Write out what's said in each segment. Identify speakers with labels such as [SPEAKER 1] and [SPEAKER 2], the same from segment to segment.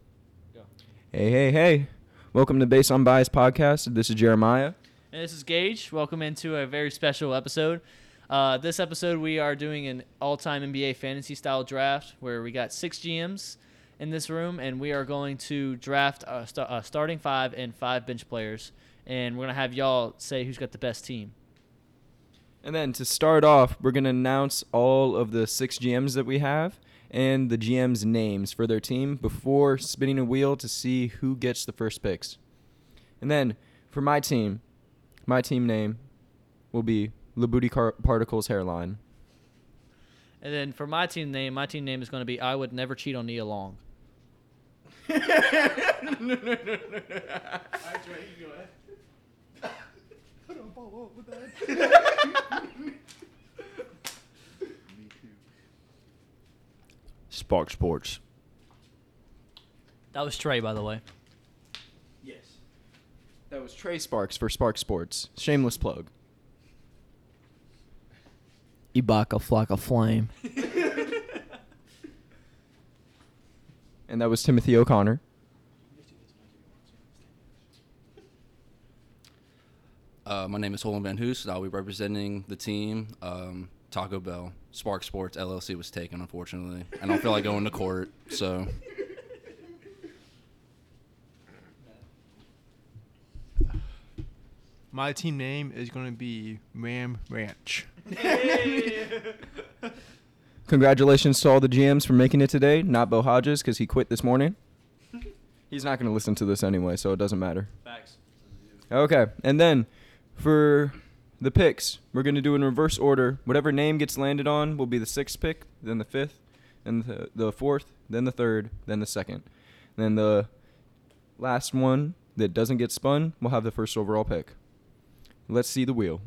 [SPEAKER 1] Hey, hey, hey. Welcome to Base on Bias podcast. This is Jeremiah.
[SPEAKER 2] And this is Gage. Welcome into a very special episode. Uh, this episode, we are doing an all time NBA fantasy style draft where we got six GMs in this room, and we are going to draft a, st- a starting five and five bench players. And we're going to have y'all say who's got the best team.
[SPEAKER 1] And then to start off, we're going to announce all of the six GMs that we have and the GM's names for their team before spinning a wheel to see who gets the first picks. And then for my team, my team name will be Labooty Car- Particles Hairline.
[SPEAKER 2] And then for my team name, my team name is going to be I Would Never Cheat on Nia Long.
[SPEAKER 3] Spark Sports.
[SPEAKER 2] That was Trey, by the way.
[SPEAKER 1] That was Trey Sparks for Spark Sports. Shameless plug.
[SPEAKER 2] Ibaka Flock of Flame.
[SPEAKER 1] And that was Timothy O'Connor.
[SPEAKER 4] Uh, my name is Holman Van Hoos, and I'll be representing the team. Um, Taco Bell, Spark Sports LLC was taken, unfortunately. I don't feel like going to court, so
[SPEAKER 5] My team name is going to be Ram Ranch.
[SPEAKER 1] Congratulations to all the GMs for making it today. Not Bo Hodges because he quit this morning. He's not going to listen to this anyway, so it doesn't matter.
[SPEAKER 2] Facts.
[SPEAKER 1] Okay, and then for the picks, we're going to do in reverse order. Whatever name gets landed on will be the sixth pick, then the fifth, then the, the fourth, then the third, then the second. Then the last one that doesn't get spun will have the first overall pick. Let's see the wheel.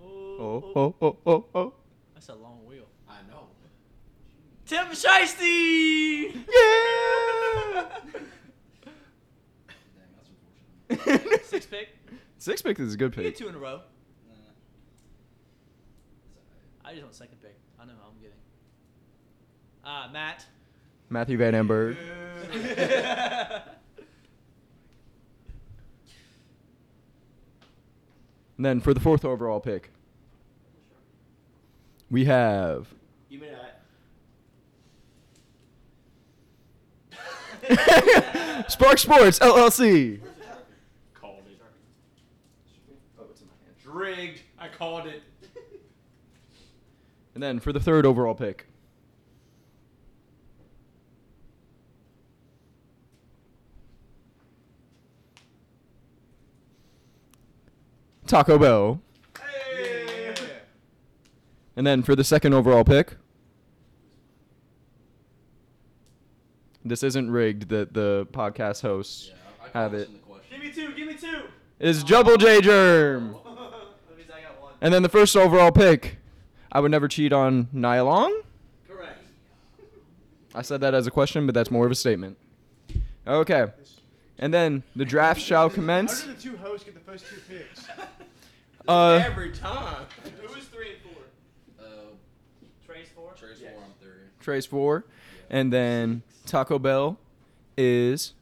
[SPEAKER 1] Oh, oh, oh, oh, oh.
[SPEAKER 2] That's a long wheel.
[SPEAKER 4] I know.
[SPEAKER 2] Tim Shiesty!
[SPEAKER 4] Dang, that's unfortunate.
[SPEAKER 2] Six pick.
[SPEAKER 1] Six pick is a good pick.
[SPEAKER 2] two in a row. I just want second pick. I know how I'm getting. Ah, Matt.
[SPEAKER 1] Matthew Van Amberg. And then for the fourth overall pick, we have.
[SPEAKER 2] You made that.
[SPEAKER 1] Spark Sports LLC.
[SPEAKER 6] Called it. Rigged. I called it.
[SPEAKER 1] And then for the third overall pick, Taco Bell. And then for the second overall pick, this isn't rigged that the podcast hosts
[SPEAKER 4] Yeah, I, I
[SPEAKER 1] Have
[SPEAKER 4] have
[SPEAKER 1] it.
[SPEAKER 4] it. The question.
[SPEAKER 2] me two. Give me two.
[SPEAKER 1] is Jubble J Germ.
[SPEAKER 2] I got one.
[SPEAKER 1] And then the first overall pick, I would never cheat on Nylong.
[SPEAKER 2] Correct.
[SPEAKER 1] I said that as a question, but that's more of a statement. Okay. And then the draft shall commence.
[SPEAKER 5] the two hosts get the first two picks?
[SPEAKER 1] Uh,
[SPEAKER 6] Every time.
[SPEAKER 2] Who is three and four?
[SPEAKER 4] Uh,
[SPEAKER 2] Trey's four.
[SPEAKER 4] Trey's four, I'm three.
[SPEAKER 1] Trey's four. And then Taco Bell is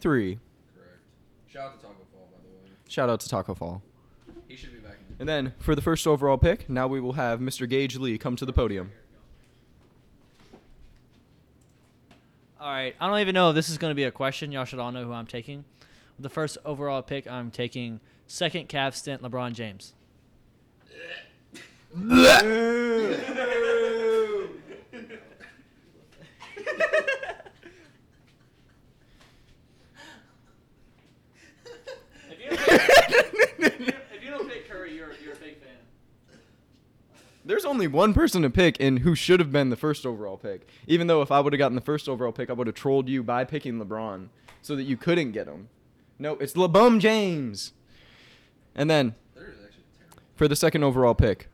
[SPEAKER 4] Three.
[SPEAKER 1] three.
[SPEAKER 4] Correct. Shout out to Taco Fall, by the
[SPEAKER 1] Shout out to Taco Fall.
[SPEAKER 4] way. He should be back. In
[SPEAKER 1] And then for the first overall pick, now we will have Mr. Gage Lee come to the podium.
[SPEAKER 2] All right. I don't even know if this is going to be a question. Y'all should all know who I'm taking. The first overall pick, I'm taking second calf stint LeBron James. if, you don't pick Curry, you're, you're a big fan.
[SPEAKER 1] There's only one person to pick and who should have been the first overall pick. Even though if I would have gotten the first overall pick, I would have trolled you by picking LeBron so that you couldn't get him. No, it's LeBum James. And then
[SPEAKER 4] there is actually a terrible.
[SPEAKER 1] for the second overall pick,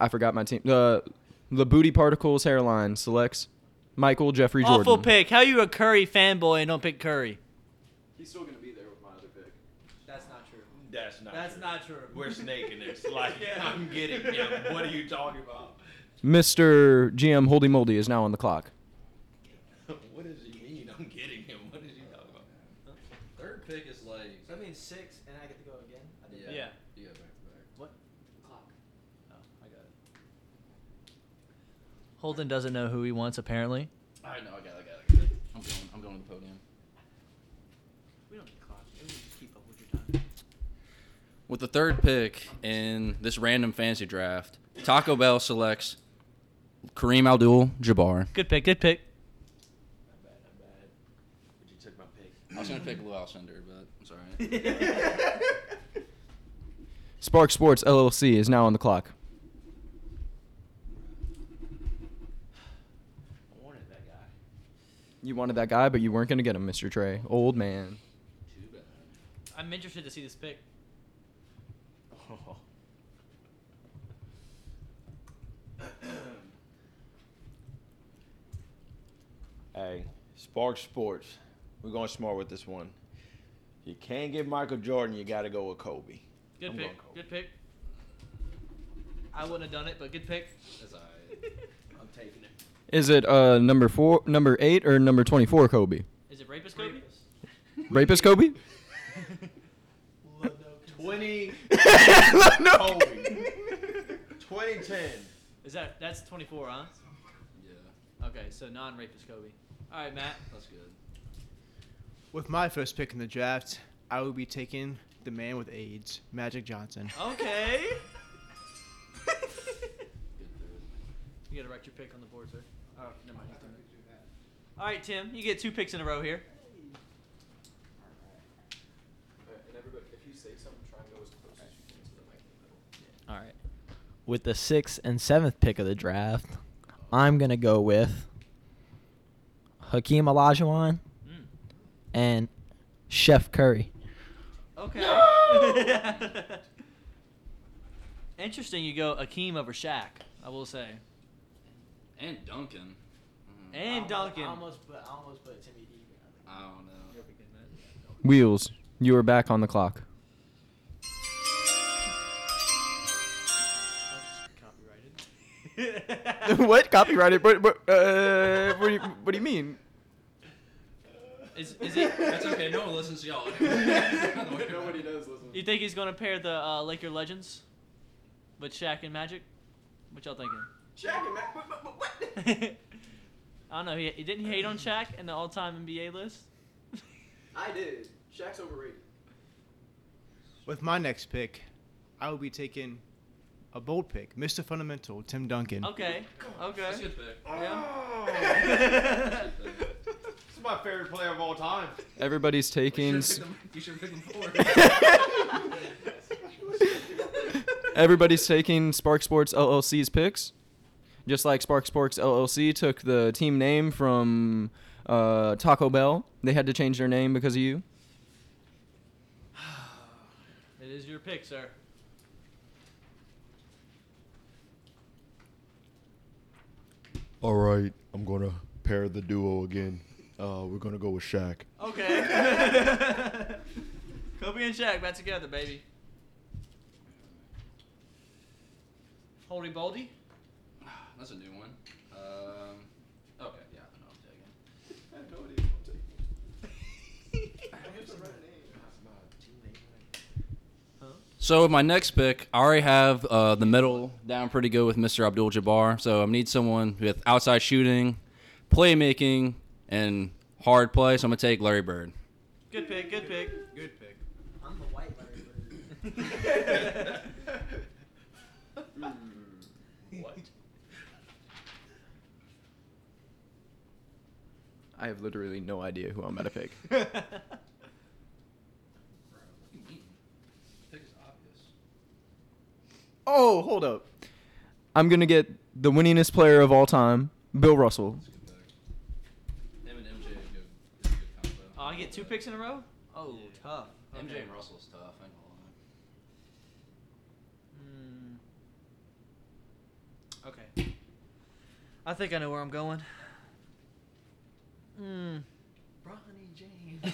[SPEAKER 1] I forgot my team. The the booty particles hairline selects Michael Jeffrey Jordan.
[SPEAKER 2] Awful pick. How you a Curry fanboy and don't pick Curry?
[SPEAKER 1] He's still gonna be there with my other pick.
[SPEAKER 2] That's not true.
[SPEAKER 6] That's not. true.
[SPEAKER 2] true.
[SPEAKER 6] We're snaking this. Like I'm getting. Yeah. What are you talking about?
[SPEAKER 1] Mr. GM Holdy Moldy is now on the clock.
[SPEAKER 6] what does he mean? I'm getting him. What is he talking about?
[SPEAKER 7] Third pick is like.
[SPEAKER 8] So that means six, and I get to go again. I did
[SPEAKER 7] Yeah.
[SPEAKER 8] that.
[SPEAKER 2] Yeah.
[SPEAKER 7] You got back to
[SPEAKER 8] What? Clock. Oh, I got it.
[SPEAKER 2] Holden doesn't know who he wants apparently.
[SPEAKER 4] I know. I got. it, I got. it, I got it. I'm going. I'm going to the podium.
[SPEAKER 8] We don't need clock. We need to keep up with your time.
[SPEAKER 4] With the third pick in this random fantasy draft, Taco Bell selects Kareem Abdul Jabbar.
[SPEAKER 2] Good pick. Good pick.
[SPEAKER 7] back. Not bad, not bad. But you took my pick.
[SPEAKER 4] I was gonna pick Lou Alcindor, but it's alright.
[SPEAKER 1] Spark Sports LLC is now on the clock.
[SPEAKER 7] I wanted that guy.
[SPEAKER 1] You wanted that guy, but you weren't going to get him, Mr. Trey. Old man.
[SPEAKER 4] Too bad.
[SPEAKER 2] I'm interested to see this pick.
[SPEAKER 3] Hey, Spark Sports. We're going smart with this one. You can't get Michael Jordan. You got to go with Kobe.
[SPEAKER 2] Good
[SPEAKER 3] I'm
[SPEAKER 2] pick.
[SPEAKER 3] going Kobe.
[SPEAKER 2] Good pick. I wouldn't have done it, but good pick.
[SPEAKER 4] That's alright.
[SPEAKER 7] I'm taking it.
[SPEAKER 1] Is it uh, number four, number eight, or number twenty-four, Kobe?
[SPEAKER 2] Is it rapist Kobe?
[SPEAKER 1] Rapist Kobe?
[SPEAKER 7] Twenty.
[SPEAKER 1] no.
[SPEAKER 7] Kobe. Twenty ten.
[SPEAKER 2] Is that that's 24, huh?
[SPEAKER 4] Yeah,
[SPEAKER 2] Okay, so non-rapist Kobe. All right, Matt.
[SPEAKER 4] that's good.
[SPEAKER 5] With my first pick in the draft, I will be taking the man with AIDS, Magic Johnson.
[SPEAKER 2] Okay.
[SPEAKER 4] Good third.
[SPEAKER 2] you gotta write your pick on the board, sir. Oh, never mind. All right, Tim, you get two picks in a row here. All right.
[SPEAKER 8] With the sixth and seventh pick of the draft, I'm gonna go with Hakeem Olajuwon
[SPEAKER 2] Mm.
[SPEAKER 8] and Chef Curry.
[SPEAKER 2] Okay. Interesting. You go Akeem over Shaq. I will say.
[SPEAKER 4] And Duncan. Mm,
[SPEAKER 2] And Duncan.
[SPEAKER 8] I almost put, I almost put Timmy D.
[SPEAKER 4] I don't know.
[SPEAKER 1] Wheels, you are back on the clock.
[SPEAKER 5] Copyrighted.
[SPEAKER 1] what? Copyrighted? But, but uh, what, do you, what do you mean?
[SPEAKER 2] Is, is he?
[SPEAKER 4] That's okay. No one listens to y'all. Nobody does.
[SPEAKER 2] You think he's gonna pair the uh, Laker legends with Shaq and Magic? What y'all thinking?
[SPEAKER 7] Jack and Mac. What?
[SPEAKER 2] I don't know. He, he didn't he hate on Shaq in the all-time NBA list.
[SPEAKER 7] I did. Shaq's overrated.
[SPEAKER 5] With my next pick, I will be taking a bold pick, Mr. Fundamental, Tim Duncan.
[SPEAKER 2] Okay. Okay.
[SPEAKER 4] That's a good pick.
[SPEAKER 2] Yeah.
[SPEAKER 7] Oh. This is my favorite player of all time.
[SPEAKER 1] Everybody's taking.
[SPEAKER 4] You
[SPEAKER 1] s-
[SPEAKER 4] should pick them- You should pick them forward.
[SPEAKER 1] Everybody's taking Spark Sports LLC's picks. Just like Spark Sports LLC took the team name from uh, Taco Bell, they had to change their name because of you.
[SPEAKER 2] It is your pick, sir.
[SPEAKER 9] All right, I'm gonna pair the duo again. Uh, we're gonna go with Shaq.
[SPEAKER 2] Okay. Kobe and Shaq back together, baby. Holdy Boldy.
[SPEAKER 4] That's a new one. Um, okay, yeah, I know I'm taking. So with my next pick, I already have uh, the middle down pretty good with Mr. Abdul Jabbar. So I need someone with outside shooting, playmaking, and hard play. So I'm gonna take Larry Bird.
[SPEAKER 2] Good pick. Good pick.
[SPEAKER 5] Good pick.
[SPEAKER 8] I'm the white Larry Bird.
[SPEAKER 1] I have literally no idea who I'm about to pick.
[SPEAKER 5] Oh, hold up.
[SPEAKER 1] I'm gonna get the winningest player of all time, Bill Russell.
[SPEAKER 4] Him and MJ is good. Is a good combo.
[SPEAKER 2] Oh, I get two picks in a row. Oh, tough.
[SPEAKER 4] MJ
[SPEAKER 2] Okay.
[SPEAKER 4] and Russell's tough. I ain't gonna lie.
[SPEAKER 2] Hmm. Okay. I think I know where I'm going. Hmm.
[SPEAKER 7] Bronny James.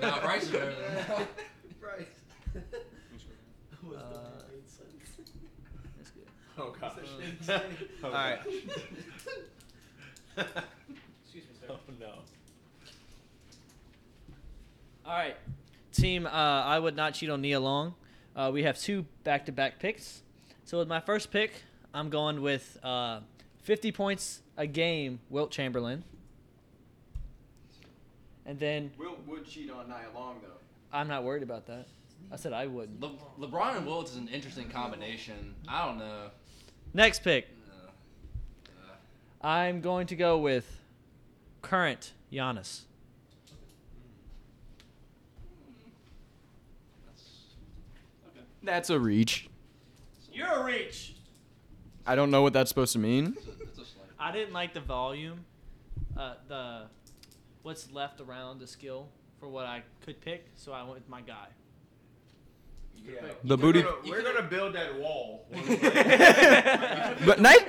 [SPEAKER 4] Nah, Bryce is better than that.
[SPEAKER 7] Bryce. Was the
[SPEAKER 2] Uh,
[SPEAKER 7] man made sense?
[SPEAKER 2] That's good.
[SPEAKER 3] Oh god.
[SPEAKER 5] All right.
[SPEAKER 2] Excuse me, sir.
[SPEAKER 3] Oh no.
[SPEAKER 2] All right, team. Uh, I would not cheat on Nia Long. Uh, we have two back-to-back picks. So with my first pick, I'm going with uh, 50 points a game, Wilt Chamberlain. And then
[SPEAKER 1] Wilt would cheat on Nia Long though.
[SPEAKER 2] I'm not worried about that. I said I wouldn't.
[SPEAKER 4] Le- LeBron and Wilt is an interesting combination. I don't know.
[SPEAKER 2] Next pick,
[SPEAKER 4] Uh,
[SPEAKER 2] I'm going to go with current Giannis.
[SPEAKER 1] That's a reach.
[SPEAKER 2] You're a reach.
[SPEAKER 1] I don't know what that's supposed to mean.
[SPEAKER 4] it's a slight-
[SPEAKER 2] I didn't like the volume, uh, the what's left around the skill for what I could pick, so I went with my guy.
[SPEAKER 3] Yeah.
[SPEAKER 1] The booty.
[SPEAKER 3] We're gonna, we're gonna build that wall.
[SPEAKER 1] But night.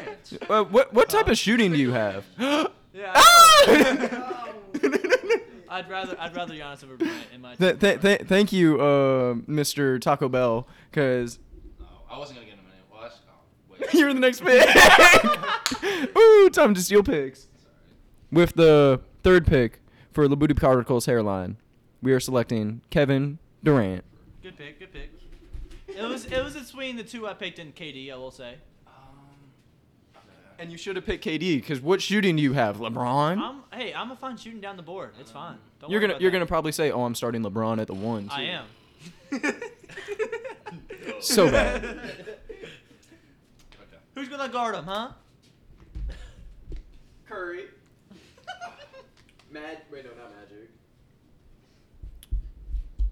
[SPEAKER 1] Uh, what what type of shooting do you have?
[SPEAKER 2] Yeah.
[SPEAKER 1] Ah!
[SPEAKER 2] I'd rather I'd rather Giannis over Bryant in my.
[SPEAKER 1] Th- th- th- thank you, uh, Mr. Taco Bell, because
[SPEAKER 4] no, I wasn't gonna get him in. Well, that's, oh, wait.
[SPEAKER 1] you're the next pick. Ooh, time to steal picks. With the third pick for Labuti Particle's hairline, we are selecting Kevin Durant.
[SPEAKER 2] good pick, good pick. It was it was between the two I picked in KD. I will say
[SPEAKER 1] And you should have picked KD, because what shooting do you have, LeBron?
[SPEAKER 2] I'm hey I'm a fine shooting down the board. It's fine. Don't
[SPEAKER 1] You're
[SPEAKER 2] worry
[SPEAKER 1] gonna
[SPEAKER 2] about
[SPEAKER 1] you're
[SPEAKER 2] that.
[SPEAKER 1] gonna probably say, oh, I'm starting LeBron at the one.
[SPEAKER 2] I
[SPEAKER 1] too.
[SPEAKER 2] am.
[SPEAKER 1] So bad.
[SPEAKER 2] Who's gonna guard him, huh?
[SPEAKER 1] Curry. Mad. Wait, no, not Magic.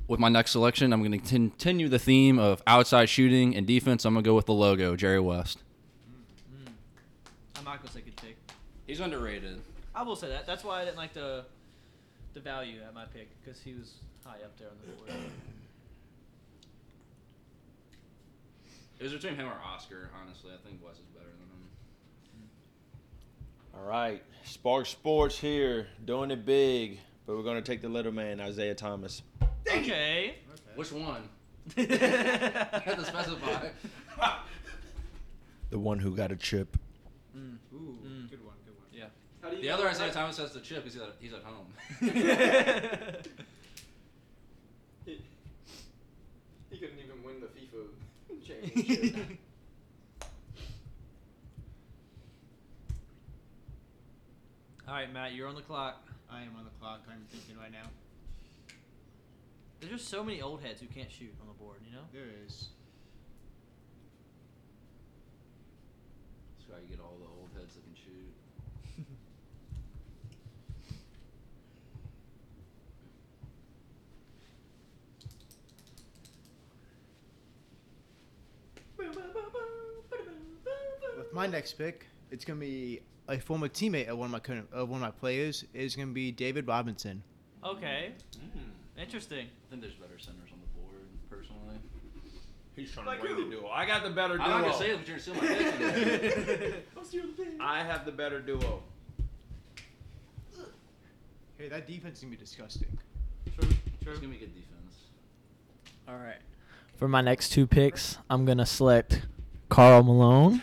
[SPEAKER 4] With my next selection, I'm gonna continue the theme of outside shooting and defense. I'm gonna go with the logo, Jerry West.
[SPEAKER 2] Mm. I'm not gonna say good pick.
[SPEAKER 4] He's underrated.
[SPEAKER 2] I will say that. That's why I didn't like the the value at my pick because he was high up there on the board.
[SPEAKER 4] It was between him or Oscar, honestly. I think West is better than him.
[SPEAKER 3] All right, Spark Sports here, doing it big, but we're gonna take the little man, Isaiah Thomas.
[SPEAKER 2] okay.
[SPEAKER 4] Which one? I had to
[SPEAKER 2] mm.
[SPEAKER 4] specify.
[SPEAKER 9] The one who got a chip.
[SPEAKER 5] Ooh,
[SPEAKER 2] Mm.
[SPEAKER 5] good one, good one.
[SPEAKER 2] Yeah.
[SPEAKER 4] The other Isaiah Thomas has the chip. He's at, he's at home.
[SPEAKER 1] He couldn't even win the FIFA championship.
[SPEAKER 2] All right, Matt, you're on the clock.
[SPEAKER 5] I am on the clock. I'm thinking right now.
[SPEAKER 2] There's just so many old heads who can't shoot on the board, you know?
[SPEAKER 5] There is.
[SPEAKER 4] That's why you get all the old heads that can shoot.
[SPEAKER 5] With my next pick, it's gonna be a former teammate of one of my current, of one of my players. Is gonna be David Robinson.
[SPEAKER 2] Okay.
[SPEAKER 3] Mm.
[SPEAKER 2] Interesting.
[SPEAKER 4] I think there's better centers on the board, personally.
[SPEAKER 3] He's trying to win the duo. I got the better duo.
[SPEAKER 4] I'm not gonna say it, but you're still my pick.
[SPEAKER 3] I have the better duo.
[SPEAKER 5] Hey, that defense is gonna be disgusting.
[SPEAKER 4] It's gonna be good defense.
[SPEAKER 2] All right.
[SPEAKER 8] For my next two picks, I'm gonna select Carl Malone.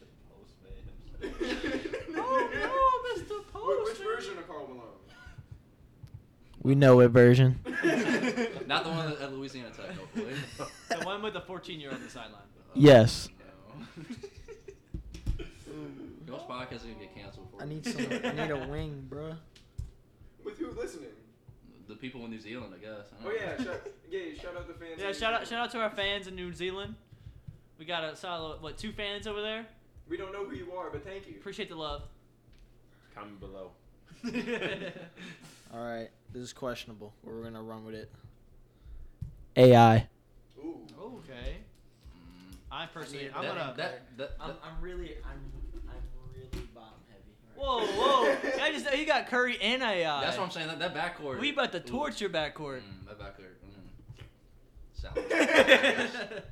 [SPEAKER 2] Oh, no, Mr. Post.
[SPEAKER 1] of Carl Malone?
[SPEAKER 8] We know what version.
[SPEAKER 4] Not the one at Louisiana Tech, hopefully.
[SPEAKER 2] The one with the 14 year old on the sideline.
[SPEAKER 8] Yes.
[SPEAKER 4] Y'all's podcast is gonna get canceled for
[SPEAKER 8] wing, bruh.
[SPEAKER 1] With who listening?
[SPEAKER 4] The people in New Zealand, I guess. I
[SPEAKER 1] Oh
[SPEAKER 4] don't
[SPEAKER 1] yeah,
[SPEAKER 3] Mm.
[SPEAKER 4] know.
[SPEAKER 1] shout, yeah, shout out the fans.
[SPEAKER 2] Yeah, shout out, shout out to our fans in New Zealand. We got a solid, what, two fans over there?
[SPEAKER 1] We don't know who you are, but thank you.
[SPEAKER 2] Appreciate the love.
[SPEAKER 3] Comment below.
[SPEAKER 8] All right, this is questionable. but We're gonna run with it. AI.
[SPEAKER 1] Ooh.
[SPEAKER 2] Oh. okay. I personally,
[SPEAKER 8] need
[SPEAKER 2] I'm
[SPEAKER 8] that.
[SPEAKER 2] gonna.
[SPEAKER 4] Mm. That, that, that,
[SPEAKER 8] I'm really, I'm, I'm really bottom heavy.
[SPEAKER 2] Whoa, whoa! I just he got Curry and AI.
[SPEAKER 4] that's what I'm saying. That, that backcourt.
[SPEAKER 2] We about to
[SPEAKER 4] Ooh.
[SPEAKER 2] torch your backcourt.
[SPEAKER 4] Mm, that backcourt. Mm. Salad.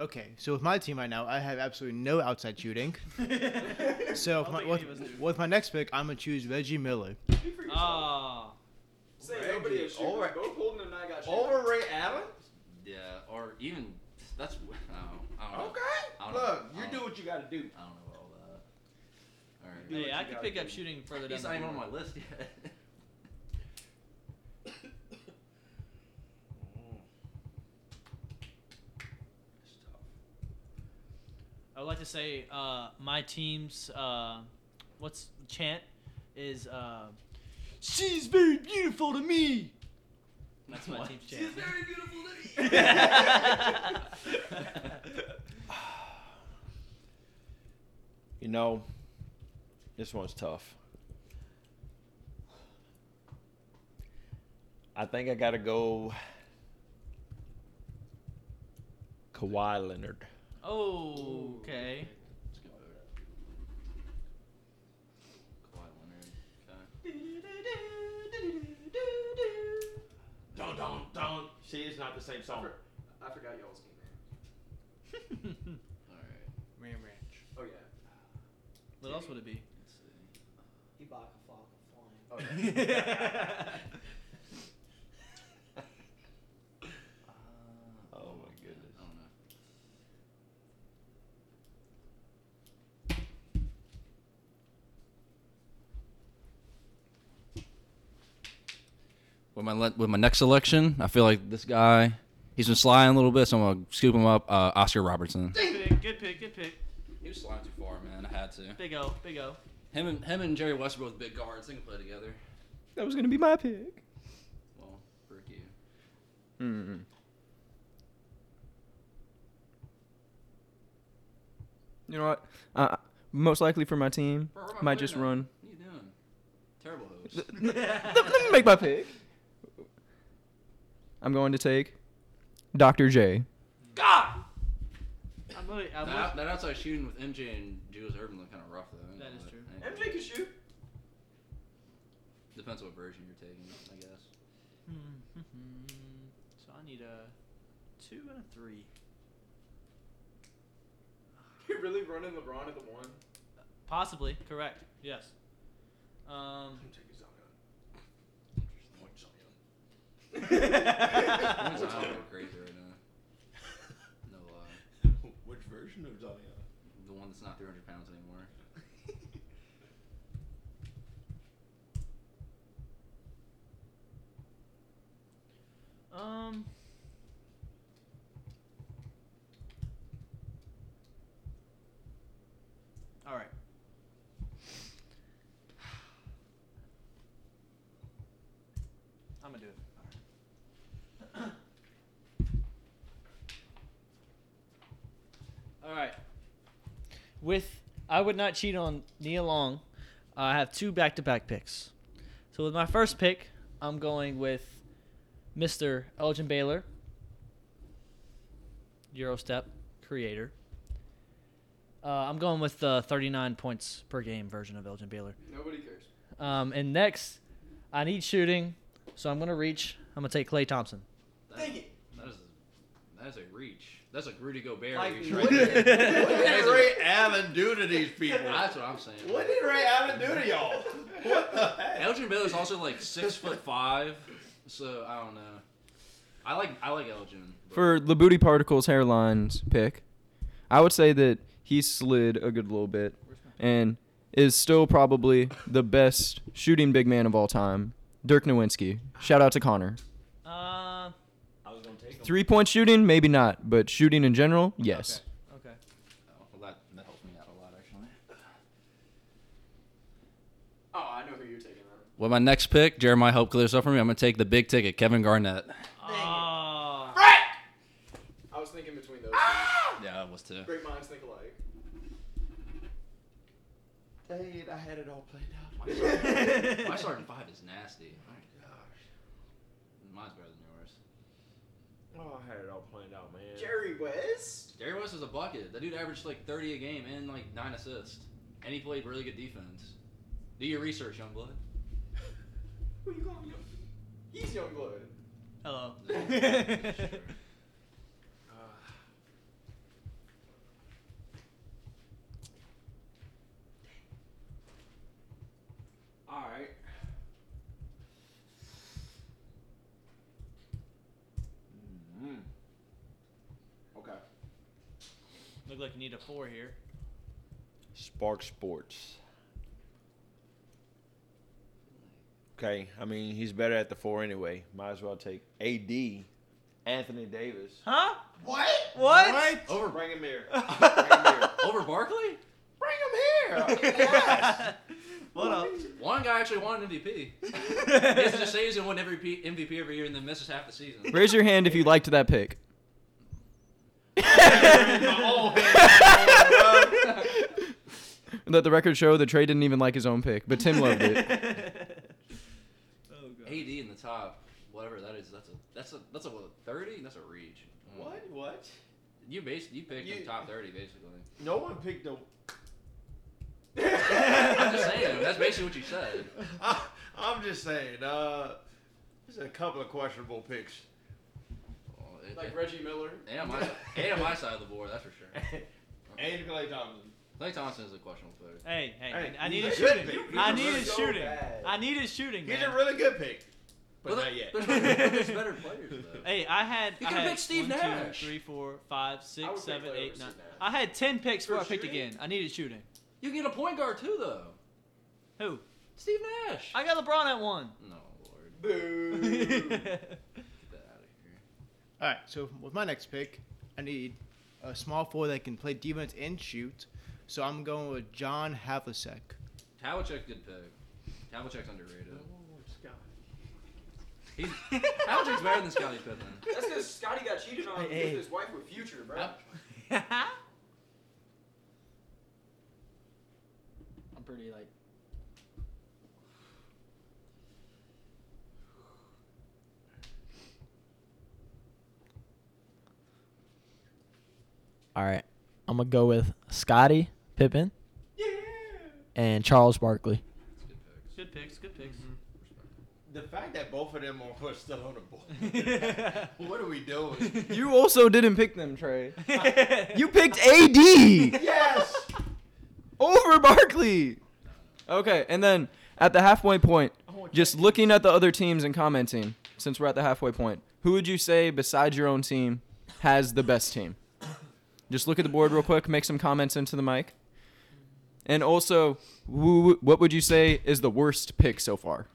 [SPEAKER 5] Okay, so with my team right now, I have absolutely no outside shooting. so if my, with, with my next pick, I'm gonna choose Reggie Miller.
[SPEAKER 2] Ah.
[SPEAKER 1] Say nobody is shooting.
[SPEAKER 3] over-
[SPEAKER 1] Both Holden and I got shot.
[SPEAKER 3] Over Ray Allen?
[SPEAKER 4] Yeah, or even that's I don't, I don't
[SPEAKER 3] Okay.
[SPEAKER 4] I don't
[SPEAKER 3] Look,
[SPEAKER 4] know.
[SPEAKER 3] you
[SPEAKER 1] Oh.
[SPEAKER 4] I don't-
[SPEAKER 3] do what you gotta do.
[SPEAKER 4] know. I don't know about all that. All right.
[SPEAKER 2] Hey, I could pick up shooting further down.
[SPEAKER 4] He's
[SPEAKER 2] the
[SPEAKER 4] not even on
[SPEAKER 2] board.
[SPEAKER 4] my list yet.
[SPEAKER 3] It's tough.
[SPEAKER 2] I would like to say uh, my team's uh, what's chant is uh, she's very beautiful to me.
[SPEAKER 4] That's
[SPEAKER 2] That's my
[SPEAKER 4] what?
[SPEAKER 2] team's chant.
[SPEAKER 3] You know, this one's tough. I think I gotta go Kawhi Leonard.
[SPEAKER 2] oh, okay.
[SPEAKER 4] Skip over that. Kawhi Leonard. Okay.
[SPEAKER 7] Don't, don't, don't.
[SPEAKER 3] See, it's not the same song.
[SPEAKER 6] I forgot y'all's game name.
[SPEAKER 4] All right.
[SPEAKER 5] Ram Ranch.
[SPEAKER 6] Oh yeah.
[SPEAKER 2] What else would it be?
[SPEAKER 4] Let's see.
[SPEAKER 6] Oh,
[SPEAKER 3] Oh my goodness.
[SPEAKER 4] I don't know. With my le- with my next selection, I feel like this guy, he's been sliding a little bit, so I'm gonna scoop him up. Uh, Oscar Robertson.
[SPEAKER 2] Good pick. Good pick. Good pick.
[SPEAKER 4] He was sliding too far, man. I had to.
[SPEAKER 2] Big O. Big O.
[SPEAKER 4] Him and him and Jerry West are both big guards. They can play together.
[SPEAKER 1] That was gonna be my pick.
[SPEAKER 4] Well, frick you.
[SPEAKER 1] Hmm. You know what? Uh, most likely for my team,
[SPEAKER 4] Bro, where am I
[SPEAKER 1] might just
[SPEAKER 4] putting
[SPEAKER 1] run.
[SPEAKER 4] What are you doing? Terrible host.
[SPEAKER 1] Th- Let let me make my pick. I'm going to take Dr. J.
[SPEAKER 2] I'm really, I'm really,
[SPEAKER 4] That, that outside shooting with MJ and Julius Urban looked kind of rough though.
[SPEAKER 2] That is true.
[SPEAKER 4] MJ can shoot. Depends what version you're taking, I guess.
[SPEAKER 2] Hmm, so I need a two and a three.
[SPEAKER 6] You're really running LeBron at the one.
[SPEAKER 2] Possibly correct. Yes. Um.
[SPEAKER 6] I'm taking Zion. Point Zion.
[SPEAKER 4] One's out of crazy right now. No lie.
[SPEAKER 6] Which version of Zion?
[SPEAKER 4] The one that's not 300 pounds anymore.
[SPEAKER 2] Um. All right. I'm gonna do it. All right. All right. With I would not cheat on Nia Long. I have two back-to-back picks. So with my first pick, I'm going with Mr. Elgin Baylor, Eurostep creator. Uh, I'm going with the 39 points per game version of Elgin Baylor.
[SPEAKER 6] Nobody cares.
[SPEAKER 2] Um, and next, I need shooting, so I'm gonna reach. I'm gonna take Clay Thompson.
[SPEAKER 4] That, Dang it! That is, that is a reach. That's like Rudy Gobert
[SPEAKER 3] Like,
[SPEAKER 4] reach
[SPEAKER 3] what
[SPEAKER 4] right
[SPEAKER 3] did-
[SPEAKER 4] there.
[SPEAKER 3] What did
[SPEAKER 2] Uh,
[SPEAKER 4] That's a-
[SPEAKER 3] Ray Allen do to these people?
[SPEAKER 4] That's what I'm saying.
[SPEAKER 3] What did Ray Allen do to y'all? What the heck?
[SPEAKER 4] Elgin Baylor's also like six foot five, so I don't know. I like I like Elgin. but-
[SPEAKER 1] For the booty particles hairlines pick, I would say that he slid a good little bit and is still probably the best shooting big man of all time. Dirk Nowinski. Shout out to Connor.
[SPEAKER 2] Uh,
[SPEAKER 3] I was gonna take him.
[SPEAKER 1] Three point shooting, maybe not, but shooting in general, yes.
[SPEAKER 2] okay.
[SPEAKER 4] Oh, well, that that helps me out a lot actually.
[SPEAKER 6] Oh, I know who you're taking. Out.
[SPEAKER 4] Well, my next pick, Jeremiah helped clear this up for me. I'm gonna take the big ticket, Kevin Garnett.
[SPEAKER 2] Ah.
[SPEAKER 6] I was thinking between those.
[SPEAKER 4] Yeah, I was too.
[SPEAKER 6] two. Great minds think alike.
[SPEAKER 3] Dang it, I had it all played out.
[SPEAKER 4] My starting, my starting five is nasty. My gosh, mine's better than yours.
[SPEAKER 3] Oh, I had it all planned out, man.
[SPEAKER 6] Jerry West.
[SPEAKER 4] Jerry West was a bucket. That dude averaged like 30 a game and like nine assists, and he played really good defense. Do your research, young blood.
[SPEAKER 6] Who you calling? Young? He's young blood.
[SPEAKER 2] Hello.
[SPEAKER 4] Sure.
[SPEAKER 3] Mm-hmm.
[SPEAKER 2] Look like you need a four here.
[SPEAKER 3] Spark Sports. Okay, I mean he's better at the four anyway. Might as well take AD, Anthony Davis.
[SPEAKER 2] Huh?
[SPEAKER 3] What?
[SPEAKER 2] What?
[SPEAKER 3] Over. Bring him here. Bring him here.
[SPEAKER 4] Over Barkley?
[SPEAKER 3] Bring him here. Yes.
[SPEAKER 2] What up?
[SPEAKER 4] One guy actually won an MVP. This is the season won every P- MVP every year and then misses half the season.
[SPEAKER 1] Raise your hand if you liked that pick.
[SPEAKER 4] Oh,
[SPEAKER 1] Let the record show that Trey didn't even like his own pick, but Tim loved it.
[SPEAKER 3] Oh,
[SPEAKER 4] AD in the top, whatever that is, that's a that's a that's a what, thirty. That's a reach. Mm.
[SPEAKER 3] What? What?
[SPEAKER 4] You basically you picked the
[SPEAKER 3] You-
[SPEAKER 4] top thirty basically.
[SPEAKER 3] No one picked him.
[SPEAKER 4] I'm just saying that's basically what you said.
[SPEAKER 3] I, I'm just saying. Uh, there's a couple of questionable picks.
[SPEAKER 4] Well, it-
[SPEAKER 3] Like
[SPEAKER 4] it-
[SPEAKER 3] Reggie Miller.
[SPEAKER 4] and on my and on my side of the board, that's for sure.
[SPEAKER 3] and Clay Thompson.
[SPEAKER 4] Clay Thompson is a questionable player.
[SPEAKER 2] Hey, hey,
[SPEAKER 3] Hey,
[SPEAKER 2] I
[SPEAKER 3] he's
[SPEAKER 2] need a
[SPEAKER 3] a good
[SPEAKER 2] shooting.
[SPEAKER 3] pick.
[SPEAKER 2] I
[SPEAKER 3] He's
[SPEAKER 2] need a
[SPEAKER 3] so
[SPEAKER 2] shooting.
[SPEAKER 3] bad.
[SPEAKER 2] I need a shooting.
[SPEAKER 3] He's
[SPEAKER 2] man.
[SPEAKER 3] a really good pick, but
[SPEAKER 4] Well,
[SPEAKER 3] not
[SPEAKER 4] there-
[SPEAKER 3] yet.
[SPEAKER 4] There's, there's better players though.
[SPEAKER 2] Hey, I had
[SPEAKER 4] You
[SPEAKER 2] I
[SPEAKER 4] could've
[SPEAKER 2] had
[SPEAKER 4] picked Steve
[SPEAKER 2] one, two,
[SPEAKER 4] Nash.
[SPEAKER 2] three, four, five, six,
[SPEAKER 3] I would pick
[SPEAKER 2] seven,
[SPEAKER 3] Clay
[SPEAKER 2] eight,
[SPEAKER 3] over
[SPEAKER 2] nine.
[SPEAKER 3] Steve Nash.
[SPEAKER 2] I had ten picks
[SPEAKER 3] For
[SPEAKER 2] before I picked
[SPEAKER 3] shooting?
[SPEAKER 2] again. I needed shooting.
[SPEAKER 4] You can get a point guard too though.
[SPEAKER 2] Who?
[SPEAKER 4] Steve Nash.
[SPEAKER 2] I got LeBron at one.
[SPEAKER 4] no lord, get that out of here.
[SPEAKER 5] All right, so with my next pick, I need a small four that can play defense and shoot. So I'm going with John Havlicek.
[SPEAKER 4] Havlicek's a good pick. Havlicek's underrated.
[SPEAKER 3] Oh,
[SPEAKER 4] He's, Havlicek's better than Scottie Pippen.
[SPEAKER 7] That's because Scotty got cheated on with his wife with Future, bro.
[SPEAKER 4] Yep.
[SPEAKER 2] I'm pretty like.
[SPEAKER 8] All right. I'm going to go with Scotty Pippen and Charles Barkley.
[SPEAKER 4] That's good picks.
[SPEAKER 2] Good picks. Good picks.
[SPEAKER 3] the fact that both of them are still on the board. what are we doing?
[SPEAKER 1] You also didn't pick them, Trey.
[SPEAKER 2] you
[SPEAKER 1] You picked AD
[SPEAKER 3] yes.
[SPEAKER 1] over Barkley. Okay, and then at the halfway point, just looking at the other teams and commenting, since we're at the halfway point, who would you say besides your own team has the best team? Just look at the board real quick, make some comments into the mic. And also, who, what would you say is the worst pick so far?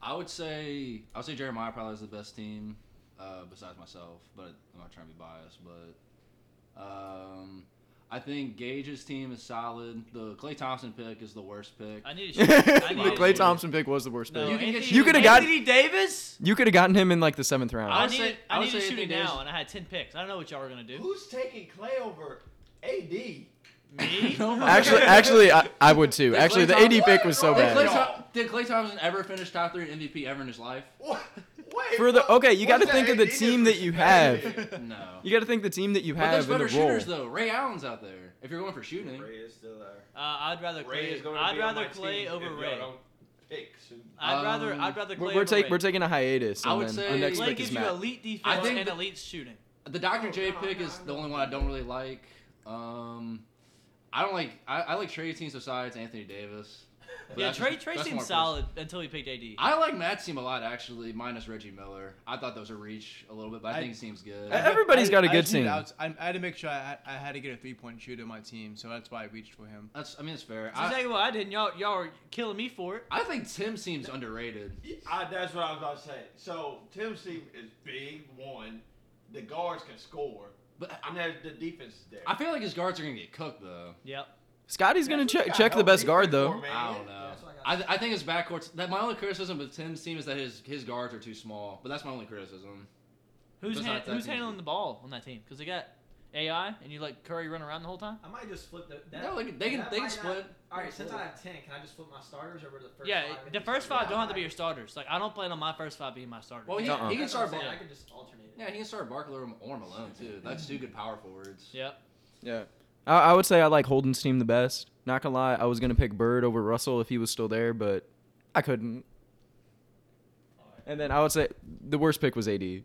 [SPEAKER 4] I would say I would say Jeremiah probably is the best team uh, besides myself, but I'm not trying to be biased. But um, I think Gage's team is solid. The Clay Thompson pick is the worst pick.
[SPEAKER 2] I need a shooting. I need
[SPEAKER 1] the
[SPEAKER 2] a
[SPEAKER 1] Clay
[SPEAKER 2] shooting.
[SPEAKER 1] Thompson pick was the worst
[SPEAKER 2] No,
[SPEAKER 1] pick.
[SPEAKER 4] You can get
[SPEAKER 2] Anthony-
[SPEAKER 1] You coulda got-
[SPEAKER 2] Anthony Davis.
[SPEAKER 1] You could have gotten him in like the seventh round.
[SPEAKER 2] I,
[SPEAKER 4] I
[SPEAKER 2] I
[SPEAKER 4] would
[SPEAKER 2] needed,
[SPEAKER 4] say-
[SPEAKER 2] I
[SPEAKER 4] I would
[SPEAKER 2] needed
[SPEAKER 4] say
[SPEAKER 2] shooting
[SPEAKER 4] Anthony Davis-
[SPEAKER 2] now, and I had ten picks. I don't know what y'all were gonna do.
[SPEAKER 3] Who's taking Clay over AD?
[SPEAKER 2] Me?
[SPEAKER 1] Actually, actually, I, I would too.
[SPEAKER 4] Clay
[SPEAKER 1] Actually, the
[SPEAKER 4] Thompson-
[SPEAKER 1] AD pick was so
[SPEAKER 4] Did Clay,
[SPEAKER 1] bad.
[SPEAKER 4] Thom- did Clay Thompson ever finish top three in MVP ever in his life?
[SPEAKER 3] What? Wait.
[SPEAKER 1] For the
[SPEAKER 3] what-
[SPEAKER 1] okay, you got to
[SPEAKER 3] what's
[SPEAKER 1] think of the
[SPEAKER 3] AD
[SPEAKER 1] team that you
[SPEAKER 3] disrespect?
[SPEAKER 1] have.
[SPEAKER 4] No.
[SPEAKER 1] You got to think the team that you
[SPEAKER 4] But there's
[SPEAKER 1] have in the
[SPEAKER 4] better
[SPEAKER 1] role.
[SPEAKER 4] shooters though. Ray Allen's out there. If you're going for shooting,
[SPEAKER 7] Ray is still there.
[SPEAKER 2] Uh, I'd rather
[SPEAKER 3] Ray
[SPEAKER 2] Clay.
[SPEAKER 3] is gonna
[SPEAKER 2] I'd
[SPEAKER 3] be on my
[SPEAKER 2] rather Clay
[SPEAKER 3] team
[SPEAKER 2] over
[SPEAKER 3] if y'all
[SPEAKER 2] Ray.
[SPEAKER 3] don't Pick soon.
[SPEAKER 2] I'd rather.
[SPEAKER 4] Um,
[SPEAKER 2] I'd rather Clay
[SPEAKER 1] We're, we're,
[SPEAKER 2] over
[SPEAKER 1] take,
[SPEAKER 2] Ray.
[SPEAKER 1] we're taking a hiatus. And
[SPEAKER 4] I would
[SPEAKER 1] then
[SPEAKER 4] say-
[SPEAKER 1] our next
[SPEAKER 2] Clay
[SPEAKER 1] pick
[SPEAKER 2] gives
[SPEAKER 1] is
[SPEAKER 2] you
[SPEAKER 1] Matt.
[SPEAKER 2] elite
[SPEAKER 4] I
[SPEAKER 2] defense
[SPEAKER 4] think
[SPEAKER 2] and
[SPEAKER 4] that-
[SPEAKER 2] elite shooting.
[SPEAKER 4] The Dr.
[SPEAKER 7] Oh,
[SPEAKER 4] J
[SPEAKER 7] no,
[SPEAKER 4] pick
[SPEAKER 7] no,
[SPEAKER 4] is
[SPEAKER 7] I
[SPEAKER 4] the
[SPEAKER 7] know.
[SPEAKER 4] only one I don't really like. Um, I don't like. I, I like Trey teams besides Anthony Davis. But
[SPEAKER 2] Yeah,
[SPEAKER 4] that's
[SPEAKER 2] Trey
[SPEAKER 4] just-
[SPEAKER 2] Trey
[SPEAKER 4] that's
[SPEAKER 2] seemed
[SPEAKER 4] more
[SPEAKER 2] solid until he picked AD.
[SPEAKER 4] personal. I like Matt's team a lot actually, minus Reggie Miller. I thought that was a reach a little bit, but I,
[SPEAKER 5] I-
[SPEAKER 4] think it seems good.
[SPEAKER 1] I- E, Everybody's got a
[SPEAKER 5] I
[SPEAKER 1] good
[SPEAKER 5] just needed
[SPEAKER 1] team.
[SPEAKER 5] outs- I, I had to make sure I, I had to get a three point shooter on my team, so that's why I reached for him.
[SPEAKER 4] That's. I mean, it's fair.
[SPEAKER 2] I'll tell
[SPEAKER 4] I,
[SPEAKER 2] you what, I didn't. Y'all, y'all are killing me for it.
[SPEAKER 4] I think Tim seems underrated.
[SPEAKER 3] I, that's what I was about to say. So Tim's team is big one. The guards can score,
[SPEAKER 4] But I,
[SPEAKER 3] and then the defense is there.
[SPEAKER 4] I feel like his guards are gonna get cooked though.
[SPEAKER 2] Yep.
[SPEAKER 1] Scotty's gonna
[SPEAKER 3] That's what
[SPEAKER 1] check
[SPEAKER 3] you
[SPEAKER 1] check
[SPEAKER 3] got
[SPEAKER 1] the best
[SPEAKER 3] defense
[SPEAKER 1] guard
[SPEAKER 3] for,
[SPEAKER 1] though.
[SPEAKER 3] man.
[SPEAKER 4] I don't know.
[SPEAKER 7] that's what I
[SPEAKER 4] I, th- I think his backcourt's that my only criticism of Tim's team is that his his guards are too small. But that's my only criticism.
[SPEAKER 2] Who's
[SPEAKER 4] That's
[SPEAKER 2] han-
[SPEAKER 4] not that
[SPEAKER 2] who's
[SPEAKER 4] easy.
[SPEAKER 2] handling the ball on that team? Because they got AI, and you let Curry run around the whole time.
[SPEAKER 7] I might just flip the. That,
[SPEAKER 4] No, like, they can
[SPEAKER 7] that
[SPEAKER 4] they can
[SPEAKER 7] might not-
[SPEAKER 4] split.
[SPEAKER 7] all right, since I have ten, can I just flip my starters over to the first?
[SPEAKER 2] yeah,
[SPEAKER 7] five
[SPEAKER 2] the first five don't have to be your starters. Like I don't plan on my first five being my starters.
[SPEAKER 4] Well, he,
[SPEAKER 1] Uh-uh.
[SPEAKER 4] he can start.
[SPEAKER 7] Saying,
[SPEAKER 4] Ball.
[SPEAKER 7] I can just alternate it.
[SPEAKER 4] Yeah, he can start Barkley or or Malone too. That's two good power forwards.
[SPEAKER 2] Yep.
[SPEAKER 1] Yeah, I, I would say I like Holden's team the best. Not gonna lie, I was gonna pick Bird over Russell if he was still there, but I couldn't. And then I would say the worst pick was AD.
[SPEAKER 2] 100%.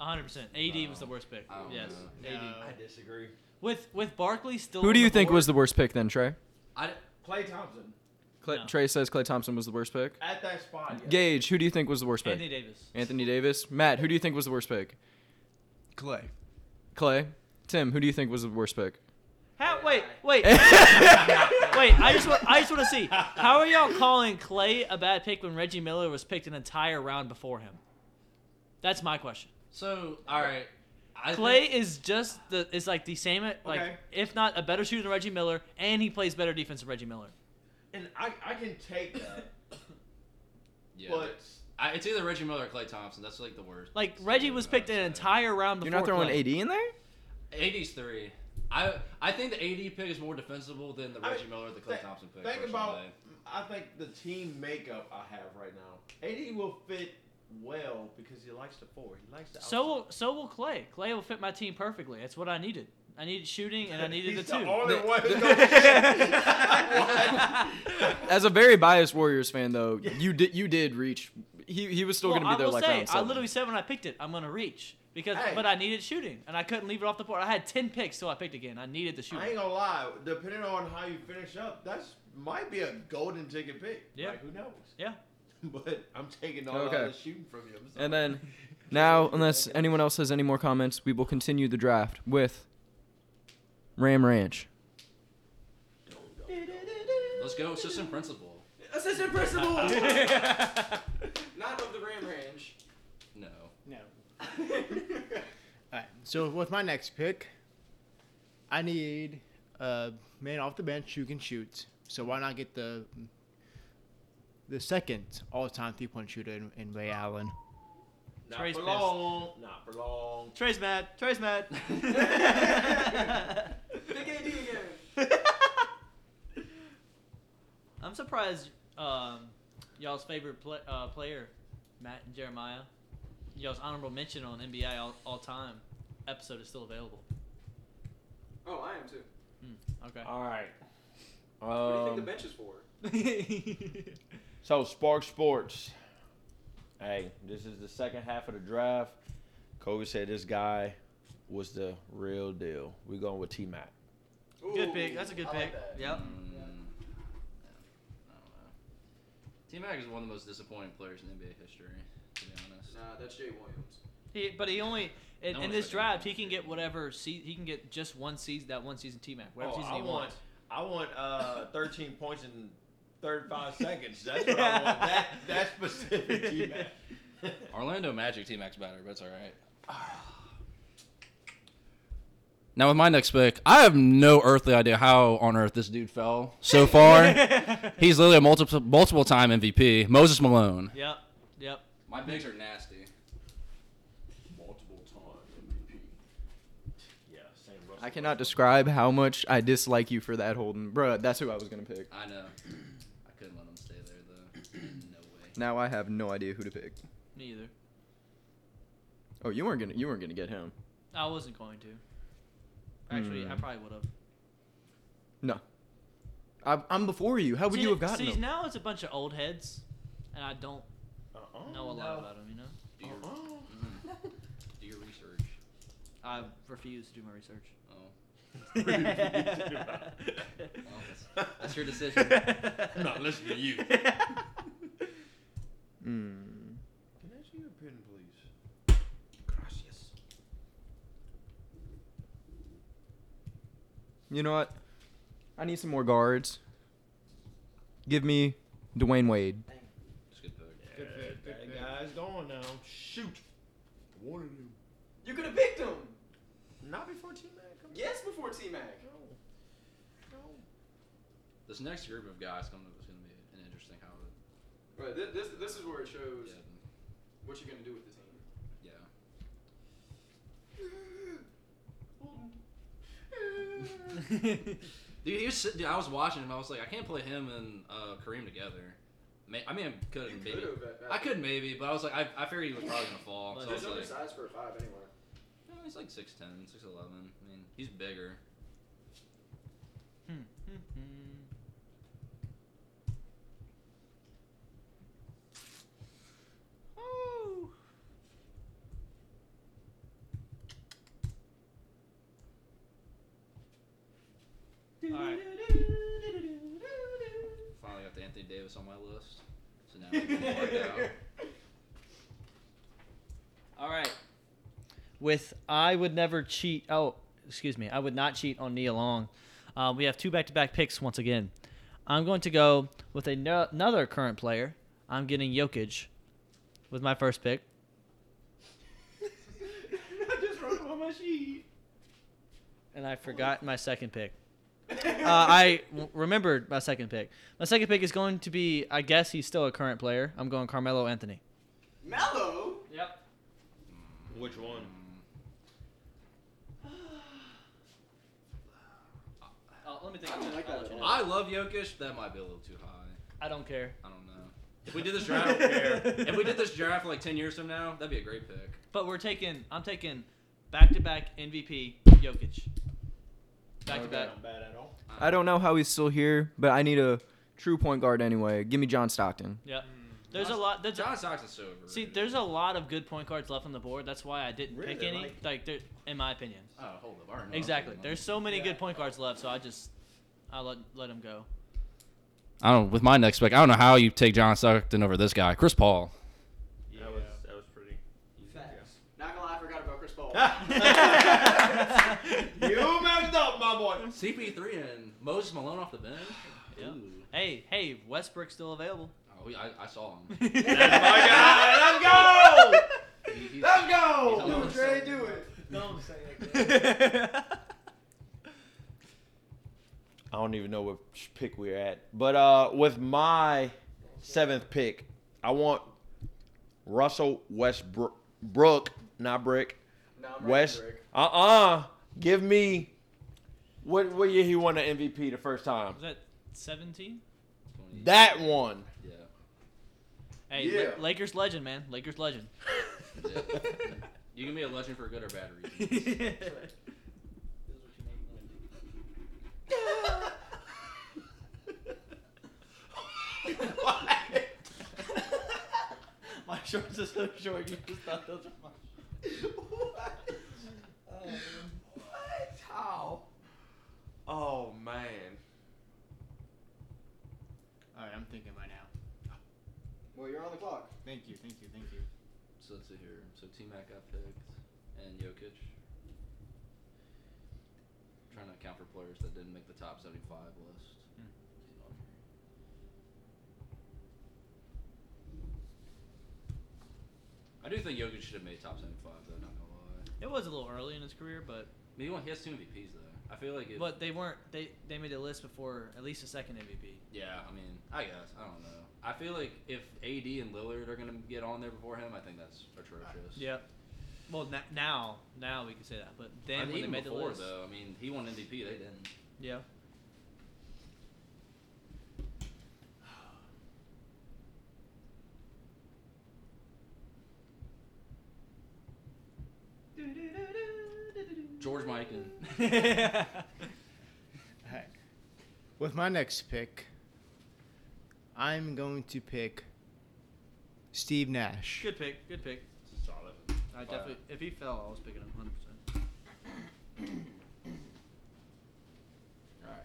[SPEAKER 2] AD was the worst pick.
[SPEAKER 4] I don't
[SPEAKER 2] Yes.
[SPEAKER 4] know.
[SPEAKER 2] AD.
[SPEAKER 5] No.
[SPEAKER 7] I disagree.
[SPEAKER 2] With with Barkley still
[SPEAKER 1] Who
[SPEAKER 2] on
[SPEAKER 1] do you
[SPEAKER 2] the
[SPEAKER 1] think
[SPEAKER 2] board,
[SPEAKER 1] was the worst pick then, Trey?
[SPEAKER 4] I,
[SPEAKER 3] Clay Thompson
[SPEAKER 1] Clay,
[SPEAKER 2] No.
[SPEAKER 1] Trey says Clay Thompson was the worst pick.
[SPEAKER 3] at that spot. Yeah.
[SPEAKER 1] Gage, who do you think was the worst pick?
[SPEAKER 2] Anthony Davis.
[SPEAKER 1] Anthony Davis. Matt, who do you think was the worst pick?
[SPEAKER 5] Clay.
[SPEAKER 1] Clay. Tim, who do you think was the worst pick?
[SPEAKER 2] How, wait, wait, wait! I just want, I just want to see how are y'all calling Clay a bad pick when Reggie Miller was picked an entire round before him? That's my question.
[SPEAKER 4] So, all right. I
[SPEAKER 2] Clay is just the is like the same like
[SPEAKER 7] Okay.
[SPEAKER 2] if not a better shooter than Reggie Miller, and he plays better defense than Reggie Miller.
[SPEAKER 7] And I, I can take that,
[SPEAKER 4] yeah.
[SPEAKER 7] but
[SPEAKER 4] I, it's either Reggie Miller or Clay Thompson. That's like the worst.
[SPEAKER 2] Like Reggie was picked an entire round before.
[SPEAKER 1] You're not throwing
[SPEAKER 2] Clay.
[SPEAKER 1] AD in there?
[SPEAKER 4] 80s three. I I think the AD pick is more defensible than the
[SPEAKER 7] I
[SPEAKER 4] Reggie
[SPEAKER 7] mean,
[SPEAKER 4] Miller, or the Clay
[SPEAKER 7] thi-
[SPEAKER 4] Thompson pick.
[SPEAKER 7] Think
[SPEAKER 4] personally.
[SPEAKER 7] about, I think the team makeup I have right now. AD will fit well because he likes the four. He likes the.
[SPEAKER 2] So
[SPEAKER 7] outside.
[SPEAKER 2] will so will Clay. Clay will fit my team perfectly. That's what I needed. I needed shooting and I needed the
[SPEAKER 7] He's
[SPEAKER 2] two.
[SPEAKER 7] only
[SPEAKER 4] The-
[SPEAKER 7] one
[SPEAKER 4] the-
[SPEAKER 7] who's gonna-
[SPEAKER 1] As a very biased Warriors fan, though, you did you did reach. He he was still
[SPEAKER 2] Well,
[SPEAKER 1] going to
[SPEAKER 2] I
[SPEAKER 1] be there
[SPEAKER 2] will
[SPEAKER 1] like
[SPEAKER 2] say,
[SPEAKER 1] round
[SPEAKER 2] I
[SPEAKER 1] seven.
[SPEAKER 2] literally said when I picked it, I'm gonna reach because
[SPEAKER 7] Hey.
[SPEAKER 2] but I needed shooting and I couldn't leave it off the board. I had ten picks till I picked again. I needed the
[SPEAKER 7] I ain't
[SPEAKER 2] shooting.
[SPEAKER 7] gonna lie. Depending on how you finish up, that's might be a golden ticket pick.
[SPEAKER 2] Yeah.
[SPEAKER 7] Like, who knows?
[SPEAKER 2] Yeah.
[SPEAKER 7] But I'm taking all
[SPEAKER 1] Okay.
[SPEAKER 7] the shooting from you. I'm sorry.
[SPEAKER 1] and then now, unless anyone else has any more comments, we will continue the draft with Ram Ranch.
[SPEAKER 4] Let's go assistant principal.
[SPEAKER 6] Assistant principal. Not of the Ram Ranch.
[SPEAKER 4] No.
[SPEAKER 5] No. All right. So with my next pick, I need a man off the bench who can shoot. So why not get the the second all-time three-point shooter in, in Ray Allen?
[SPEAKER 7] Not
[SPEAKER 2] Trey's
[SPEAKER 7] for
[SPEAKER 2] pissed.
[SPEAKER 7] long. Not for long.
[SPEAKER 2] Trey's mad. Trey's mad.
[SPEAKER 6] Pick AD again.
[SPEAKER 2] I'm surprised um, y'all's favorite pla uh, player, Matt and Jeremiah, y'all's honorable mention on NBA all, all time episode is still available.
[SPEAKER 6] Oh, I am too.
[SPEAKER 2] Mm, okay.
[SPEAKER 3] All right.
[SPEAKER 6] What do you think
[SPEAKER 3] Um,
[SPEAKER 6] the bench is for?
[SPEAKER 3] So Spark Sports. Hey, this is the second half of the draft. Kobe said this guy was the real deal. We going with T Mac.
[SPEAKER 2] good pick. That's a good
[SPEAKER 7] I
[SPEAKER 2] pick.
[SPEAKER 7] like that.
[SPEAKER 4] Hmm.
[SPEAKER 2] yep.
[SPEAKER 4] T Mac is one of the most disappointing players in NBA history, to be honest.
[SPEAKER 6] Nah, that's Jay Williams.
[SPEAKER 2] He, but he only in,
[SPEAKER 4] No
[SPEAKER 2] in
[SPEAKER 4] one's
[SPEAKER 2] this
[SPEAKER 4] picking
[SPEAKER 2] draft
[SPEAKER 4] him.
[SPEAKER 2] he can get whatever se- he can get just one season that one season T Mac whatever
[SPEAKER 7] Oh,
[SPEAKER 2] season
[SPEAKER 7] I
[SPEAKER 2] he
[SPEAKER 7] want.
[SPEAKER 2] wants.
[SPEAKER 7] I want uh, 13 points in 35 seconds. That's what I want. That that specific T Mac.
[SPEAKER 4] Orlando Magic T Mac's better, but it's all right. Now with my next pick, I have no earthly idea how on earth this dude fell so far. He's literally a multiple multiple time MVP, Moses Malone.
[SPEAKER 2] Yep. Yep.
[SPEAKER 4] My picks are nasty.
[SPEAKER 7] Multiple time MVP. Yeah, same Russell.
[SPEAKER 1] I cannot describe how much I dislike you for that, Holden. Bruh, that's who I was going to pick.
[SPEAKER 4] I know. I couldn't let him stay there though. No way.
[SPEAKER 1] Now I have no idea who to pick.
[SPEAKER 2] Me either.
[SPEAKER 1] Oh, you weren't gonna you weren't gonna get him.
[SPEAKER 2] I wasn't going to. Actually, I
[SPEAKER 1] Hmm.
[SPEAKER 2] probably would have.
[SPEAKER 1] I, I'm before you. How would
[SPEAKER 2] see,
[SPEAKER 1] you have gotten
[SPEAKER 2] see,
[SPEAKER 1] him?
[SPEAKER 2] now it's a bunch of old heads, and I don't
[SPEAKER 3] Oh,
[SPEAKER 7] Uh-uh.
[SPEAKER 2] know a lot about them. You know,
[SPEAKER 4] Do your,
[SPEAKER 7] Uh-uh.
[SPEAKER 6] Mm-hmm.
[SPEAKER 4] do your research.
[SPEAKER 2] I refuse to do my research.
[SPEAKER 4] Oh,
[SPEAKER 2] I'm
[SPEAKER 4] well, that's, Oh. that's your decision. All
[SPEAKER 7] not listening to you.
[SPEAKER 1] Mm.
[SPEAKER 7] Can I see your pin, please? Gracias.
[SPEAKER 1] You know what? I need some more guards. Give me Dwayne Wade.
[SPEAKER 7] Good pick. Good pick. Guys, going now. Shoot. One of them.
[SPEAKER 6] You could have picked him.
[SPEAKER 7] Not before T Mac. Come
[SPEAKER 6] Yes, before T Mac.
[SPEAKER 7] on. No. No.
[SPEAKER 4] This next group of guys coming up is going to be an interesting how.
[SPEAKER 6] Right, thi- this, this is where it shows
[SPEAKER 4] Yeah.
[SPEAKER 6] what you're gonna do with the team.
[SPEAKER 4] yeah. Dude, he was, si- dude, I was watching him. I was like, I can't play him and uh, Kareem together. May, I mean, I could
[SPEAKER 6] You
[SPEAKER 4] maybe.
[SPEAKER 6] could've at- at-
[SPEAKER 4] I could maybe, but I was like, I, I figured he was probably gonna fall. So I
[SPEAKER 6] There's
[SPEAKER 4] was
[SPEAKER 6] no
[SPEAKER 4] like,
[SPEAKER 6] good size for a five anywhere.
[SPEAKER 4] no, he's like 6'10", 6'11". I mean, he's bigger.
[SPEAKER 2] Ooh. All right.
[SPEAKER 4] Finally got the Anthony Davis on my list, so now we can work it out.
[SPEAKER 2] All right. With I would never cheat. Oh, excuse me, I would not cheat on Nia Long. Uh, we have two back-to-back picks once again. I'm going to go with ano- another current player. I'm getting Jokic with my first pick. And I forgot my second pick. uh, I w- remembered my second pick. My second pick is going to be, I guess he's still a current player. I'm going Carmelo Anthony.
[SPEAKER 3] Mellow?
[SPEAKER 2] Yep.
[SPEAKER 3] Which one?
[SPEAKER 4] Mm.
[SPEAKER 2] Uh, let me
[SPEAKER 4] I, love Jokic. That might be a little too high.
[SPEAKER 2] I don't care.
[SPEAKER 4] I don't know. If we did this draft, if we did this draft like ten years from now, that'd be a great pick.
[SPEAKER 2] But we're taking. I'm taking back-to-back MVP Jokic. Back-to-back.
[SPEAKER 3] bad at all.
[SPEAKER 1] I don't know how he's still here, but I need a true point guard anyway. Give me John Stockton.
[SPEAKER 2] Yep. There's a lot. There's a,
[SPEAKER 4] John Stockton's so overrated.
[SPEAKER 2] see, there's a lot of good point guards left on the board. That's why I didn't
[SPEAKER 3] Really?
[SPEAKER 2] pick any.
[SPEAKER 3] Like-
[SPEAKER 2] Like, there, in my opinion.
[SPEAKER 4] Oh, hold up. I already know.
[SPEAKER 2] Exactly. There's so many good point guards left, so I just I let let him go.
[SPEAKER 4] I don't. With my next pick, I don't know how you take John Stockton over this guy, Chris Paul.
[SPEAKER 3] Yeah. That was that was pretty. Facts.
[SPEAKER 10] Not gonna lie, I forgot about Chris Paul.
[SPEAKER 3] you messed up, my boy.
[SPEAKER 4] CP3 and Moses Malone off the bench.
[SPEAKER 2] Yeah. Hey, hey, Westbrook's still available.
[SPEAKER 4] Oh, yeah, I, I saw him.
[SPEAKER 3] Let's go.
[SPEAKER 4] He- he's-
[SPEAKER 3] Let's go.
[SPEAKER 4] he's on the
[SPEAKER 3] Trey,
[SPEAKER 4] side.
[SPEAKER 3] do it. I don't even know what pick we're at. But uh, with my seventh pick, I want Russell Westbrook, Brook, not Brick. West. Uh uh Give me. What, what year he won the MVP the first time?
[SPEAKER 2] Was that 17?
[SPEAKER 3] That one.
[SPEAKER 4] Yeah.
[SPEAKER 2] Hey,
[SPEAKER 3] Yeah.
[SPEAKER 2] La- Lakers legend, man. Lakers legend.
[SPEAKER 4] You can be a legend for good or bad reason.
[SPEAKER 2] my shorts are so short. You just thought those were my.
[SPEAKER 3] What? How? Oh man.
[SPEAKER 10] All right, I'm thinking right now.
[SPEAKER 11] Well, you're on the clock.
[SPEAKER 10] Thank you, thank you, thank you.
[SPEAKER 4] So let's see here. So T Mac got picked, and Jokic. trying to account for players that didn't make the top 75 list.
[SPEAKER 2] Hmm.
[SPEAKER 4] I do think Jokic should have made top 75, though. Not gonna lie.
[SPEAKER 2] It was a little early in his career, but
[SPEAKER 4] Maybe one, he has two MVPs though. I feel like if
[SPEAKER 2] but they weren't. They they made a list before at least a second MVP.
[SPEAKER 4] yeah, I mean, I guess I don't know. I feel like if AD and Lillard are gonna get on there before him, I think that's atrocious.
[SPEAKER 2] Yep. Well, na- now now we can say that, but
[SPEAKER 4] I
[SPEAKER 2] then
[SPEAKER 4] mean,
[SPEAKER 2] when they
[SPEAKER 4] even
[SPEAKER 2] made the
[SPEAKER 4] before
[SPEAKER 2] list,
[SPEAKER 4] though, I mean, he won MVP. They didn't.
[SPEAKER 2] yeah.
[SPEAKER 4] George Mike and
[SPEAKER 10] All right. With my next pick, I'm going to pick Steve Nash.
[SPEAKER 2] Good pick. Good pick.
[SPEAKER 4] solid.
[SPEAKER 2] I definitely. If he fell, I was picking him 100. percent
[SPEAKER 4] All right.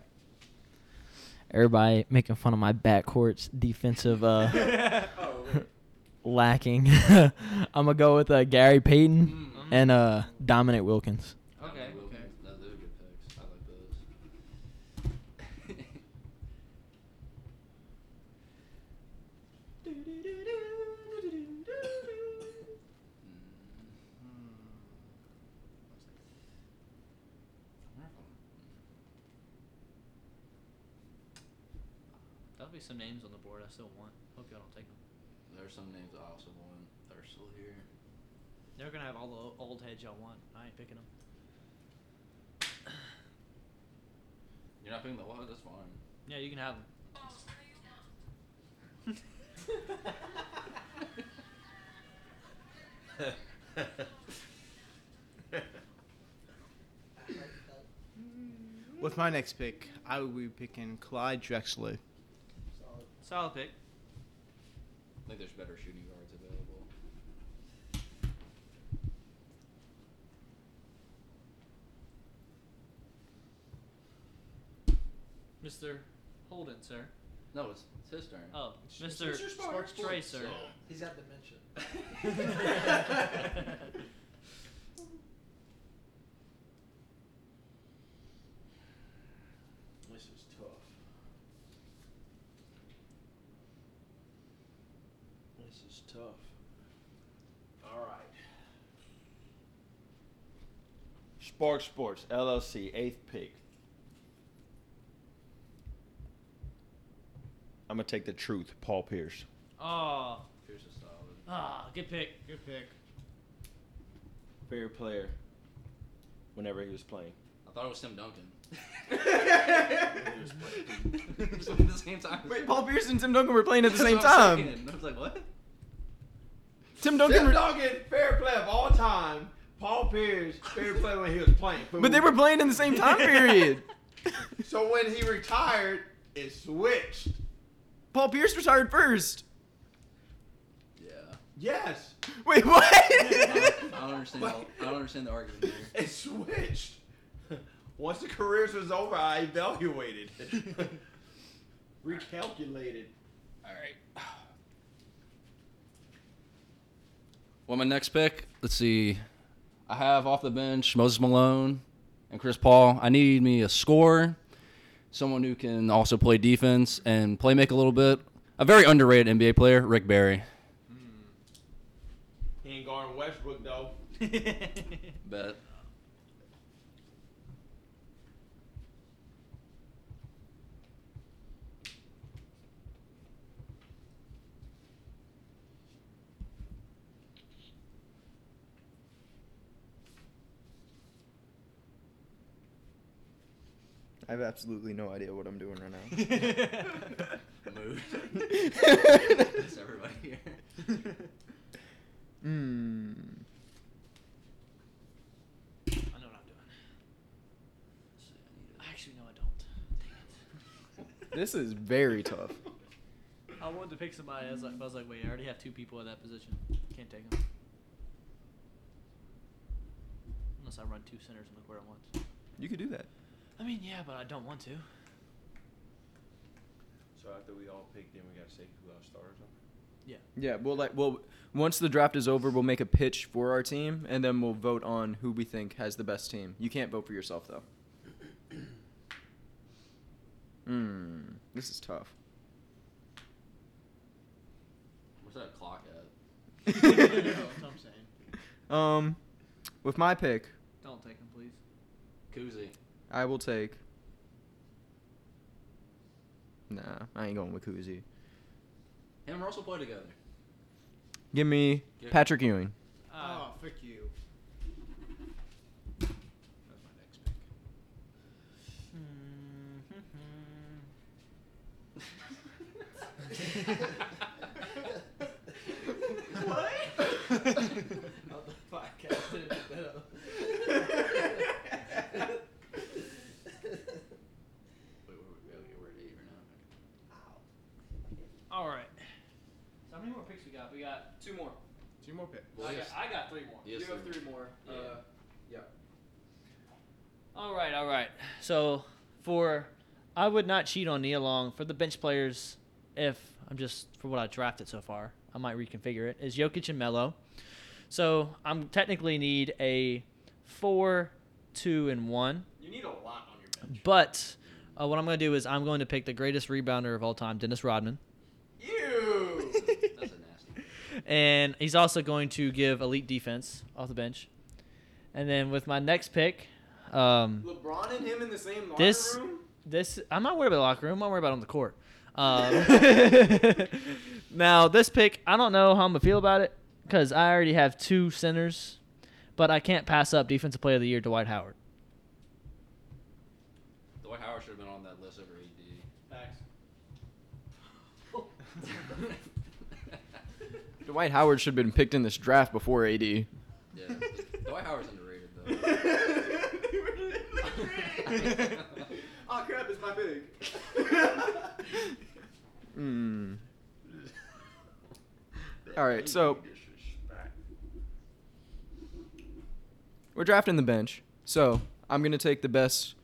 [SPEAKER 5] Everybody making fun of my backcourt's defensive uh, lacking. I'm gonna go with uh, Gary
[SPEAKER 10] Mm,
[SPEAKER 5] Payton and uh, Dominic Wilkins.
[SPEAKER 2] Okay,
[SPEAKER 4] Dominic
[SPEAKER 2] okay.
[SPEAKER 4] Wilkins. No, those are good picks. I like those.
[SPEAKER 2] That'll be some names on the board I still want. Hope y'all don't take them.
[SPEAKER 4] There's some names I also won. They're still here.
[SPEAKER 2] They're gonna have all the o- old heads y'all want. I ain't picking them.
[SPEAKER 4] You're not picking the what? That's fine.
[SPEAKER 2] Yeah, you can have them.
[SPEAKER 10] With my next pick, I will be picking Clyde Drexler.
[SPEAKER 2] Solid pick.
[SPEAKER 4] I think there's better shooting guards available.
[SPEAKER 2] Mr. Holden, sir.
[SPEAKER 4] No, it's, it's his turn.
[SPEAKER 2] Oh, Mr. Sparks Trey, sir.
[SPEAKER 12] He's got dementia.
[SPEAKER 2] All
[SPEAKER 3] This is tough. All right. Spark Sports LLC, eighth pick. I'm gonna take the truth, Paul Pierce.
[SPEAKER 2] Oh,
[SPEAKER 3] Pierce is solid.
[SPEAKER 2] ah, good pick.
[SPEAKER 5] Good pick.
[SPEAKER 3] Favorite player. Whenever he was playing.
[SPEAKER 4] I thought it was Tim Duncan. at the same time.
[SPEAKER 1] Wait, Paul Pierce and Tim Duncan were playing at the
[SPEAKER 4] That's
[SPEAKER 1] same
[SPEAKER 4] what I'm
[SPEAKER 1] time.
[SPEAKER 4] saying. I was like, what?
[SPEAKER 1] Tim
[SPEAKER 7] Tim
[SPEAKER 1] Duncan. were-
[SPEAKER 7] Duncan, fair play of all time. Paul Pierce, fair play when he was playing.
[SPEAKER 1] But they were playing in the same time period.
[SPEAKER 7] So when he retired, it switched.
[SPEAKER 1] Paul Pierce retired first.
[SPEAKER 4] Yeah.
[SPEAKER 7] Yes,
[SPEAKER 1] Wait, what?
[SPEAKER 4] I don't understand. The, I don't understand the argument here.
[SPEAKER 7] it switched. Once the careers was over, I evaluated, recalculated.
[SPEAKER 4] All right. Well, my next pick. Let's see. I have off the bench Moses Malone and Chris Paul. I need me a scorer, someone who can also play defense and play make a little bit. A very underrated NBA player, Rick Barry.
[SPEAKER 7] He ain't guarding Westbrook though.
[SPEAKER 4] Bet.
[SPEAKER 7] I have absolutely no idea what I'm doing right now.
[SPEAKER 4] Mood. It's everybody here.
[SPEAKER 7] Hmm.
[SPEAKER 2] I know what I'm doing. Actually, no, I don't.
[SPEAKER 1] this is very tough.
[SPEAKER 2] I wanted to pick somebody. I was like, I was like, wait, I already have two people at that position. Can't take them. Unless I run two centers in the court at once.
[SPEAKER 1] You could do that.
[SPEAKER 2] I mean, yeah, but I don't want to.
[SPEAKER 3] So after we all pick, then we gotta say who our stars are.
[SPEAKER 1] Yeah, well, like, well, once the draft is over, we'll make a pitch for our team, and then we'll vote on who we think has the best team. You can't vote for yourself though. Hmm, this is tough.
[SPEAKER 4] What's that clock at?
[SPEAKER 5] That's what I'm saying.
[SPEAKER 1] Um, with my pick,
[SPEAKER 2] Don't take them, please.
[SPEAKER 4] Koozie.
[SPEAKER 1] I will take. Nah, I ain't going with Kuzi.
[SPEAKER 4] Him and Russell play together.
[SPEAKER 1] Give me
[SPEAKER 4] Yeah.
[SPEAKER 1] Patrick Ewing.
[SPEAKER 2] Uh,
[SPEAKER 5] oh, frick you.
[SPEAKER 3] That's my next pick.
[SPEAKER 4] Wait, we're, we're at eight right
[SPEAKER 2] All right. So how many more picks we got? We got two more.
[SPEAKER 5] Two more picks.
[SPEAKER 4] now.
[SPEAKER 2] I got, I got three more.
[SPEAKER 4] Yes,
[SPEAKER 2] Oh, you have
[SPEAKER 4] sir.
[SPEAKER 2] three more.
[SPEAKER 4] Yeah.
[SPEAKER 2] Uh, yeah. All right, all right. So for I would not cheat on Nia Long for the bench players if I'm just for what I drafted so far. I might reconfigure it. Is Jokic and Melo. So I'm technically need a four, two, and one.
[SPEAKER 6] You need a lot on your bench.
[SPEAKER 2] But uh, what I'm going to do is I'm going to pick the greatest rebounder of all time, Dennis Rodman.
[SPEAKER 6] Ew.
[SPEAKER 4] That's a nasty.
[SPEAKER 2] And he's also going to give elite defense off the bench. And then with my next pick, um,
[SPEAKER 1] LeBron and him in the same locker
[SPEAKER 2] This-
[SPEAKER 1] room.
[SPEAKER 2] this I'm not worried about the locker room. I'm worried about on the court. Um, now this pick, I don't know how I'm gonna feel about it because I already have two centers, but I can't pass up defensive player of the year Dwight Howard.
[SPEAKER 4] Dwight Howard should have been on that list over AD.
[SPEAKER 1] Dwight Howard should have been picked in this draft before AD.
[SPEAKER 4] yeah. Dwight Howard's underrated, though.
[SPEAKER 1] Oh crap! It's my pick. Hmm. All right, so we're drafting the bench. So I'm gonna take the best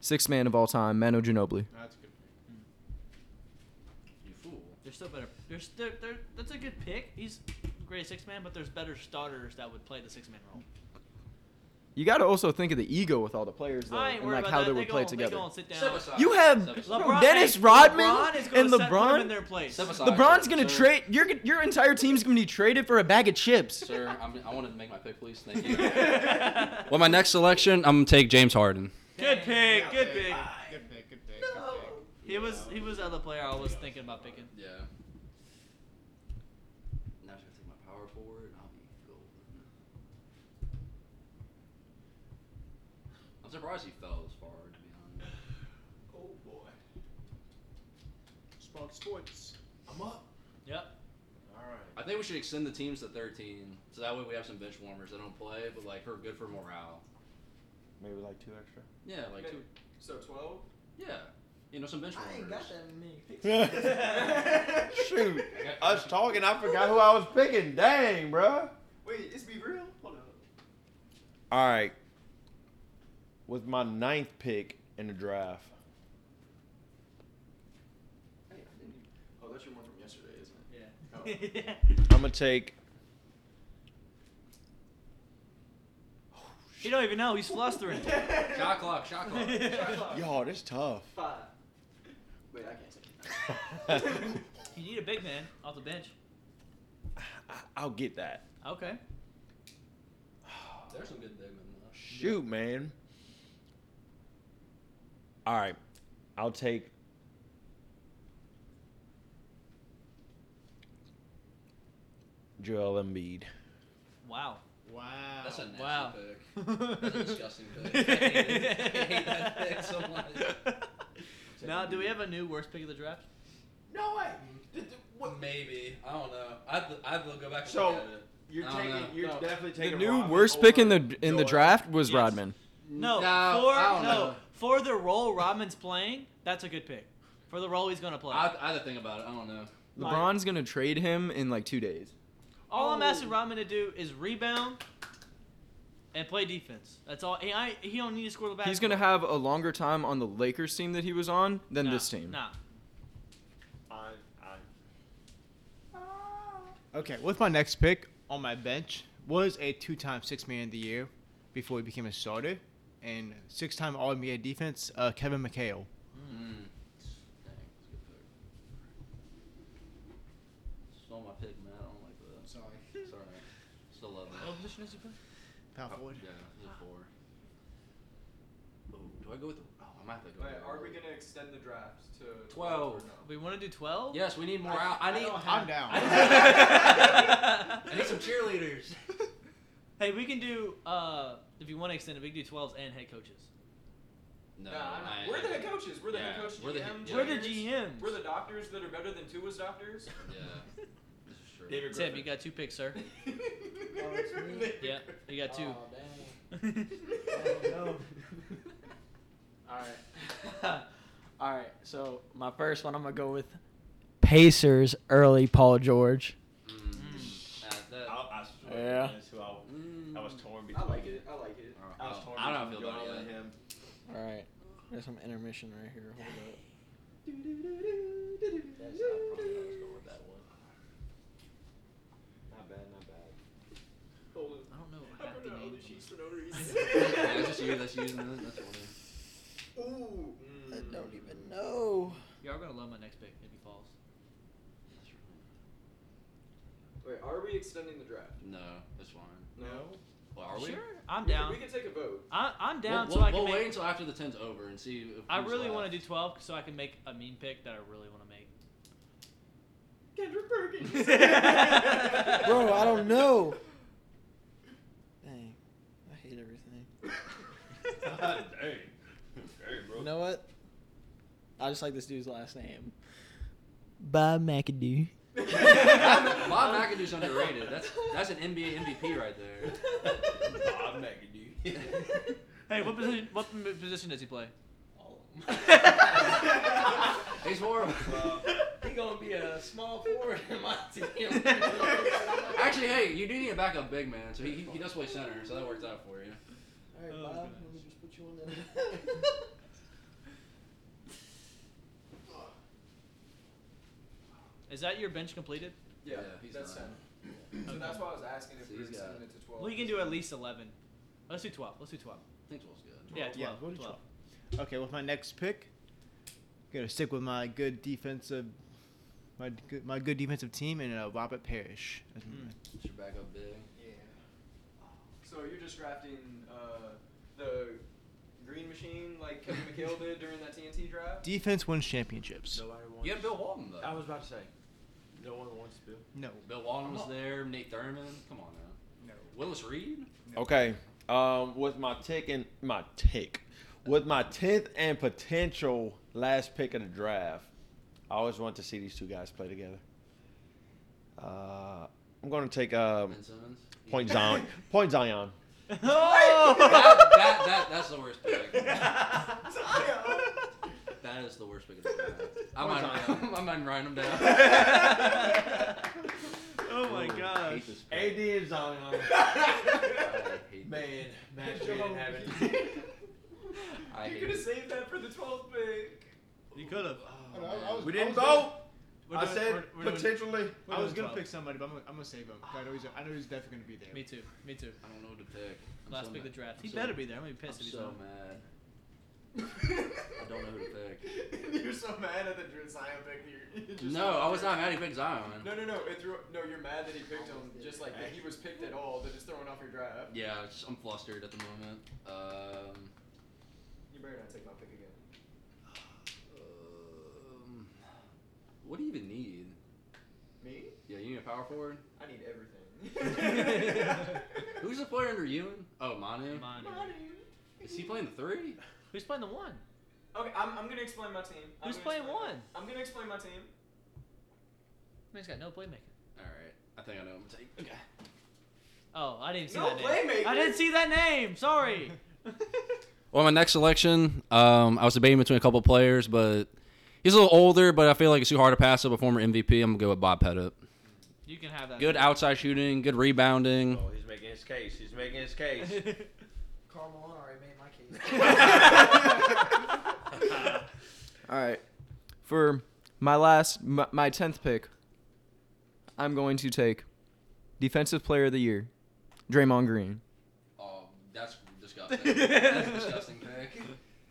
[SPEAKER 1] six man of all time, Manu Ginobili.
[SPEAKER 5] That's a good pick.
[SPEAKER 4] you fool.
[SPEAKER 2] They're still better. There's there, there, that's a good pick. He's great six man, but there's better starters that would play the six man role.
[SPEAKER 1] you got to also think of the ego with all the players though,
[SPEAKER 2] I ain't
[SPEAKER 1] and
[SPEAKER 2] worried
[SPEAKER 1] like
[SPEAKER 2] about
[SPEAKER 1] how
[SPEAKER 2] that.
[SPEAKER 1] they
[SPEAKER 2] They
[SPEAKER 1] would play
[SPEAKER 2] gon- they
[SPEAKER 1] together.
[SPEAKER 2] gon' sit down.
[SPEAKER 1] You have
[SPEAKER 2] LeBron-
[SPEAKER 1] Dennis
[SPEAKER 2] hey,
[SPEAKER 1] Rodman
[SPEAKER 2] LeBron is gonna
[SPEAKER 1] and
[SPEAKER 2] set- put them in
[SPEAKER 1] LeBron.
[SPEAKER 2] their place.
[SPEAKER 4] Step aside,
[SPEAKER 1] LeBron's
[SPEAKER 4] sir.
[SPEAKER 1] gonna
[SPEAKER 4] Sir,
[SPEAKER 1] trade your your entire team's gonna be traded for a bag of chips.
[SPEAKER 4] Sir, I'm, I want to make my pick, please. Thank you. well, my next selection, I'm gonna take James Harden.
[SPEAKER 2] Good pick, good pick.
[SPEAKER 5] Good pick, good pick.
[SPEAKER 2] He was he was the other player I was thinking about picking.
[SPEAKER 4] Yeah. Now I take my power forward, and I'll be golden. I'm surprised he fell as far, to be honest.
[SPEAKER 6] Oh boy.
[SPEAKER 5] Spark Sports.
[SPEAKER 6] I'm up.
[SPEAKER 2] Yep.
[SPEAKER 4] I think we should extend the teams to 13, so that way we have some bench warmers that don't play, but like are good for morale.
[SPEAKER 7] Maybe like two extra.
[SPEAKER 4] Yeah, like two.
[SPEAKER 1] So twelve.
[SPEAKER 4] Yeah, you know some bench warmers.
[SPEAKER 1] that many picks.
[SPEAKER 7] Shoot, us talking, I forgot who I was picking. Dang, bruh.
[SPEAKER 1] Wait, it's be real. Hold up.
[SPEAKER 7] All right. With my ninth pick in the draft,
[SPEAKER 1] Oh, that's your one from yesterday, isn't it?
[SPEAKER 2] Yeah.
[SPEAKER 7] I'm gonna take.
[SPEAKER 2] He don't even know. He's flustering.
[SPEAKER 4] Shot clock, shot clock.
[SPEAKER 7] Y'all, this tough.
[SPEAKER 1] Five. Wait, I can't take it.
[SPEAKER 2] you need a big man off the bench.
[SPEAKER 7] I'll get that.
[SPEAKER 2] Okay.
[SPEAKER 4] There's some good big men. though.
[SPEAKER 7] Shoot, man. All right, I'll take. Joel Embiid.
[SPEAKER 2] Wow.
[SPEAKER 5] Wow.
[SPEAKER 4] That's a nasty
[SPEAKER 2] Wow.
[SPEAKER 4] pick. That's a disgusting pick. I hate, it. I hate that pick so much.
[SPEAKER 2] Now, do we have a new worst pick of the draft?
[SPEAKER 7] No way.
[SPEAKER 4] Maybe I don't know. I have to, I have to go back and
[SPEAKER 7] So,
[SPEAKER 4] look at it.
[SPEAKER 7] You're
[SPEAKER 4] I don't know.
[SPEAKER 7] taking. You're definitely
[SPEAKER 1] The
[SPEAKER 7] taking.
[SPEAKER 1] new
[SPEAKER 7] Robin
[SPEAKER 1] worst pick in
[SPEAKER 7] over
[SPEAKER 1] the in the
[SPEAKER 7] Joel.
[SPEAKER 1] draft was
[SPEAKER 2] Yes.
[SPEAKER 1] Rodman.
[SPEAKER 2] No.
[SPEAKER 4] Nah,
[SPEAKER 2] for no
[SPEAKER 4] I don't know.
[SPEAKER 2] for the role Rodman's playing, that's a good pick. For the role he's gonna play.
[SPEAKER 4] I, I had to think about it. I don't know.
[SPEAKER 1] LeBron's gonna trade him in like two days.
[SPEAKER 2] All I'm
[SPEAKER 8] Oh.
[SPEAKER 2] asking Rodman to do is rebound and play defense. That's all. He, I, he don't need to score the basketball.
[SPEAKER 1] He's gonna have a longer time on the Lakers team that he was on than
[SPEAKER 2] Nah,
[SPEAKER 1] this team.
[SPEAKER 2] Nah.
[SPEAKER 5] Okay, with my next pick on my bench was a two-time Six-Man of the Year before he became a starter, and six-time All-NBA defense uh, Kevin
[SPEAKER 4] Mm. Dang,
[SPEAKER 5] McHale.
[SPEAKER 4] that's a good pick. Stole my pick, man. I don't like that. Sorry. Sorry. Still love it.
[SPEAKER 2] What position is he playing?
[SPEAKER 5] Power forward.
[SPEAKER 4] Yeah, he's a four. Oh, do I go with the? Oh, I might have to go. with the-
[SPEAKER 1] extend the draft to
[SPEAKER 4] 12 or no?
[SPEAKER 2] We want to do 12?
[SPEAKER 4] Yes, we need more out. I
[SPEAKER 1] Oh,
[SPEAKER 4] need.
[SPEAKER 5] I'm down.
[SPEAKER 4] I need some cheerleaders.
[SPEAKER 2] Hey, we can do, uh, if you want to extend it, we can do 12s and head coaches.
[SPEAKER 4] No,
[SPEAKER 1] coaches. We're
[SPEAKER 4] the head Yeah, coaches, we're the head- GMs, yeah.
[SPEAKER 2] We're the GMs.
[SPEAKER 1] doctors that are better than Tua's doctors.
[SPEAKER 4] Yeah, this is true.
[SPEAKER 2] Tim, you got two picks, sir. yeah, you got two.
[SPEAKER 8] All right. Um, All right. So my first one, I'm gonna go with Pacers early Paul George.
[SPEAKER 4] Mm. Uh, that-
[SPEAKER 7] I, I
[SPEAKER 8] Yeah.
[SPEAKER 7] That's who I,
[SPEAKER 4] mm.
[SPEAKER 7] I was torn between.
[SPEAKER 1] I like it.
[SPEAKER 4] Alright,
[SPEAKER 7] I was
[SPEAKER 4] oh,
[SPEAKER 7] torn
[SPEAKER 4] I don't know
[SPEAKER 7] between
[SPEAKER 4] how I feel
[SPEAKER 7] Joel
[SPEAKER 4] about
[SPEAKER 7] and
[SPEAKER 4] it.
[SPEAKER 7] him.
[SPEAKER 8] All right. There's some intermission right here. Hold up.
[SPEAKER 4] That's- I probably always go with that one.
[SPEAKER 7] Not bad, not bad.
[SPEAKER 2] I don't know what half the names are.
[SPEAKER 4] Yeah, it's just you that's using it. That's funny.
[SPEAKER 8] I
[SPEAKER 7] Mm.
[SPEAKER 8] don't even know.
[SPEAKER 2] Y'all going to love my next pick if he falls.
[SPEAKER 1] Wait, are we extending the draft?
[SPEAKER 4] No, that's fine.
[SPEAKER 1] No.
[SPEAKER 4] Well, are we?
[SPEAKER 2] Sure. I'm down.
[SPEAKER 1] can take a vote.
[SPEAKER 2] I, I'm down
[SPEAKER 4] We'll,
[SPEAKER 2] so I
[SPEAKER 4] we'll,
[SPEAKER 2] can
[SPEAKER 4] we'll
[SPEAKER 2] make.
[SPEAKER 4] wait until after the 10's over and see. If
[SPEAKER 2] I
[SPEAKER 4] who's
[SPEAKER 2] really want
[SPEAKER 4] left.
[SPEAKER 2] to do 12 so I can make a mean pick that I really want to make.
[SPEAKER 1] Kendrick Perkins.
[SPEAKER 8] Bro, I don't know. Dang. I hate everything.
[SPEAKER 7] God dang. Dang, bro.
[SPEAKER 8] You know what? I just like this dude's last name. Bob McAdoo.
[SPEAKER 4] Bob McAdoo's underrated. That's that's an NBA MVP right there.
[SPEAKER 7] Bob McAdoo.
[SPEAKER 2] Hey, what position? What m- position does he play?
[SPEAKER 4] He's more.
[SPEAKER 6] uh, He gonna be a small forward in my team.
[SPEAKER 4] Actually, hey, you do need a backup big man, so he, he, he does play center, so that works out for you.
[SPEAKER 8] All right,
[SPEAKER 2] Oh,
[SPEAKER 8] Bob.
[SPEAKER 2] gosh.
[SPEAKER 8] Let me just put you on that.
[SPEAKER 2] Is that your bench completed?
[SPEAKER 4] Yeah, he's
[SPEAKER 1] that's
[SPEAKER 4] not.
[SPEAKER 1] ten. So that's why I was asking if
[SPEAKER 4] So
[SPEAKER 1] we we're
[SPEAKER 4] he's got-
[SPEAKER 1] extending it to twelve.
[SPEAKER 2] We can do at least eleven. Let's do 12. Let's do 12.
[SPEAKER 4] I think 12's good.
[SPEAKER 2] Yeah, 12.
[SPEAKER 5] Yeah, we'll do
[SPEAKER 2] 12.
[SPEAKER 5] Okay, with my next pick, gonna stick with my good defensive, my d- good, my good defensive team and uh, Robert Parrish. That's
[SPEAKER 8] Hmm.
[SPEAKER 5] my-
[SPEAKER 4] Put your back up big.
[SPEAKER 1] So you're just drafting uh, the green machine like Kevin McHale did during that TNT draft?
[SPEAKER 5] Defense wins championships.
[SPEAKER 7] Nobody wants.
[SPEAKER 4] You had Bill Walton though.
[SPEAKER 7] I was about to say, no one wants Bill.
[SPEAKER 5] No,
[SPEAKER 4] Bill Walton was there. Nate Thurman. Come on now.
[SPEAKER 5] no.
[SPEAKER 4] Willis Reed.
[SPEAKER 7] Okay. Um, with my tick and my tick, with my tenth and potential last pick of the draft, I always want to see these two guys play together. Uh, I'm going to take um,
[SPEAKER 4] Ben Simmons.
[SPEAKER 7] point Zion. Point Zion.
[SPEAKER 2] Oh!
[SPEAKER 4] that, that, that, that's the worst pick. that is the worst pick of the draft. I might, I might write them down.
[SPEAKER 2] Oh my gosh.
[SPEAKER 4] Hate this pick.
[SPEAKER 7] AD and Zion.
[SPEAKER 2] Oh.
[SPEAKER 4] I hate this.
[SPEAKER 7] Man, Max didn't have it.
[SPEAKER 4] I hate this.
[SPEAKER 1] saved that for the 12th pick.
[SPEAKER 2] You could have.
[SPEAKER 7] We didn't vote.
[SPEAKER 2] We're
[SPEAKER 7] I
[SPEAKER 2] doing-
[SPEAKER 7] said
[SPEAKER 2] we're- we're doing-
[SPEAKER 7] potentially.
[SPEAKER 5] I was
[SPEAKER 2] doing
[SPEAKER 5] gonna
[SPEAKER 2] 12.
[SPEAKER 5] pick somebody, but I'm gonna, I'm gonna save him. 'cause I know he's, I know he's definitely gonna be there.
[SPEAKER 2] Me too. Me too.
[SPEAKER 4] I don't know what to pick. I'm
[SPEAKER 2] Last
[SPEAKER 4] so
[SPEAKER 2] pick of the
[SPEAKER 4] mad.
[SPEAKER 2] draft. He
[SPEAKER 4] so-
[SPEAKER 2] better be there. I'm gonna be
[SPEAKER 4] I'm
[SPEAKER 2] pissed if he's
[SPEAKER 4] so
[SPEAKER 2] not.
[SPEAKER 4] mad. I don't know who to pick.
[SPEAKER 1] you're so mad at the Drew Zion pick. You're, you're just
[SPEAKER 4] No, I was not mad he picked Zion.
[SPEAKER 1] No, no, no. It threw, no, you're mad that he picked him. Just like that he was picked at all. That it's throwing off your draft.
[SPEAKER 4] Yeah, it's- I'm flustered at the moment. Um,
[SPEAKER 1] You better not take my pick again.
[SPEAKER 4] um, what do you even need?
[SPEAKER 1] Me?
[SPEAKER 4] Yeah, you need a power forward.
[SPEAKER 1] I need everything.
[SPEAKER 4] Who's the player under Ewan? Oh, Manu.
[SPEAKER 2] Manu.
[SPEAKER 4] Is he playing the three?
[SPEAKER 2] Who's playing the one?
[SPEAKER 1] Okay, I'm, I'm gonna explain my team. I'm
[SPEAKER 2] Who's
[SPEAKER 1] gonna
[SPEAKER 2] playing
[SPEAKER 1] explain-
[SPEAKER 2] one?
[SPEAKER 1] I'm gonna explain my team.
[SPEAKER 2] Man's got no playmaking.
[SPEAKER 4] All right, I think I know. I'm taking. Okay.
[SPEAKER 2] Oh, I didn't see
[SPEAKER 1] No
[SPEAKER 2] that name.
[SPEAKER 1] playmaker.
[SPEAKER 2] I didn't see that name. Sorry.
[SPEAKER 4] Well, my next selection, um, I was debating between a couple players, but he's a little older, but I feel like it's too hard to pass up a former MVP. I'm gonna go with Bob Pettit.
[SPEAKER 2] you can have that.
[SPEAKER 4] Good outside shooting, good rebounding.
[SPEAKER 7] Oh, he's making his case. He's making his case.
[SPEAKER 13] Carl Malone already made my case.
[SPEAKER 1] All right. For my last, my, my 10th pick, I'm going to take Defensive Player of the Year, Draymond Green.
[SPEAKER 4] Oh, that's disgusting. that's a disgusting pick.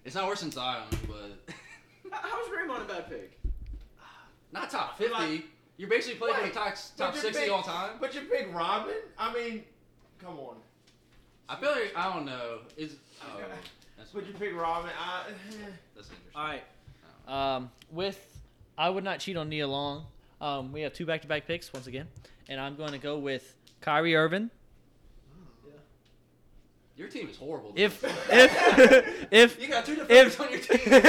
[SPEAKER 4] It's not worse than Zion, but
[SPEAKER 1] How's Draymond a bad pick?
[SPEAKER 4] not top 50. You're basically playing for the top, top 60 all time.
[SPEAKER 7] But you pick Robin? I mean, come on.
[SPEAKER 4] I feel like I don't know. Is oh, that's,
[SPEAKER 7] But you pick Robin. I,
[SPEAKER 4] that's interesting.
[SPEAKER 2] All right. Um, with I would not cheat on Nia Long. Um, we have two back-to-back picks once again, and I'm going to go with Kyrie Irvin.
[SPEAKER 4] Your team is horrible.
[SPEAKER 2] If if if
[SPEAKER 4] you got two defenders
[SPEAKER 2] if
[SPEAKER 4] on your team, three. All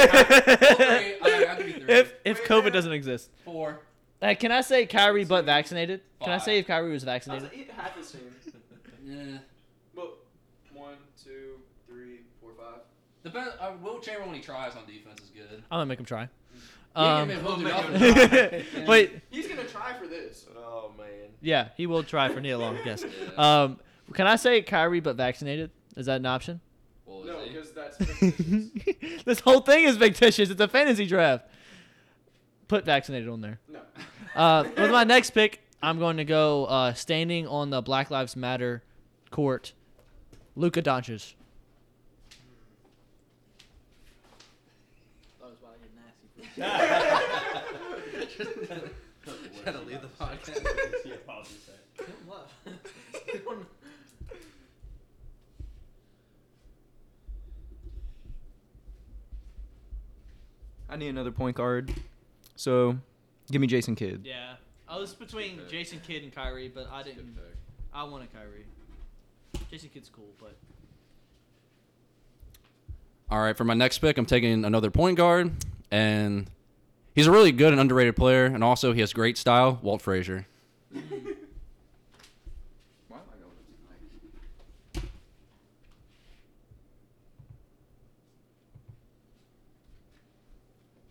[SPEAKER 4] right, I can do three.
[SPEAKER 2] if if COVID doesn't exist,
[SPEAKER 4] four.
[SPEAKER 2] Uh, can I say Kyrie but vaccinated? Can I say
[SPEAKER 4] Five.
[SPEAKER 2] if Kyrie was vaccinated?
[SPEAKER 1] half his team.
[SPEAKER 4] Yeah.
[SPEAKER 1] Well, one, two, three, four, five.
[SPEAKER 4] The best, uh, Will Chamberlain when he tries on defense is good.
[SPEAKER 2] I'm gonna make him try.
[SPEAKER 4] Um,
[SPEAKER 2] Um,
[SPEAKER 4] yeah, will do nothing.
[SPEAKER 2] Wait,
[SPEAKER 1] He's gonna try for this.
[SPEAKER 7] oh man.
[SPEAKER 2] yeah, he will try for Nia Long. Yes. Um, can I say Kyrie but vaccinated? Is that an option?
[SPEAKER 4] Well, is
[SPEAKER 1] No,
[SPEAKER 4] he?
[SPEAKER 1] because that's
[SPEAKER 2] this whole thing is fictitious. It's a fantasy draft. Put vaccinated on there.
[SPEAKER 1] no.
[SPEAKER 2] Uh, with my next pick, I'm going to go uh, standing on the Black Lives Matter court, Luka Doncic.
[SPEAKER 13] That was why I get nasty. for
[SPEAKER 4] Had to leave the podcast.
[SPEAKER 13] Him left.
[SPEAKER 1] I need another point guard. So, give me Jason Kidd.
[SPEAKER 2] Yeah, I was between Jason Kidd and Kyrie, but I didn't. I wanted Kyrie. Jason Kidd's cool, but
[SPEAKER 4] All right, for my next pick, I'm taking another point guard, and he's a really good and underrated player, and also he has great style. Walt Frazier.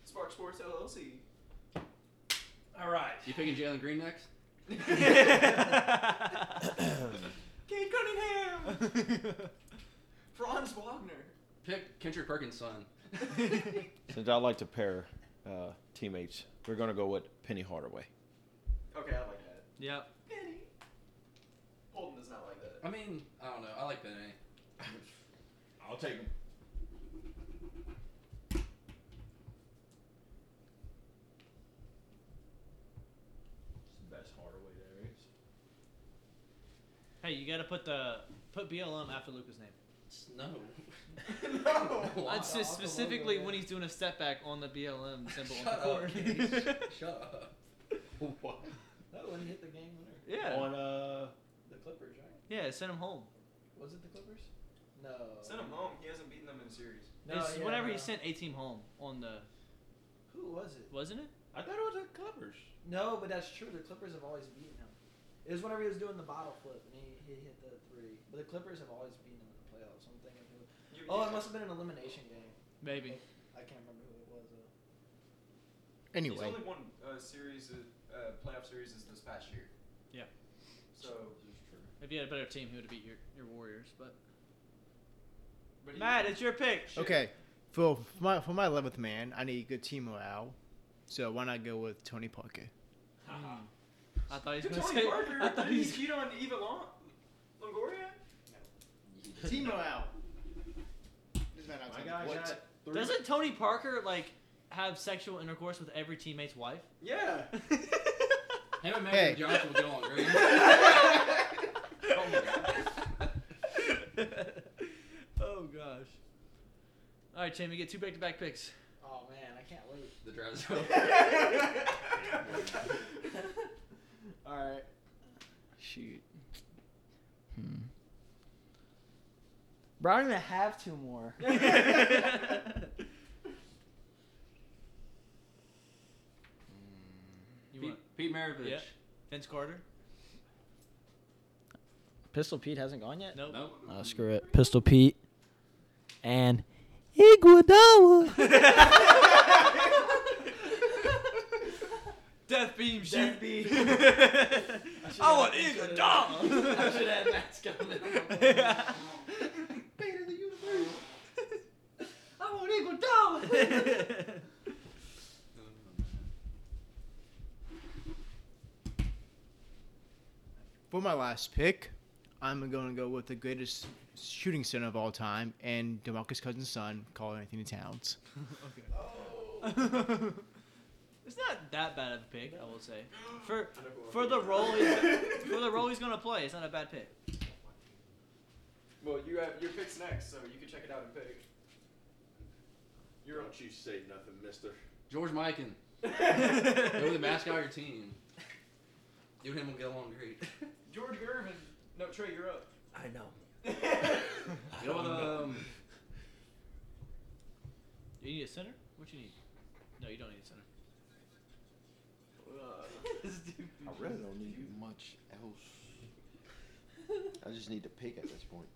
[SPEAKER 1] Spark Sports LLC.
[SPEAKER 6] All right.
[SPEAKER 4] You picking Jalen Green next?
[SPEAKER 1] Kate Cunningham. Franz Wagner.
[SPEAKER 4] Pick Kendrick Perkins' son.
[SPEAKER 7] Since I like to pair uh, teammates, we're gonna go with Penny Hardaway.
[SPEAKER 1] Okay, I like that.
[SPEAKER 2] yeah.
[SPEAKER 1] Penny. Holden is not like that.
[SPEAKER 4] I mean, I don't know. I like Benny.
[SPEAKER 7] I'll take him.
[SPEAKER 3] It's the best Hardaway there is.
[SPEAKER 2] Hey, you gotta put the put BLM after Luca's name.
[SPEAKER 6] No.
[SPEAKER 2] No.
[SPEAKER 6] Why?
[SPEAKER 2] I'd say specifically when he's doing a step back on the BLM symbol
[SPEAKER 6] Shut
[SPEAKER 2] on the
[SPEAKER 6] up.
[SPEAKER 2] court.
[SPEAKER 6] Case. Shut up.
[SPEAKER 3] What?
[SPEAKER 6] That one hit the game winner.
[SPEAKER 2] yeah.
[SPEAKER 3] On uh,
[SPEAKER 6] The Clippers, right?
[SPEAKER 2] yeah, send him home.
[SPEAKER 6] Was it the Clippers? No.
[SPEAKER 1] Send him home. He hasn't beaten them in a series.
[SPEAKER 6] No,
[SPEAKER 2] it's
[SPEAKER 6] yeah,
[SPEAKER 2] whenever
[SPEAKER 6] no.
[SPEAKER 2] he sent a team home on the
[SPEAKER 6] Who was it?
[SPEAKER 2] wasn't it?
[SPEAKER 3] I thought it was the Clippers.
[SPEAKER 6] No, Oh, but that's true. The Clippers have always beaten him. It was whenever he was doing the bottle flip and he, he hit the three. But the Clippers have always beaten him in the playoffs. I'm thinking who. Oh, it must have been an elimination game.
[SPEAKER 2] Maybe.
[SPEAKER 6] I can't remember who it was. Though.
[SPEAKER 5] Anyway,
[SPEAKER 1] He's only won uh, series, uh, playoff series this past year.
[SPEAKER 2] Yeah.
[SPEAKER 1] So.
[SPEAKER 2] If you had a better team, he would have beat your, your Warriors. But
[SPEAKER 1] But he-
[SPEAKER 2] Matt, it's your pick.
[SPEAKER 5] okay. For for my for my eleventh man, I need good team morale. So why not go with Tony Parker?
[SPEAKER 2] I thought he was
[SPEAKER 1] Dude,
[SPEAKER 2] gonna
[SPEAKER 1] Tony
[SPEAKER 2] say.
[SPEAKER 1] Parker,
[SPEAKER 2] I thought
[SPEAKER 1] didn't
[SPEAKER 2] he
[SPEAKER 1] he
[SPEAKER 2] was
[SPEAKER 1] cheat on Eva Lon- Longoria?
[SPEAKER 5] team morale.
[SPEAKER 3] My guy
[SPEAKER 5] What?
[SPEAKER 3] got three.
[SPEAKER 2] Doesn't Tony Parker like have sexual intercourse with every teammate's wife?
[SPEAKER 1] Yeah.
[SPEAKER 4] Him and Magic
[SPEAKER 5] Hey.
[SPEAKER 4] Johnson would go on great.
[SPEAKER 2] oh gosh. All right, Tim, you get two back-to-back picks.
[SPEAKER 6] Oh man, I can't wait.
[SPEAKER 4] the draft's over.
[SPEAKER 6] All right.
[SPEAKER 5] Shoot.
[SPEAKER 8] Hmm.
[SPEAKER 6] Bro, I don't even have two more.
[SPEAKER 2] You
[SPEAKER 4] Pete,
[SPEAKER 2] want
[SPEAKER 4] Pete Maravich.
[SPEAKER 2] Yeah. Vince Carter?
[SPEAKER 8] Pistol Pete hasn't gone yet.
[SPEAKER 2] Nope.
[SPEAKER 4] Nope.
[SPEAKER 8] Oh, screw it. Pistol Pete and Iguodala.
[SPEAKER 2] Death beam
[SPEAKER 6] Death
[SPEAKER 2] shoot.
[SPEAKER 6] beam.
[SPEAKER 2] I want Iguodala.
[SPEAKER 6] I should have Matt's coming. Fate of the universe. I want Iguodala.
[SPEAKER 5] For my last pick, I'm going to go with the greatest shooting center of all time and DeMarcus Cousins' son, Carl Anthony Towns.
[SPEAKER 2] It's not that bad of a pick, I will say. For for the role he's, for the role he's gonna play, it's not a bad pick.
[SPEAKER 1] Well, you have your pick's next, so you can check it out and pick.
[SPEAKER 7] You're Don't you say nothing, mister.
[SPEAKER 4] George Mikan. Go with the mascot of your team. You and him will get along great.
[SPEAKER 1] George Gervin. No, Trey, you're up.
[SPEAKER 6] I know.
[SPEAKER 4] Go with, um,
[SPEAKER 2] You need a center? What you need? No, you don't need a center.
[SPEAKER 9] I really don't need much else. I just need to pick at this point.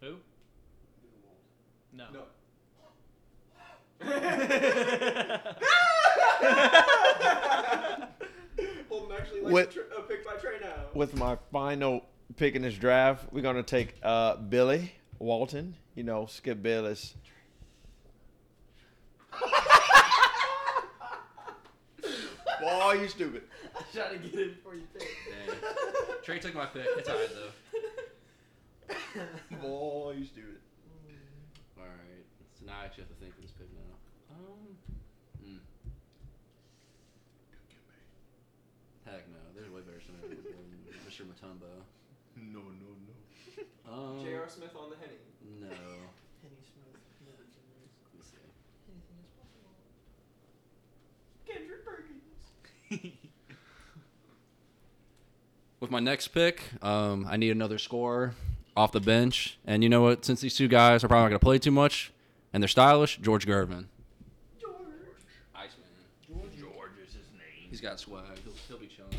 [SPEAKER 2] Who? No.
[SPEAKER 1] No. Holden actually likes
[SPEAKER 7] What-
[SPEAKER 1] a, tr- a pick by Trey now.
[SPEAKER 7] With my final pick in this draft, we're gonna take uh, Billy Walton. You know, Skip Bayless. Boy, you stupid.
[SPEAKER 6] I tried to get it before you pick.
[SPEAKER 4] Dang. Trey took my pick. It's alright though.
[SPEAKER 7] Boy, you stupid.
[SPEAKER 4] Alright. So now I actually have to think of this pick now. Um. Mm. Heck no. There's way better center than Mr. Matumbo.
[SPEAKER 9] No, no, no.
[SPEAKER 4] Um.
[SPEAKER 1] J.R. Smith on the Henny.
[SPEAKER 4] No.
[SPEAKER 6] Penny Smith. Miller Jennings.
[SPEAKER 4] Let me see.
[SPEAKER 6] Anything is possible.
[SPEAKER 1] Kendrick Perkins.
[SPEAKER 4] With my next pick, um, I need another scorer off the bench. And you know what? Since these two guys are probably not going to play too much and they're stylish, George Gervin. Iceman.
[SPEAKER 3] George is his name.
[SPEAKER 4] He's got swag. He'll, he'll be chilling.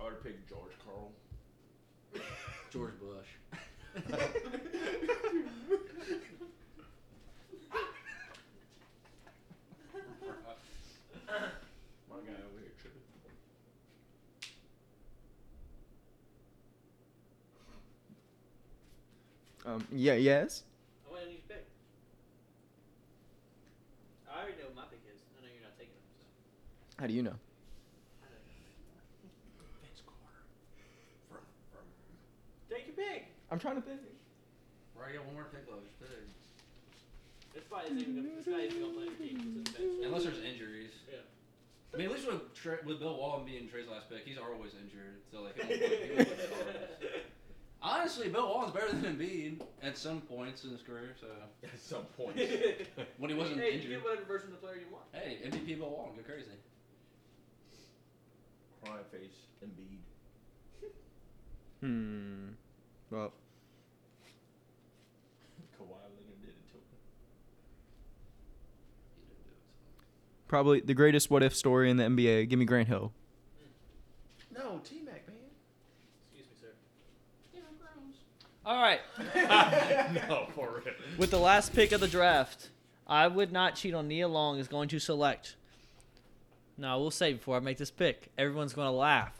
[SPEAKER 3] I would have picked George Carl.
[SPEAKER 4] George Bush.
[SPEAKER 3] My guy over here tripping.
[SPEAKER 1] Um. Yeah. Yes.
[SPEAKER 2] I want to pick. I already know what my pick is. I know you're not taking him. So.
[SPEAKER 1] How do you know?
[SPEAKER 13] Take your pick.
[SPEAKER 1] I'm trying to think.
[SPEAKER 4] Bro, I got one more pick left. Just pick.
[SPEAKER 13] This guy isn't even gonna- this guy isn't gonna play the game. It's a bench.
[SPEAKER 4] Unless there's injuries.
[SPEAKER 13] Yeah.
[SPEAKER 4] I mean, at least with, Tra- with Bill Walton being Trey's last pick, he's always injured. So like, he won't play- he won't play the Cardinals. honestly, Bill Walton's better than Embiid at some points in his career. So
[SPEAKER 3] At some point.
[SPEAKER 4] when he wasn't
[SPEAKER 13] hey, you
[SPEAKER 4] injured,
[SPEAKER 13] get whatever version of the player you want.
[SPEAKER 4] hey, MVP Bill Walton, go crazy.
[SPEAKER 3] Crying face, Embiid.
[SPEAKER 1] Hmm. Well,
[SPEAKER 3] Kawhi Leonard did it to him.
[SPEAKER 1] probably the greatest what if story in the NBA. Give me Grant Hill.
[SPEAKER 3] No, T Mac, man.
[SPEAKER 13] Excuse me, sir.
[SPEAKER 2] All right.
[SPEAKER 3] no, for real.
[SPEAKER 2] With the last pick of the draft, I would not cheat on Nia Long is going to select. Now, I will say before I make this pick, everyone's going to laugh.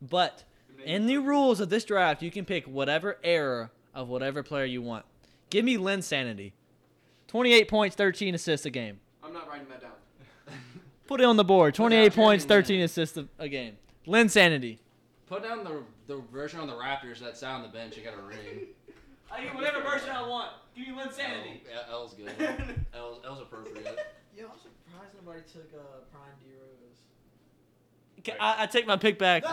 [SPEAKER 2] But in the rules of this draft, you can pick whatever error of whatever player you want. Give me Lynn Sanity. 28 points, 13 assists a game.
[SPEAKER 4] I'm not writing that down.
[SPEAKER 2] Put it on the board. 28
[SPEAKER 4] Without
[SPEAKER 2] points,
[SPEAKER 4] hearing
[SPEAKER 2] 13
[SPEAKER 4] that.
[SPEAKER 2] assists a, a game. Lynn Sanity.
[SPEAKER 4] Put down the the version on the Raptors that sat on the bench and got a ring.
[SPEAKER 13] I get whatever version I want. Give me Lynn
[SPEAKER 3] Oh,
[SPEAKER 13] Sanity.
[SPEAKER 4] L, L's good. L, L's appropriate.
[SPEAKER 6] Yo, I'm surprised nobody took uh, Prime D Rose.
[SPEAKER 2] Ca- I, I take my pick back.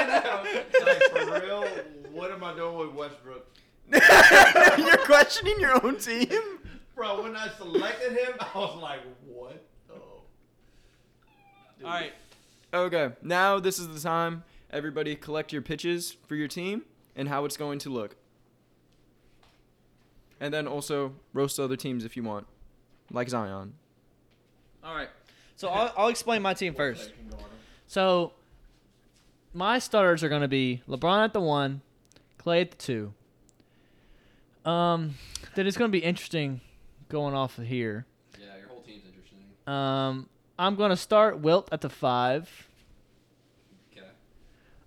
[SPEAKER 3] like, for real, what am I doing with Westbrook?
[SPEAKER 1] You're questioning your own team.
[SPEAKER 3] Bro, when I selected him, I was like, what the?
[SPEAKER 2] All right.
[SPEAKER 1] Okay, now this is the time everybody collect your pitches for your team and how it's going to look. And then also roast other teams if you want, like Zion.
[SPEAKER 2] All right. So I'll, I'll explain my team first. So my starters are going to be LeBron at the one, Clay at the two. Um, then it's going to be interesting going off of here.
[SPEAKER 4] Yeah, your whole team's interesting.
[SPEAKER 2] Um, I'm going to start Wilt at the five.
[SPEAKER 4] Okay.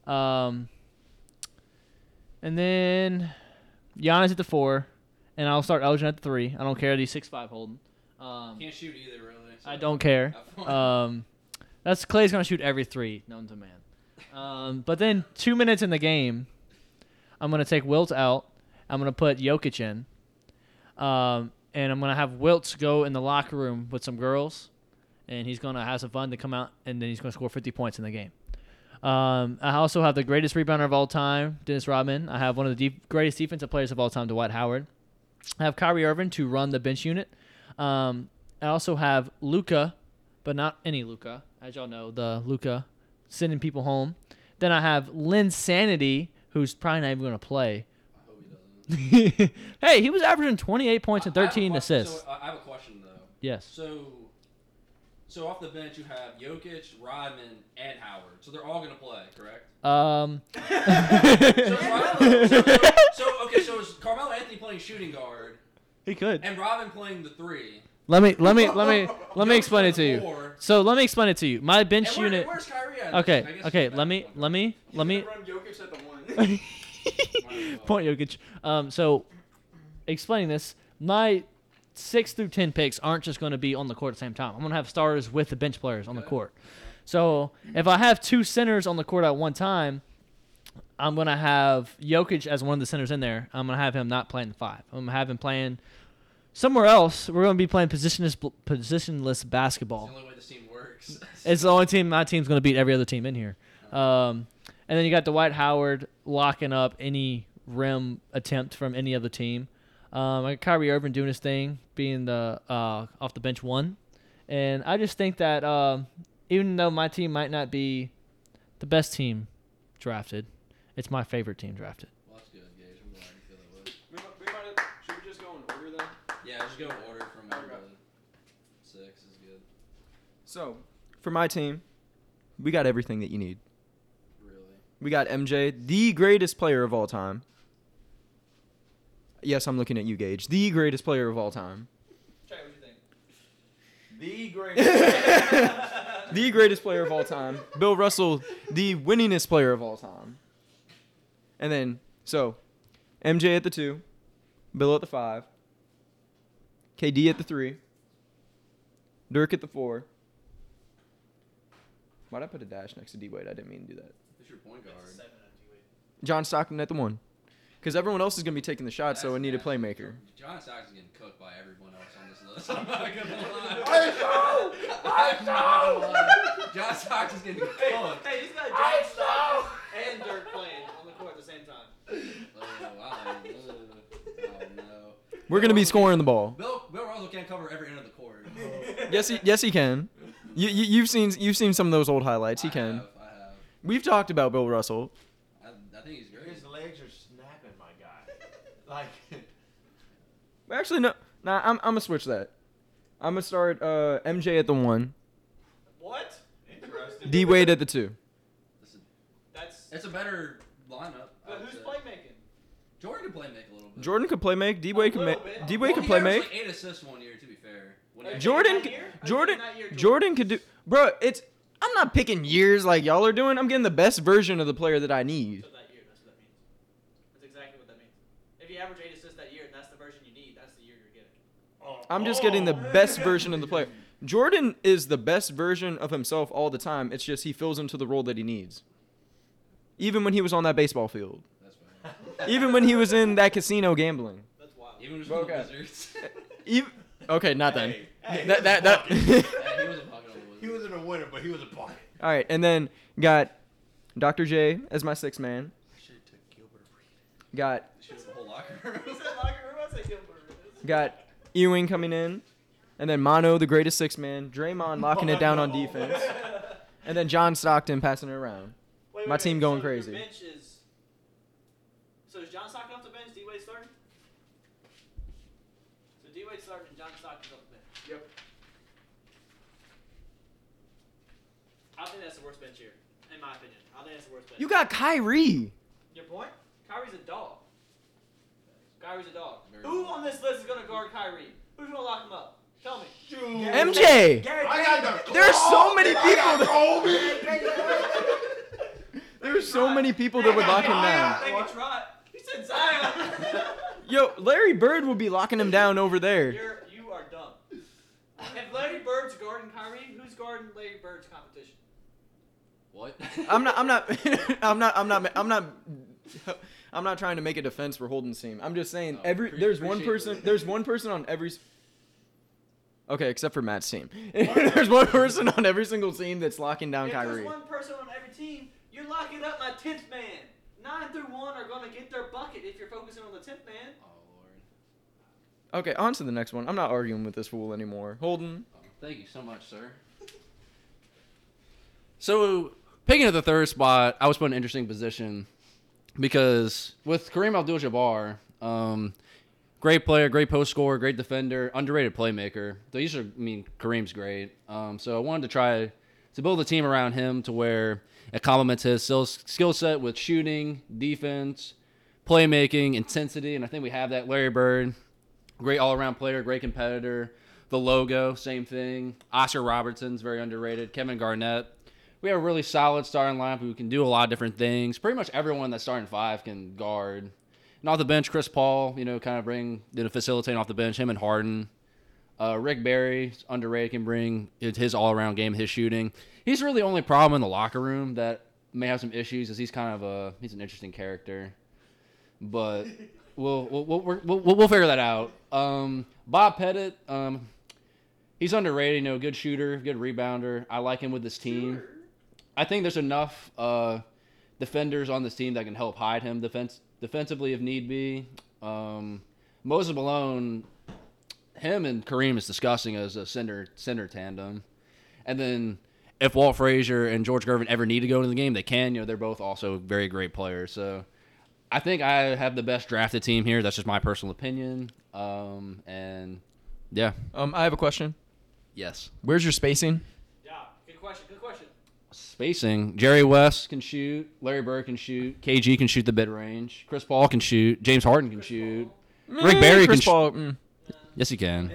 [SPEAKER 2] Um, and then Giannis at the four, and I'll start Elgin at the three. I don't care that he's six five holding. Um,
[SPEAKER 4] Can't shoot either, really. so-
[SPEAKER 2] I don't care.
[SPEAKER 4] Have fun.
[SPEAKER 2] Um, that's Clay's gonna shoot every three known to man. Um, but then two minutes in the game, I'm gonna take Wilt out. I'm gonna put Jokic in, um, and I'm gonna have Wilt go in the locker room with some girls, and he's gonna have some fun to come out, and then he's gonna score 50 points in the game. Um, I also have the greatest rebounder of all time, Dennis Rodman. I have one of the de- greatest defensive players of all time, Dwight Howard. I have Kyrie Irving to run the bench unit. Um, I also have Luca, but not any Luca, as y'all know, the Luca sending people home. Then I have Lynn Sanity, who's probably not even going to play. hey, he was averaging 28 points and
[SPEAKER 4] I- I have a
[SPEAKER 2] 13
[SPEAKER 4] question-
[SPEAKER 2] assists.
[SPEAKER 4] So I I have a question though.
[SPEAKER 2] yes.
[SPEAKER 4] So, so off the bench you have Jokic, Rodman, and Howard. So they're all gonna play, correct?
[SPEAKER 2] Um,
[SPEAKER 4] So, is Carmelo, so, so, so okay, so is Carmelo Anthony playing shooting guard
[SPEAKER 2] he could.
[SPEAKER 4] and Robin playing the three?
[SPEAKER 2] Let me let me let me let me
[SPEAKER 4] Jokic
[SPEAKER 2] explain it to
[SPEAKER 4] playing the
[SPEAKER 2] you.
[SPEAKER 4] four,
[SPEAKER 2] So let me explain it to you. My
[SPEAKER 4] And
[SPEAKER 2] bench
[SPEAKER 4] where,
[SPEAKER 2] unit.
[SPEAKER 4] Where's Kyrie at? I
[SPEAKER 2] Okay.
[SPEAKER 4] guess
[SPEAKER 2] Okay.
[SPEAKER 4] he's back.
[SPEAKER 2] Let me let me let me
[SPEAKER 1] Run Jokic at the one.
[SPEAKER 2] Point Jokic. Um, so, explaining this, my six through ten picks aren't just going to be on the court at the same time. I'm going to have starters with the bench players on the court. So if I have two centers on the court at one time, I'm going to have Jokic as one of the centers in there. I'm going to have him not playing the five. I'm going to have him playing somewhere else. We're going to be playing positionless positionless
[SPEAKER 4] It's
[SPEAKER 2] basketball.
[SPEAKER 4] the only way this team works.
[SPEAKER 2] It's the only team my team's going to beat every other team in here. Um, and then you got Dwight Howard locking up any rim attempt from any other team. Um, I got Kyrie Irving doing his thing, being the uh, off the bench one. And I just think that um even though my team might not be the best team drafted, it's my favorite team drafted.
[SPEAKER 4] well, that's good, Gage. I'm glad you feel that way.
[SPEAKER 1] We might, we might should we just go in order then?
[SPEAKER 4] Yeah, just go in order from everybody. Six is good.
[SPEAKER 1] So, for my team, we got everything that you need.
[SPEAKER 4] Really.
[SPEAKER 1] We got MJ, the greatest player of all time. Yes, I'm looking at you, Gage. The greatest player of all time.
[SPEAKER 13] Trey, what do you think?
[SPEAKER 3] The greatest.
[SPEAKER 1] The greatest player of all time. Bill Russell, the winningest player of all time. And then, so, MJ at the two, Bill at the five, KD at the three, Dirk at the four, Why'd I put a dash next to D Wade? I didn't mean to do that.
[SPEAKER 4] It's your point guard.
[SPEAKER 1] John Stockton at the one. Because everyone else is going to be taking the shot, so I
[SPEAKER 4] That's-
[SPEAKER 1] need a
[SPEAKER 4] that's-
[SPEAKER 1] playmaker.
[SPEAKER 4] John Stockton's getting cooked by everyone else on this list. I'm not gonna lie. I'm not gonna lie. John Stockton's getting cooked.
[SPEAKER 13] Hey, he's got John Stockton and Dirk playing on the court at the same time.
[SPEAKER 4] Oh, wow. Oh, no.
[SPEAKER 1] We're going to be scoring the ball.
[SPEAKER 4] Bill, Bill Russell can't cover every end of the court.
[SPEAKER 1] Yes, he, yes, he can. You, you, you've seen you've seen some of those old highlights. He
[SPEAKER 4] I
[SPEAKER 1] can.
[SPEAKER 4] have, I
[SPEAKER 1] We've talked about Bill Russell.
[SPEAKER 4] have. I, I think he's great.
[SPEAKER 7] His legs are snapping, my guy. Like,
[SPEAKER 1] Actually, no. Nah, I'm, I'm going to switch that. I'm going to start uh, MJ at the one,
[SPEAKER 13] What? Interesting.
[SPEAKER 1] D Wade at the two.
[SPEAKER 13] That's.
[SPEAKER 4] It's a better lineup. I
[SPEAKER 13] But
[SPEAKER 4] would
[SPEAKER 13] who's
[SPEAKER 4] say.
[SPEAKER 13] playmaking?
[SPEAKER 4] Jordan can play make a little bit.
[SPEAKER 1] Jordan could play make. D Wade
[SPEAKER 13] A
[SPEAKER 1] can
[SPEAKER 13] little
[SPEAKER 1] make.
[SPEAKER 13] bit.
[SPEAKER 1] D Wade
[SPEAKER 4] Well,
[SPEAKER 1] can
[SPEAKER 4] he
[SPEAKER 1] play
[SPEAKER 4] averaged
[SPEAKER 1] make.
[SPEAKER 4] Like eight assists one year, to be fair. When he
[SPEAKER 13] Okay,
[SPEAKER 1] Jordan,
[SPEAKER 13] that year? Okay,
[SPEAKER 1] Jordan,
[SPEAKER 13] that year,
[SPEAKER 1] Jordan could do, bro. It's I'm not picking years like y'all are doing. I'm getting the best version of the player that I need.
[SPEAKER 13] So that year, that's what that means. That's exactly what that means. If you average eight assists that year, and that's the version you need, that's the year you're getting.
[SPEAKER 1] I'm just getting the best version of the player. Jordan is the best version of himself all the time. It's just he fills into the role that he needs. Even when he was on that baseball field.
[SPEAKER 4] That's fine.
[SPEAKER 1] Even when he was in that casino gambling.
[SPEAKER 13] That's wild.
[SPEAKER 4] Even just
[SPEAKER 1] Broke
[SPEAKER 4] the
[SPEAKER 1] out.
[SPEAKER 4] Wizards.
[SPEAKER 1] Even, okay, not then.
[SPEAKER 7] hey,
[SPEAKER 1] that that that.
[SPEAKER 4] Yeah, he was a bucket on the Wizards.
[SPEAKER 7] he wasn't a winner, but he was a bucket.
[SPEAKER 1] all right, and then got Dr. J as my sixth man.
[SPEAKER 7] Should have took Gilbert Arenas.
[SPEAKER 1] Got
[SPEAKER 4] Shit, the whole locker room.
[SPEAKER 13] Who's that locker room? I say Gilbert.
[SPEAKER 1] Got Ewing coming in, and then Mono, the greatest six man, Draymond locking it down on defense, and then John Stockton passing it around.
[SPEAKER 13] Wait,
[SPEAKER 1] My
[SPEAKER 13] wait,
[SPEAKER 1] team
[SPEAKER 13] wait,
[SPEAKER 1] going
[SPEAKER 13] so your
[SPEAKER 1] crazy.
[SPEAKER 13] bench is- So is John Stockton off the bench? D Wade starting? So D Wade starting and John Stockton's off the bench.
[SPEAKER 7] Yep.
[SPEAKER 13] I think that's the worst bench here, in my opinion. I think that's the worst bench.
[SPEAKER 1] You got Kyrie.
[SPEAKER 13] Your point? Kyrie's a dog. Kyrie's a dog.
[SPEAKER 4] Very
[SPEAKER 13] Who
[SPEAKER 4] well.
[SPEAKER 13] on this list is gonna guard Kyrie? Who's gonna lock him up? Tell me.
[SPEAKER 1] MJ.
[SPEAKER 7] I got the
[SPEAKER 1] There are so many people. That,
[SPEAKER 7] Kobe.
[SPEAKER 1] there are so many people that would lock him down.
[SPEAKER 13] They can try. He said Zion.
[SPEAKER 1] Yo, Larry Bird would be locking him down over there.
[SPEAKER 13] You're you are dumb. If Larry Bird's guarding Kyrie, who's guarding Larry Bird's competition?
[SPEAKER 4] What?
[SPEAKER 1] I'm not. I'm not. I'm not. I'm not. I'm not. I'm not trying to make a defense for Holden's team. I'm just saying
[SPEAKER 4] Oh,
[SPEAKER 1] every
[SPEAKER 4] pre-
[SPEAKER 1] there's one
[SPEAKER 4] appreciate
[SPEAKER 1] person
[SPEAKER 4] it.
[SPEAKER 1] there's one person on every. s- Okay, except for Matt's team. there's one person on every single team that's locking down
[SPEAKER 13] if
[SPEAKER 1] Kyrie.
[SPEAKER 13] there's one person on every team, you're locking up my tenth man. Nine through one are gonna get their bucket if you're focusing on the tenth man.
[SPEAKER 4] Oh lord.
[SPEAKER 1] Okay, on to the next one. I'm not arguing with this fool anymore. Holden,
[SPEAKER 4] Oh, thank you so much, sir. So, picking at the third spot, I was put in an interesting position because with Kareem Abdul-Jabbar, um, great player, great post scorer, great defender, underrated playmaker. These are, I mean, Kareem's great. Um, so I wanted to try to build a team around him to where it complements his skill- skill set with shooting, defense, playmaking, intensity, and I think we have that. Larry Bird, great all-around player, great competitor. The logo, same thing. Oscar Robertson's very underrated. Kevin Garnett. We have a really solid starting lineup who can do a lot of different things. Pretty much everyone that's starting five can guard. And off the bench, Chris Paul, you know, kind of bring, you know, facilitating off the bench, him and Harden. Uh, Rick Barry, underrated, can bring his- his all around game, his shooting. He's really the only problem in the locker room that may have some issues is he's kind of a, he's an interesting character but we'll we'll we'll, we're- we'll, we'll, we'll figure that out. Um, Bob Pettit, um, he's underrated. You know, good shooter, good rebounder. I like him with this team. I think there's enough uh, defenders on this team that can help hide him defense defensively if need be. Um, Moses Malone, him and Kareem is disgusting as a center center tandem. And then if Walt Frazier and George Gervin ever need to go into the game, they can. You know, they're both also very great players. So I think I have the best drafted team here. That's just my personal opinion. Um, and yeah,
[SPEAKER 1] um, I have a question.
[SPEAKER 4] yes.
[SPEAKER 1] Where's your spacing?
[SPEAKER 13] Yeah. Good question. Good question.
[SPEAKER 4] Spacing. Jerry West can shoot. Larry Bird can shoot. KG can shoot the mid range. Chris Paul can shoot. James Harden can shoot. Rick
[SPEAKER 1] Eh,
[SPEAKER 4] Barry
[SPEAKER 1] Chris
[SPEAKER 4] can shoot.
[SPEAKER 1] Paul. mm.
[SPEAKER 4] Yes, he can.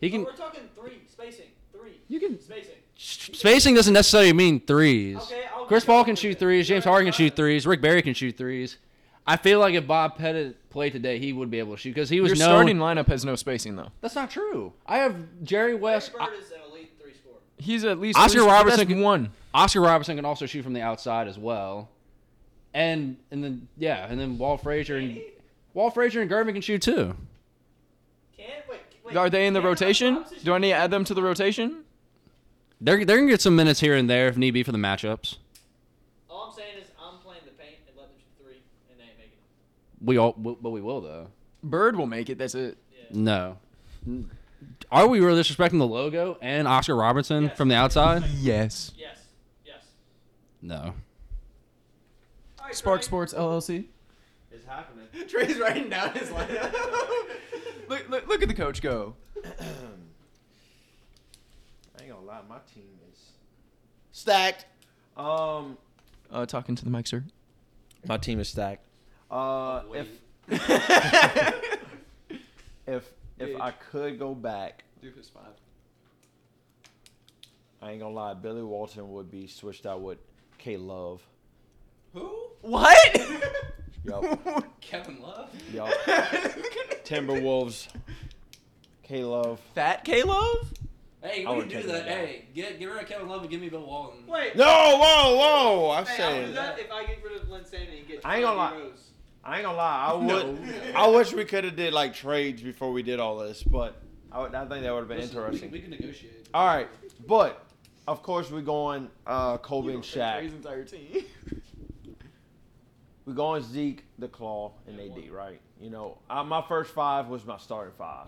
[SPEAKER 4] He
[SPEAKER 13] So
[SPEAKER 4] can.
[SPEAKER 13] we're talking three spacing. Three.
[SPEAKER 1] You can.
[SPEAKER 13] Spacing.
[SPEAKER 4] Spacing doesn't necessarily mean threes.
[SPEAKER 13] Okay, I'll
[SPEAKER 4] Chris
[SPEAKER 13] give
[SPEAKER 4] Paul
[SPEAKER 13] you
[SPEAKER 4] can
[SPEAKER 13] that.
[SPEAKER 4] shoot threes. James Harden can shoot threes. Rick Barry can shoot threes. I feel like if Bob Pettit played today, he would be able to shoot because he
[SPEAKER 1] Your
[SPEAKER 4] was known.
[SPEAKER 1] starting lineup has no spacing though.
[SPEAKER 4] That's not true. I have Jerry West.
[SPEAKER 13] Larry Bird is an elite three scorer.
[SPEAKER 1] He's at least
[SPEAKER 4] Oscar
[SPEAKER 1] three- but that's
[SPEAKER 4] Robertson can-
[SPEAKER 1] one.
[SPEAKER 4] Oscar Robertson can also shoot from the outside as well. And and then yeah, and then Walt Frazier and Walt Frazier and Gervin can shoot too.
[SPEAKER 13] Can't wait. wait
[SPEAKER 1] Are they in the
[SPEAKER 13] Cameron
[SPEAKER 1] rotation?
[SPEAKER 13] Thompson-
[SPEAKER 1] Do I need to add them to the rotation?
[SPEAKER 4] They're they're gonna get some minutes here and there if need be for the matchups.
[SPEAKER 13] All I'm saying is I'm playing the paint and let them shoot three, and they ain't making it.
[SPEAKER 4] We all w- but we will though.
[SPEAKER 1] Bird will make it. That's it.
[SPEAKER 4] No. Are we really disrespecting the logo and Oscar Robertson from the outside?
[SPEAKER 1] Yes.
[SPEAKER 13] Yes. Yes.
[SPEAKER 4] No.
[SPEAKER 13] All right,
[SPEAKER 1] Spark
[SPEAKER 13] Trey.
[SPEAKER 1] Sports LLC.
[SPEAKER 3] It's happening.
[SPEAKER 5] Trey's writing down his lineup.
[SPEAKER 1] Look, look, look at the coach go.
[SPEAKER 3] I ain't gonna lie, my team is stacked. Um,
[SPEAKER 1] Uh, talking to the mic, sir.
[SPEAKER 3] my team is stacked. Uh, if if if I could go back, I ain't gonna lie, Billy Walton would be switched out with K Love.
[SPEAKER 1] What?
[SPEAKER 3] Yup,
[SPEAKER 4] Kevin Love?
[SPEAKER 3] yup. Timberwolves. K Love.
[SPEAKER 1] Fat K Love?
[SPEAKER 3] I
[SPEAKER 4] Hey, we can
[SPEAKER 3] wouldn't
[SPEAKER 4] do
[SPEAKER 3] take
[SPEAKER 4] that.
[SPEAKER 3] that out.
[SPEAKER 4] Hey, get get rid of Kevin Love and give me Bill Walton.
[SPEAKER 13] Wait.
[SPEAKER 3] No, whoa, whoa! I'm
[SPEAKER 13] Hey, I'll do
[SPEAKER 3] saying,
[SPEAKER 13] that if I get rid of Linsanity and get
[SPEAKER 3] I ain't gonna
[SPEAKER 13] Charlie
[SPEAKER 3] lie.
[SPEAKER 13] Rose.
[SPEAKER 3] I ain't gonna lie. I would. I wish we could have did like trades before we did all this, but I, would, I think that would have been interesting.
[SPEAKER 4] We can negotiate.
[SPEAKER 3] All right, but of course we're going uh, Kobe and Shaq.
[SPEAKER 1] entire team.
[SPEAKER 3] We're going Zeke, the Claw, and AD, right? You know, I, my first five was my starting five.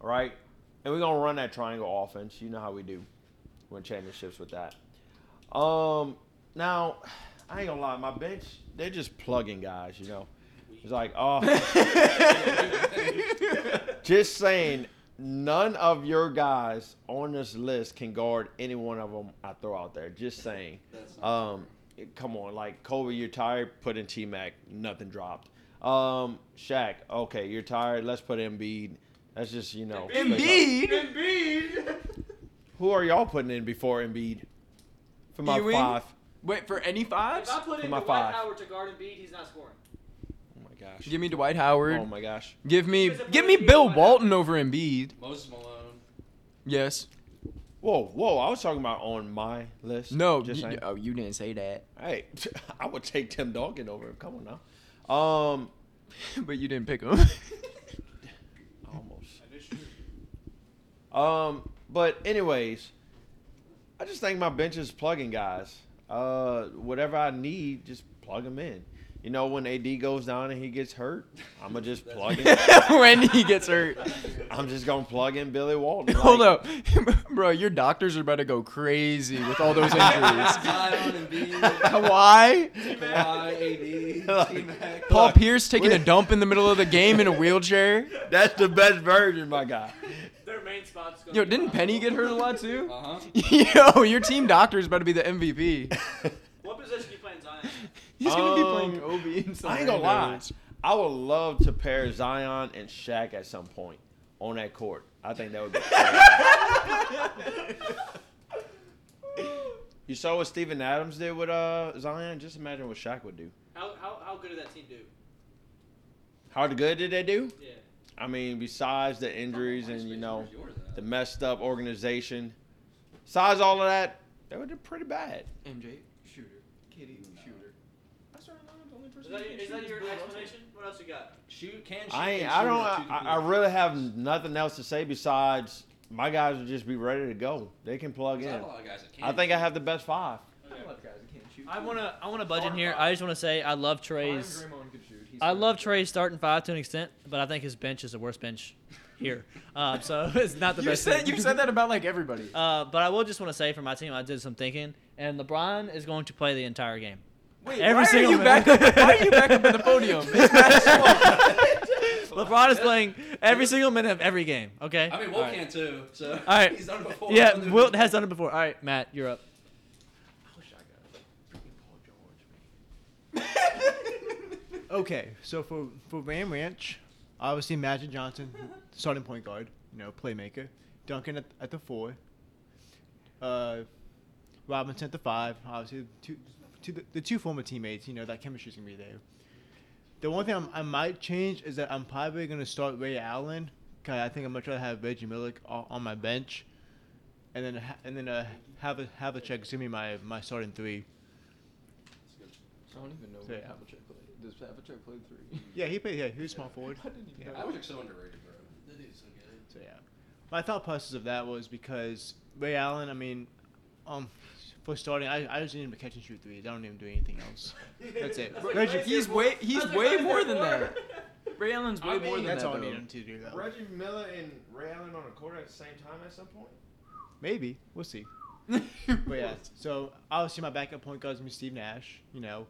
[SPEAKER 3] All right, and we're gonna run that triangle offense. You know how we do, win championships with that. Um, now I ain't gonna lie, my bench they're just plugging guys. You know, it's like oh. Just saying, none of your guys on this list can guard any one of them I throw out there. Just saying. Um, it- come on, like Kobe, you're tired. Put in T Mac. Nothing dropped. Um, Shaq, okay, you're tired. Let's put Embiid. That's just you know.
[SPEAKER 1] Embiid?
[SPEAKER 3] Who are y'all putting in before Embiid? For my
[SPEAKER 1] Ewing?
[SPEAKER 3] five.
[SPEAKER 1] Wait, for any
[SPEAKER 13] If
[SPEAKER 1] fives?
[SPEAKER 13] I put in
[SPEAKER 3] my
[SPEAKER 13] Dwight
[SPEAKER 3] five.
[SPEAKER 13] Howard to guard Embiid, he's not scoring.
[SPEAKER 3] Oh my gosh.
[SPEAKER 1] Give me Dwight Howard.
[SPEAKER 3] Oh my gosh.
[SPEAKER 1] give me
[SPEAKER 13] Because if
[SPEAKER 1] give
[SPEAKER 13] we're
[SPEAKER 1] me
[SPEAKER 13] gonna do
[SPEAKER 1] Bill
[SPEAKER 13] Dwight
[SPEAKER 1] Walton over Embiid.
[SPEAKER 4] Moses Malone.
[SPEAKER 1] Yes.
[SPEAKER 3] Whoa, whoa! I was talking about on my list.
[SPEAKER 1] No.
[SPEAKER 3] just
[SPEAKER 1] you-
[SPEAKER 3] saying.
[SPEAKER 1] oh, you didn't say that.
[SPEAKER 3] Hey, I would take Tim Duncan over him. Come on now. Um,
[SPEAKER 1] but you didn't pick him.
[SPEAKER 3] almost. Um, but anyways, I just think my bench is plugging guys. Uh, whatever I need, just plug them in. You know, when AD goes down and he gets hurt, I'ma just plug in.
[SPEAKER 1] when he gets hurt.
[SPEAKER 3] I'm just gonna plug in Billy Walton.
[SPEAKER 1] Hold
[SPEAKER 3] like,
[SPEAKER 1] up, bro. Your doctors are about to go crazy with all those injuries.
[SPEAKER 4] Zion Embiid.
[SPEAKER 1] Why?
[SPEAKER 4] Kawhi, AD, T-Mac.
[SPEAKER 1] Paul Pierce taking a dump in the middle of the game in a wheelchair.
[SPEAKER 3] That's the best version, my guy.
[SPEAKER 13] Their main spot's going.
[SPEAKER 1] Yo, didn't Penny get hurt a lot too?
[SPEAKER 4] Uh-huh.
[SPEAKER 1] Yo, your team doctor is about to be the MVP.
[SPEAKER 13] What position you playing Zion?
[SPEAKER 1] He's gonna be playing
[SPEAKER 3] Um,
[SPEAKER 1] Obi. in some
[SPEAKER 3] I ain't gonna lie.
[SPEAKER 1] random-
[SPEAKER 3] I would love to pair Zion and Shaq at some point on that court. I think that would be. you saw what Steven Adams did with uh, Zion. Just imagine what Shaq would do.
[SPEAKER 13] How, how, how good did that team do?
[SPEAKER 3] How good did they do?
[SPEAKER 13] Yeah.
[SPEAKER 3] I mean, besides the injuries and you know the messed up organization, besides all of that, they were pretty bad.
[SPEAKER 1] MJ shooter, Kitty shooter.
[SPEAKER 13] Is that, is that your explanation? What else you got?
[SPEAKER 4] Shoot, can shoot.
[SPEAKER 3] I
[SPEAKER 4] can
[SPEAKER 3] ain't, I
[SPEAKER 4] shoot,
[SPEAKER 3] don't.
[SPEAKER 4] shoot,
[SPEAKER 3] I,
[SPEAKER 4] can
[SPEAKER 3] I
[SPEAKER 4] shoot.
[SPEAKER 3] really have nothing else to say besides my guys will just be ready to go. They can plug
[SPEAKER 4] There's
[SPEAKER 3] in.
[SPEAKER 4] not a lot of guys that can
[SPEAKER 3] I think I
[SPEAKER 4] shoot.
[SPEAKER 3] have the best five.
[SPEAKER 2] I
[SPEAKER 13] I wanna I wanna budge in here. I just wanna say I love Trey's. I
[SPEAKER 1] better.
[SPEAKER 2] love Trey's starting five to an extent, but I think his bench is the worst bench here. Um, so it's not the
[SPEAKER 1] You
[SPEAKER 2] best.
[SPEAKER 1] said
[SPEAKER 2] thing.
[SPEAKER 1] you said that about like everybody.
[SPEAKER 2] Uh, but I will just want to say for my team, I did some thinking, and LeBron is going to play the entire game.
[SPEAKER 1] Wait,
[SPEAKER 2] every
[SPEAKER 1] why
[SPEAKER 2] single
[SPEAKER 1] are you back up? Why are you back up in the podium? It's
[SPEAKER 2] LeBron is playing every single minute of every game. Okay.
[SPEAKER 4] I mean,
[SPEAKER 2] All
[SPEAKER 4] Will
[SPEAKER 2] right.
[SPEAKER 4] can too. So
[SPEAKER 2] All right.
[SPEAKER 4] he's done it before.
[SPEAKER 2] Yeah, Wilt has done it before. All right, Matt, you're up.
[SPEAKER 5] Okay, so for for Ram Ranch, obviously Magic Johnson, starting point guard, you know, playmaker. Duncan at, at the four. Uh, Robinson at the five. Obviously, the two, two the, the two former teammates. You know that chemistry's gonna be there. The one thing I'm, I might change is that I'm probably gonna start Ray Allen. Cause I think I'm much rather have Reggie Miller on, on my bench. and then ha- and then uh, have a have a check. Give me my my starting three.
[SPEAKER 4] I don't even know
[SPEAKER 5] So, yeah.
[SPEAKER 4] Havlicek played. Does Havlicek play three?
[SPEAKER 5] Yeah, he played. Yeah, he was small forward. Yeah.
[SPEAKER 4] Havlicek's so underrated, bro. That dude's so good.
[SPEAKER 5] So yeah, my thought process of that was because Ray Allen. I mean, um, for starting, I I just need him to catch and shoot threes. I don't even do anything else. That's it. Reggie,
[SPEAKER 1] He's way he's way more than that. Ray Allen's way
[SPEAKER 3] I mean,
[SPEAKER 1] more than
[SPEAKER 5] that's
[SPEAKER 1] that.
[SPEAKER 5] all I
[SPEAKER 1] though.
[SPEAKER 5] need him to do. Though.
[SPEAKER 3] Reggie Miller and Ray Allen on the court at the same time at some point.
[SPEAKER 5] Maybe we'll see. But yeah, so obviously my backup point guard is gonna be Steve Nash, you know,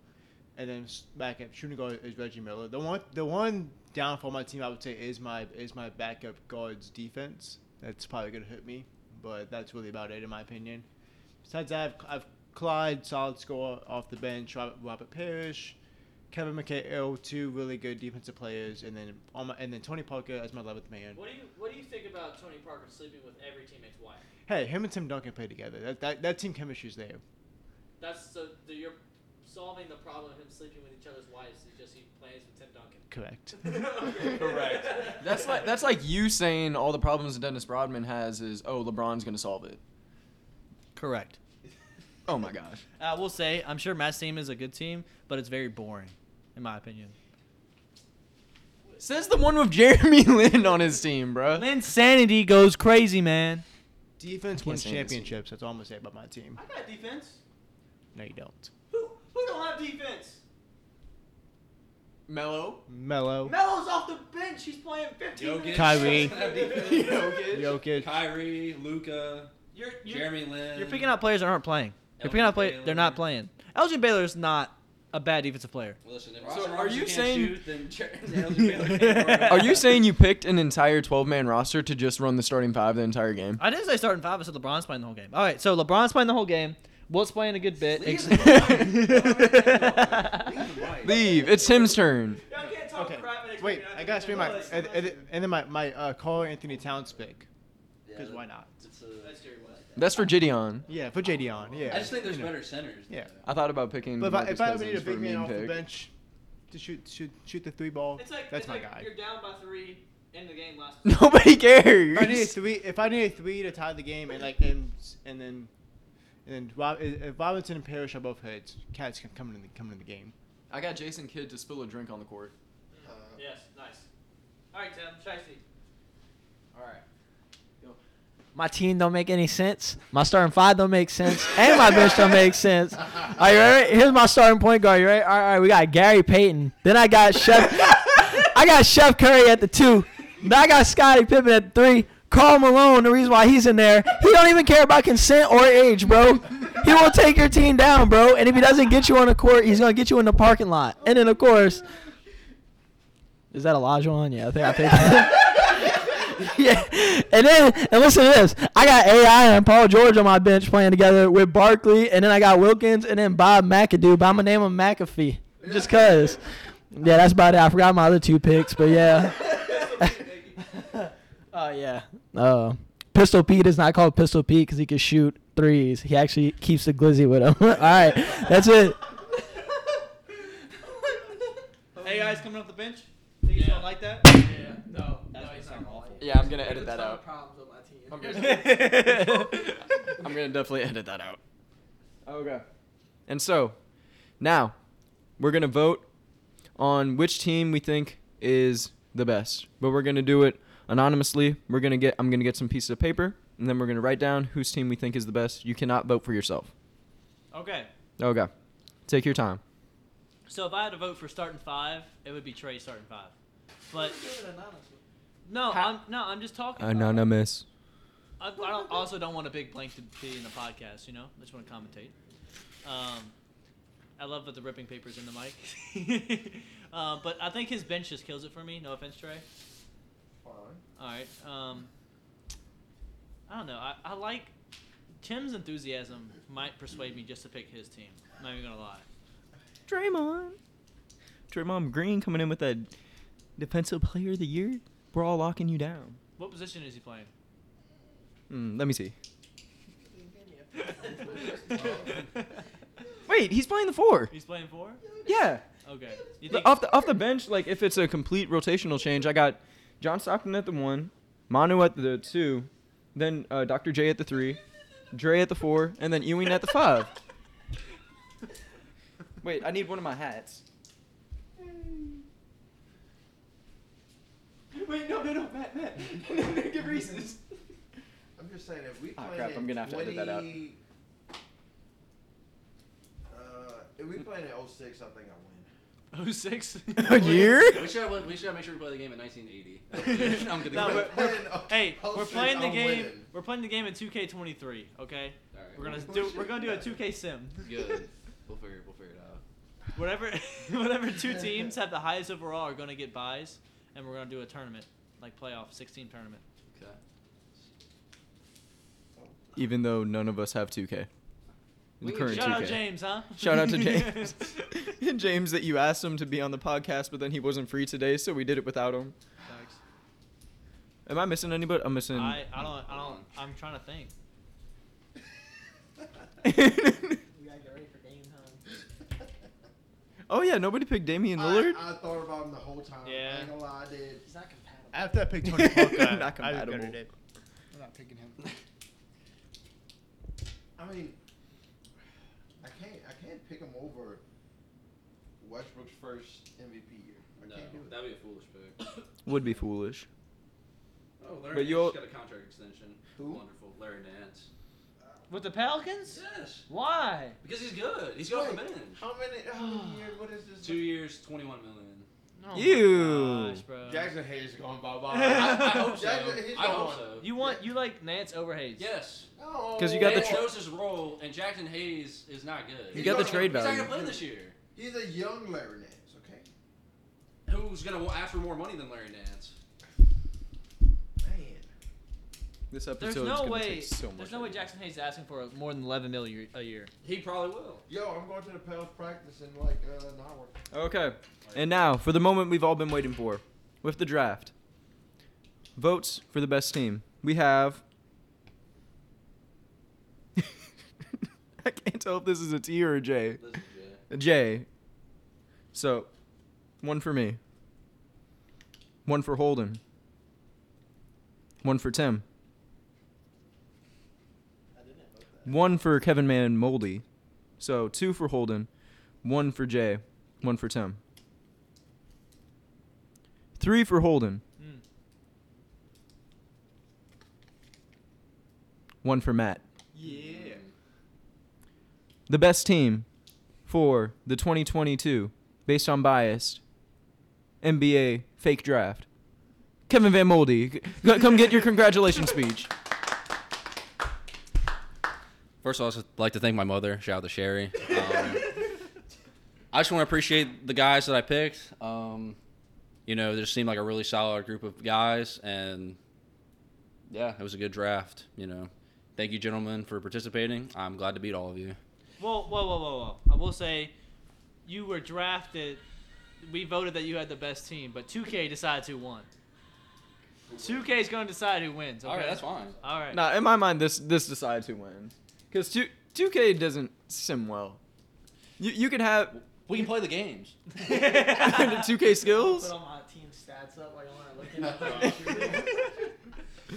[SPEAKER 5] and then s- backup shooting guard is Reggie Miller. The one, the one downfall of my team I would say is my is my backup guard's defense. That's probably gonna hurt me, but that's really about it in my opinion. Besides that, I've, I've Clyde, solid scorer off the bench, Robert, Robert Parrish, Kevin McHale, two really good defensive players, and then on my, and then Tony Parker as my 11th man.
[SPEAKER 13] What do you What do you think about Tony Parker sleeping with every teammate's wife?
[SPEAKER 5] Hey, him and Tim Duncan play together. That that, that team chemistry's there.
[SPEAKER 13] That's so the- you're solving the problem of him sleeping with each other's wives. Is just he plays with Tim Duncan.
[SPEAKER 5] Correct.
[SPEAKER 3] Correct.
[SPEAKER 1] That's like that's like you saying all the problems Dennis Rodman has is oh LeBron's gonna solve it.
[SPEAKER 2] Correct.
[SPEAKER 1] Oh my gosh.
[SPEAKER 2] I will say, I'm sure Matt's team is a good team, but it's very boring, in my opinion.
[SPEAKER 1] Says the one with Jeremy Lin on his team, bro.
[SPEAKER 2] Insanity goes crazy, man.
[SPEAKER 5] Defense
[SPEAKER 1] can't
[SPEAKER 5] wins
[SPEAKER 1] say this.
[SPEAKER 5] championships. That's all I'm gonna say about my team.
[SPEAKER 13] I got defense.
[SPEAKER 5] No, you don't.
[SPEAKER 13] Who Who don't have defense?
[SPEAKER 1] Mello.
[SPEAKER 5] Melo,
[SPEAKER 13] Melo's off the bench. He's playing 15 minutes.
[SPEAKER 5] Kyrie.
[SPEAKER 4] Jokic.
[SPEAKER 5] Jokic.
[SPEAKER 4] Kyrie, Luca,
[SPEAKER 13] You're, you're,
[SPEAKER 4] Jeremy Lin.
[SPEAKER 2] You're picking out players that aren't playing. You're
[SPEAKER 4] Elgin
[SPEAKER 2] picking out players
[SPEAKER 4] Baylor.
[SPEAKER 2] they're not playing. Elgin Baylor's not a bad defensive player.
[SPEAKER 4] Listen, if
[SPEAKER 1] So
[SPEAKER 4] Roger
[SPEAKER 1] are
[SPEAKER 4] are
[SPEAKER 1] you
[SPEAKER 4] you
[SPEAKER 1] saying-
[SPEAKER 4] shoot, then Jer- Elgin Baylor can't guard.
[SPEAKER 1] Are you saying you picked an entire 12 man roster to just run the starting five the entire game?
[SPEAKER 2] I didn't say starting five. I said LeBron's playing the whole game. All right, so LeBron's playing the whole game. Wilt's playing a good bit. Ex-
[SPEAKER 1] Leave. It's Tim's turn.
[SPEAKER 13] Y'all can't talk
[SPEAKER 5] Okay.
[SPEAKER 13] crap and expect
[SPEAKER 5] Wait,
[SPEAKER 13] me
[SPEAKER 5] I
[SPEAKER 13] to
[SPEAKER 5] gotta scream my
[SPEAKER 13] defend Melo. That's
[SPEAKER 5] and,
[SPEAKER 13] not-
[SPEAKER 5] and, and then my my uh, Carl Anthony Towns pick.
[SPEAKER 4] Yeah,
[SPEAKER 5] Because
[SPEAKER 4] that-
[SPEAKER 5] why not?
[SPEAKER 4] it's a-
[SPEAKER 13] That's Jerry West.
[SPEAKER 1] That's for Gideon.
[SPEAKER 5] Yeah, for JD on. Yeah.
[SPEAKER 4] I just think there's better centers.
[SPEAKER 5] Yeah.
[SPEAKER 1] I thought about picking.
[SPEAKER 5] But if I,
[SPEAKER 1] Marcus
[SPEAKER 5] if I ever
[SPEAKER 1] Cousins
[SPEAKER 5] need a
[SPEAKER 1] for
[SPEAKER 5] big man
[SPEAKER 1] meme
[SPEAKER 5] off the
[SPEAKER 1] pick.
[SPEAKER 5] bench to shoot shoot shoot the three ball,
[SPEAKER 13] It's like,
[SPEAKER 5] that's
[SPEAKER 13] it's
[SPEAKER 5] my
[SPEAKER 13] like
[SPEAKER 5] guy.
[SPEAKER 13] You're down by three in the game last.
[SPEAKER 1] Nobody
[SPEAKER 5] If I need a
[SPEAKER 1] cares.
[SPEAKER 5] three, if I need a three to tie the game, and like and and then and then Rob, if Robinson and Parrish are both hits, Cats can come in the come in the game.
[SPEAKER 1] I got Jason Kidd to spill a drink on the court.
[SPEAKER 13] Yes, nice. All right, Tim. Shiesty.
[SPEAKER 1] All right.
[SPEAKER 8] My team don't make any sense. My starting five don't make sense, and my bench don't make sense. Are you ready? Here's my starting point guard. You ready? All right, all right, we got Gary Payton. Then I got Chef. I got Chef Curry at the two. Then I got Scottie Pippen at the three. Carl Malone. The reason why he's in there, he don't even care about consent or age, bro. He will take your team down, bro. And if he doesn't get you on the court, he's gonna get you in the parking lot. And then of course, is that Elijah on? Yeah, I think I picked. that yeah. And then, and listen to this. I got AI and Paul George on my bench playing together with Barkley, and then I got Wilkins, and then Bob McAdoo. But I'm gonna name him McAfee, just cause. Yeah, that's about it. I forgot my other two picks, but yeah. Oh yeah. Uh, Pistol Pete is not called Pistol Pete because he can shoot threes. He actually keeps the glizzy with him. All right, that's it.
[SPEAKER 2] hey guys, coming off the bench. Think you
[SPEAKER 13] Yeah.
[SPEAKER 2] don't like that?
[SPEAKER 13] Yeah. No.
[SPEAKER 2] That's
[SPEAKER 13] no, he's not awful.
[SPEAKER 1] Yeah, I'm gonna edit
[SPEAKER 6] It's
[SPEAKER 1] that
[SPEAKER 6] not
[SPEAKER 1] out.
[SPEAKER 6] problems with my team.
[SPEAKER 1] I'm gonna, I'm gonna definitely edit that out. Okay. And so, now we're gonna vote on which team we think is the best, but we're gonna do it anonymously. We're gonna get I'm gonna get some pieces of paper, and then we're gonna write down whose team we think is the best. You cannot vote for yourself.
[SPEAKER 2] Okay.
[SPEAKER 1] Okay. Take your time.
[SPEAKER 2] So if I had to vote for starting five, it would be Trey starting five. But
[SPEAKER 6] Give it anonymously.
[SPEAKER 2] no, I'm no, I'm just talking. about-
[SPEAKER 1] Anonymous.
[SPEAKER 2] I, I don't, also don't want a big blank to be in the podcast, you know? I just want to commentate. Um, I love that the ripping paper's in the mic. uh, but I think his bench just kills it for me. No offense, Trey. All right. Um, I don't know. I, I like Tim's enthusiasm might persuade me just to pick his team. I'm not even going to lie.
[SPEAKER 1] Draymond. Draymond Green coming in with a defensive player of the year. We're all locking you down.
[SPEAKER 2] What position is he playing?
[SPEAKER 1] Mm, let me see.
[SPEAKER 2] He's
[SPEAKER 1] Wait, he's playing the four.
[SPEAKER 2] playing four?
[SPEAKER 1] Yeah.
[SPEAKER 2] Okay. You
[SPEAKER 1] The-
[SPEAKER 2] think,
[SPEAKER 1] off the off the bench, like if it's a complete rotational change, I got John Stockton at the one, Manu at the two, then uh, Dr. J at the three, Dre at the four, and then Ewing at the five.
[SPEAKER 14] Wait, I need one of my hats.
[SPEAKER 13] Wait, no, no, no, Matt, Matt. No, no, give reasons.
[SPEAKER 9] I'm just saying, if we
[SPEAKER 14] Ah,
[SPEAKER 9] play
[SPEAKER 14] crap,
[SPEAKER 9] at
[SPEAKER 14] I'm gonna have to
[SPEAKER 9] 20,
[SPEAKER 14] edit that out.
[SPEAKER 9] Uh, if we play in 06, I think I
[SPEAKER 2] 06?
[SPEAKER 1] A year?
[SPEAKER 4] We should, have, we should have make sure we play the game in 1980. I'm gonna
[SPEAKER 2] No,
[SPEAKER 9] win.
[SPEAKER 4] do
[SPEAKER 2] we're-
[SPEAKER 4] it.
[SPEAKER 9] If we play
[SPEAKER 2] Hey,
[SPEAKER 9] in oh- 06,
[SPEAKER 2] we're playing the
[SPEAKER 9] I'm
[SPEAKER 2] game.
[SPEAKER 9] winning.
[SPEAKER 2] We're playing the game in 2K23. Okay,
[SPEAKER 4] Alright,
[SPEAKER 2] we're gonna do. We're gonna do a 2K sim.
[SPEAKER 4] good. We'll figure, we'll figure it out.
[SPEAKER 2] Whatever, whatever two teams have the highest overall are gonna get buys, and we're gonna do a tournament, like playoff, 16 tournament.
[SPEAKER 4] Okay.
[SPEAKER 1] Even though none of us have 2K. The
[SPEAKER 4] We can
[SPEAKER 1] current
[SPEAKER 2] Shout
[SPEAKER 1] 2K.
[SPEAKER 2] out James, huh?
[SPEAKER 1] Shout out to James. James, that you asked him to be on the podcast, but then he wasn't free today, so we did it without him.
[SPEAKER 2] Thanks.
[SPEAKER 1] Am I missing anybody? I'm missing.
[SPEAKER 2] I, I don't I don't I'm trying to think.
[SPEAKER 13] We gotta get ready for game time.
[SPEAKER 1] oh yeah, nobody picked Damian Lillard.
[SPEAKER 9] I, I thought about him the whole time.
[SPEAKER 2] Yeah.
[SPEAKER 9] I ain't gonna lie, I did.
[SPEAKER 13] He's not compatible.
[SPEAKER 5] After I picked Tony Parker, I-
[SPEAKER 1] Not
[SPEAKER 5] I regretted
[SPEAKER 1] compatible.
[SPEAKER 5] it.
[SPEAKER 6] I'm not picking him.
[SPEAKER 9] I mean, I can't. I can't pick him over Westbrook's first MVP year. I
[SPEAKER 4] No,
[SPEAKER 9] can't do it.
[SPEAKER 4] that'd be a foolish pick.
[SPEAKER 1] Would be foolish.
[SPEAKER 4] Oh, Larry
[SPEAKER 1] But
[SPEAKER 4] but
[SPEAKER 1] you
[SPEAKER 4] you
[SPEAKER 1] all-
[SPEAKER 4] got a contract extension.
[SPEAKER 9] Who?
[SPEAKER 4] Wonderful, Larry Nance.
[SPEAKER 2] With the Pelicans?
[SPEAKER 4] Yes,
[SPEAKER 2] Why?
[SPEAKER 4] because he's good. He's got off the
[SPEAKER 9] Wait,
[SPEAKER 4] bench.
[SPEAKER 9] How many? How many years? What is this?
[SPEAKER 4] Two years, twenty-one million.
[SPEAKER 2] Oh my
[SPEAKER 1] Ew.
[SPEAKER 2] gosh, bro.
[SPEAKER 9] Jackson Hayes going bye bye.
[SPEAKER 4] I, I hope so.
[SPEAKER 9] Jackson, he's
[SPEAKER 4] I hope
[SPEAKER 9] gone. Oh,
[SPEAKER 4] so.
[SPEAKER 2] You want you like Nance over Hayes?
[SPEAKER 4] Yes.
[SPEAKER 9] No.
[SPEAKER 1] 'Cause you got the
[SPEAKER 4] Nance
[SPEAKER 1] tra-
[SPEAKER 4] knows his role, and Jackson Hayes is not good.
[SPEAKER 9] You got the
[SPEAKER 1] trade
[SPEAKER 4] he's not-
[SPEAKER 1] value.
[SPEAKER 4] He's not gonna play this year.
[SPEAKER 9] He's a young Larry Nance. Okay.
[SPEAKER 4] Who's gonna wa- ask for more money than Larry Nance?
[SPEAKER 9] Man.
[SPEAKER 1] This episode's
[SPEAKER 2] There's no
[SPEAKER 1] gonna
[SPEAKER 2] way.
[SPEAKER 1] take so much.
[SPEAKER 2] there's no way Jackson Hayes is asking for more than 11 mil a year- a year.
[SPEAKER 4] He probably will.
[SPEAKER 9] Yo, I'm going to the Pels practice in like uh, an hour.
[SPEAKER 1] Okay, and now for the moment we've all been waiting for, with the draft. Votes for the best team. We have. I can't tell if this is a T or a J.
[SPEAKER 4] This is Jay.
[SPEAKER 1] A J. So, one for me. One for Holden. One for Tim. One for Kevin Man Moldy. So two for Holden, one for Jay, one for Tim. Three for Holden,
[SPEAKER 2] Mm.
[SPEAKER 1] one for Matt.
[SPEAKER 4] Yeah.
[SPEAKER 1] The best team for the 2022, based on biased, NBA fake draft. Kevin Van Moldy, c- c- come get your congratulations speech.
[SPEAKER 4] First of all, I'd like to thank my mother. Shout out to Sherry. Um, I just want to appreciate the guys that I picked. Um, you know, they just seemed like a really solid group of guys, and yeah, it was a good draft. You know, thank you, gentlemen, for participating. I'm glad to meet all of you.
[SPEAKER 2] Whoa, whoa, whoa, whoa, whoa! I will say, you were drafted. We voted that you had the best team, but 2K decides who won. 2K is going to decide who wins. Okay?
[SPEAKER 4] All right, that's fine.
[SPEAKER 2] All right.
[SPEAKER 1] Nah, in my mind, this this decides who wins. Cause two two K doesn't sim well. You you could have
[SPEAKER 4] We can play the games.
[SPEAKER 1] two K skills.
[SPEAKER 13] Put all my team stats up while you want to look at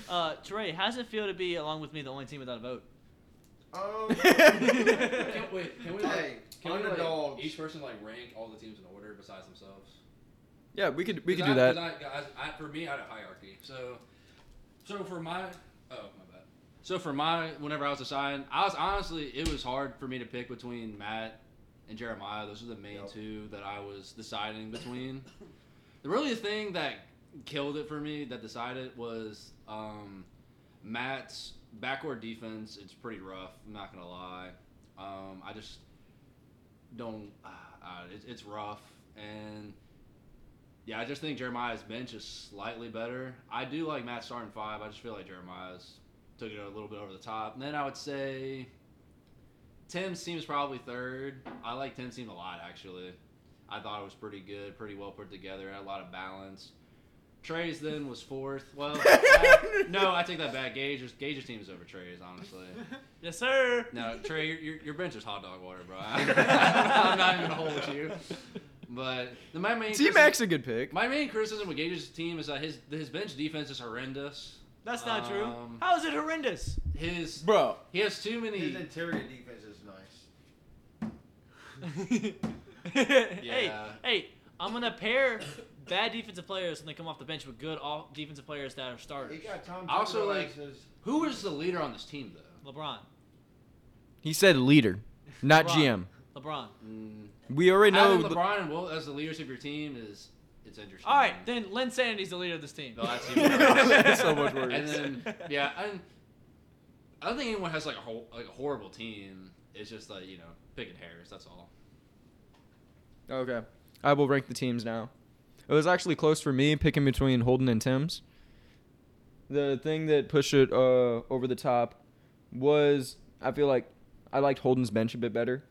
[SPEAKER 2] Uh, Trey, how's it feel to be along with me the only team without a vote?
[SPEAKER 9] Um.
[SPEAKER 4] Can, wait, can we
[SPEAKER 9] hey, underdogs.
[SPEAKER 4] each person like rank all the teams in order besides themselves?
[SPEAKER 1] Yeah, we could we could
[SPEAKER 4] Cause
[SPEAKER 1] do
[SPEAKER 4] I,
[SPEAKER 1] that.
[SPEAKER 4] 'cause I- guys, I- for me, I had a hierarchy. So, so for my, oh my bad. So for my, whenever I was deciding, I was honestly, it was hard for me to pick between Matt and Jeremiah. Those are the main two that I was deciding between. the really the thing that killed it for me, that decided, was um, Matt's backward defense. It's pretty rough. I'm not gonna lie. Um, I just don't. Uh, it's it's rough and. Yeah, I just think Jeremiah's bench is slightly better. I do like Matt starting five. I just feel like Jeremiah's took it a little bit over the top. And then I would say Tim seems probably third. I like Tim seems a lot actually. I thought it was pretty good, pretty well put together, had a lot of balance. Trey's then was fourth. Well, I- no, I take that back. Gage's Gage's team is over Trey's, honestly.
[SPEAKER 2] Yes, sir.
[SPEAKER 4] No, Trey, your, your, your bench is hot dog water, bro. I'm not even gonna hold you. But the my main
[SPEAKER 1] T Mac's a good pick.
[SPEAKER 4] my main criticism with Gage's team is that his his bench defense is horrendous.
[SPEAKER 2] That's not true.
[SPEAKER 4] Um,
[SPEAKER 2] How is it horrendous?
[SPEAKER 4] his
[SPEAKER 14] Bro.
[SPEAKER 4] he has too
[SPEAKER 9] His
[SPEAKER 4] many.
[SPEAKER 9] interior defense is nice.
[SPEAKER 2] Hey,
[SPEAKER 4] Yeah.
[SPEAKER 2] hey, I'm gonna pair bad defensive players when they come off the bench with good all defensive players that are
[SPEAKER 9] He
[SPEAKER 2] starters.
[SPEAKER 9] got Tom
[SPEAKER 4] I also
[SPEAKER 9] Thibodeau
[SPEAKER 4] like-
[SPEAKER 9] as his-
[SPEAKER 4] Who is the leader on this team though?
[SPEAKER 2] LeBron,
[SPEAKER 1] He said leader, not
[SPEAKER 2] Right.
[SPEAKER 1] GM.
[SPEAKER 2] LeBron. Mm.
[SPEAKER 1] We already know.
[SPEAKER 4] Having
[SPEAKER 1] the-
[SPEAKER 4] LeBron and Will as the leaders of your team is it's interesting.
[SPEAKER 2] All right, then Lynn Sanity's the leader of this team.
[SPEAKER 4] No, that's even worse.
[SPEAKER 1] So much worse.
[SPEAKER 4] And then yeah, and I don't think anyone has like a whole, like a horrible team. It's just like you know picking hairs. That's all.
[SPEAKER 1] Okay. I will rank the teams now. It was actually close for me picking between Holden and Tim's. The thing that pushed it uh, over the top was I feel like I liked Holden's bench a bit better.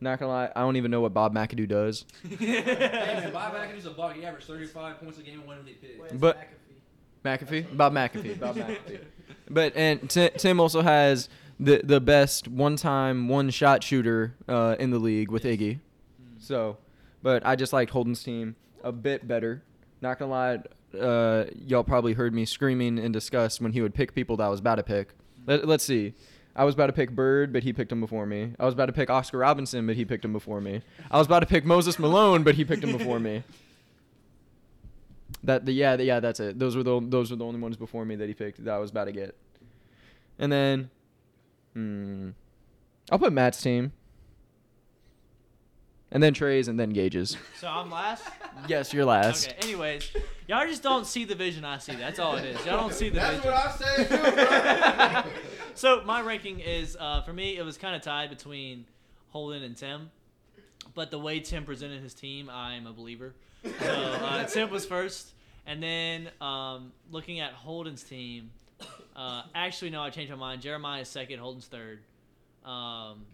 [SPEAKER 1] Not gonna lie, I don't even know what Bob McAdoo does.
[SPEAKER 4] Hey, Bob McAdoo's a buck. He averaged 35 points a game and won MVP.
[SPEAKER 6] Wait, it's
[SPEAKER 1] But-
[SPEAKER 6] McAfee.
[SPEAKER 1] McAfee, Bob McAfee, Bob McAfee. But and Ti- Tim also has the the best one time one shot shooter uh, in the league with Iggy. So, but I just liked Holden's team a bit better. Not gonna lie, uh, y'all probably heard me screaming in disgust when he would pick people that I was about to pick. Let, let's see. I was about to pick Bird, but he picked him before me. I was about to pick Oscar Robinson, but he picked him before me. I was about to pick Moses Malone, but he picked him before me. That the, yeah the, yeah that's it. Those were the those were the only ones before me that he picked that I was about to get. And then, hmm, I'll put Matt's team. And then Trey's, and then Gage's.
[SPEAKER 2] So I'm last.
[SPEAKER 1] yes, you're last.
[SPEAKER 2] Okay. Anyways, y'all just don't see the vision I see. That's all it is. Y'all don't see the
[SPEAKER 9] That's
[SPEAKER 2] vision.
[SPEAKER 9] what I said too, bro.
[SPEAKER 2] so my ranking is uh, for me it was kind of tied between Holden and Tim, but the way Tim presented his team, I'm a believer. So uh, Tim was first, and then um, looking at Holden's team, uh, actually no, I changed my mind. Jeremiah is second, Holden's third, um,